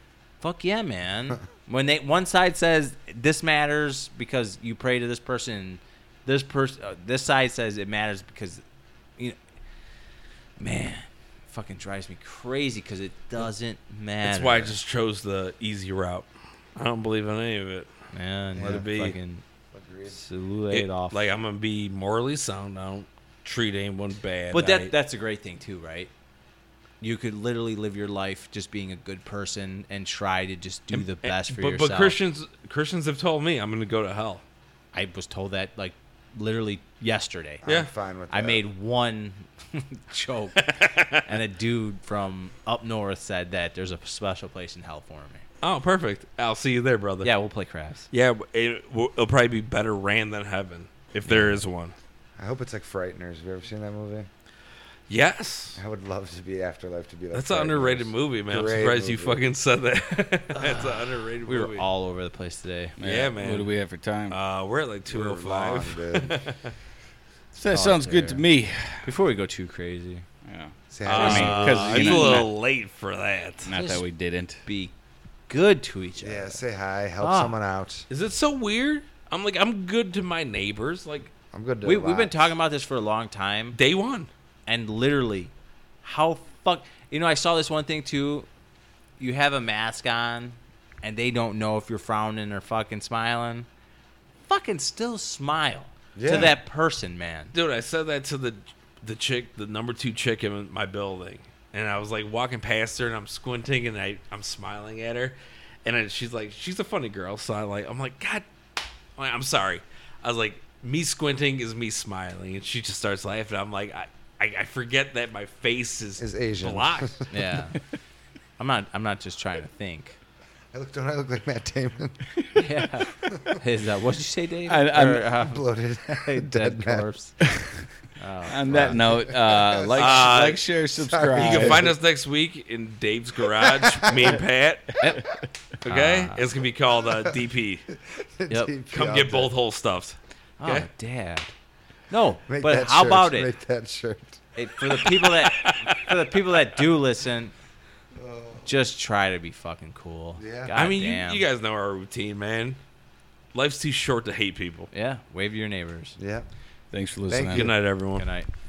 Speaker 2: Fuck yeah, man. when they one side says this matters because you pray to this person, and this person, uh, this side says it matters because, you know, man, fucking drives me crazy because it doesn't matter.
Speaker 3: That's why I just chose the easy route. I don't believe in any of it.
Speaker 2: man,
Speaker 5: let it
Speaker 3: be.
Speaker 2: Fucking
Speaker 5: Agreed.
Speaker 2: salute
Speaker 3: It-
Speaker 2: off.
Speaker 3: Like I'm gonna be morally sound. I don't treat anyone bad.
Speaker 2: but
Speaker 3: I-
Speaker 2: that that's a great thing too, right? You could literally live your life just being a good person and try to just do the
Speaker 3: and-
Speaker 2: best for
Speaker 3: but,
Speaker 2: yourself.
Speaker 3: But Christians Christians have told me I'm gonna go to hell.
Speaker 2: I was told that like literally yesterday.
Speaker 3: Yeah.
Speaker 5: I'm fine with that.
Speaker 2: I made one [LAUGHS]
Speaker 3: [LAUGHS]
Speaker 2: joke, and a dude from up north said that there's a special place in hell for me.
Speaker 3: Oh, perfect. I'll see you there, brother.
Speaker 2: Yeah, we'll play crafts.
Speaker 3: Yeah. w- It, will it'll probably be better ran than heaven if there is one.
Speaker 5: I hope it's like Frighteners. Have you ever seen that movie?
Speaker 3: Yes.
Speaker 5: I would love to be Afterlife to be like.
Speaker 3: That's an
Speaker 5: Frighteners.
Speaker 3: underrated movie, man. I'm
Speaker 5: Great
Speaker 3: surprised you
Speaker 5: movie.
Speaker 3: fucking said that. [LAUGHS] That's an underrated
Speaker 2: We
Speaker 3: movie.
Speaker 2: were all over the place today.
Speaker 3: Yeah, man.
Speaker 1: What do we have for time?
Speaker 3: uh, we're at like
Speaker 5: We were
Speaker 3: 205.
Speaker 5: long, dude.
Speaker 1: that sounds good to
Speaker 2: there.
Speaker 1: me.
Speaker 2: Before we go too crazy,
Speaker 1: Yeah.
Speaker 5: See,
Speaker 3: Uh,
Speaker 5: I
Speaker 1: mean, 'cause, you
Speaker 3: it's
Speaker 1: know,
Speaker 3: a little late for that.
Speaker 1: Not that
Speaker 2: Just-
Speaker 1: we didn't.
Speaker 2: be good to each other.
Speaker 5: yeah, say hi, help
Speaker 2: Ah.
Speaker 5: someone out.
Speaker 3: Is it so weird? I'm like, I'm good to my neighbors. Like
Speaker 5: I'm good. To
Speaker 2: We,
Speaker 5: a
Speaker 2: we've been
Speaker 5: lot.
Speaker 2: talking about this for a long time,
Speaker 3: day one.
Speaker 2: and literally, how fuck. You know, I saw this one thing too. You have a mask on, and they don't know if you're frowning or fucking smiling. Fucking still smile
Speaker 5: Yeah.
Speaker 2: to that person, man.
Speaker 3: dude i said that to the the chick the number two chick in my building and i was like walking past her and i'm squinting and I, i'm smiling at her and I, she's like she's a funny girl so i like i'm like god I'm like, i'm sorry i was like me squinting is me smiling and she just starts laughing i'm like i i, I forget that my face is
Speaker 5: Is Asian. [LAUGHS]
Speaker 3: blocked
Speaker 2: Yeah. I'm not I'm not just trying to think.
Speaker 5: I look, don't I look like Matt Damon? [LAUGHS]
Speaker 2: Yeah. [LAUGHS] Is that what'd you say, Dave?
Speaker 1: I- I'm-
Speaker 2: uh,
Speaker 5: Bloated,
Speaker 2: dead,
Speaker 5: dead, man. [LAUGHS]
Speaker 2: corpse. Oh.
Speaker 1: On that note, uh, like,
Speaker 3: Uh,
Speaker 1: like, share, subscribe.
Speaker 3: you can find us next week in dave's garage me
Speaker 5: [LAUGHS]
Speaker 3: and pat okay
Speaker 2: Ah.
Speaker 3: it's gonna be called uh, dp
Speaker 2: Yep.
Speaker 5: DP
Speaker 3: come
Speaker 5: all
Speaker 3: get
Speaker 5: day.
Speaker 3: both whole stuffed
Speaker 2: Oh, dad. No,
Speaker 5: Make
Speaker 2: but
Speaker 5: that
Speaker 2: how
Speaker 5: shirt.
Speaker 2: about it?
Speaker 5: Make that shirt.
Speaker 2: It- For the people that for the people that do listen, just try to be fucking cool.
Speaker 5: Oh. Yeah.
Speaker 2: God
Speaker 3: I mean,
Speaker 2: damn.
Speaker 3: you, you guys know our routine, man. Life's too short to hate people.
Speaker 2: Yeah, wave to your neighbors.
Speaker 5: Yeah.
Speaker 1: Thanks for listening.
Speaker 5: you.
Speaker 3: Good night, everyone.
Speaker 2: Good night.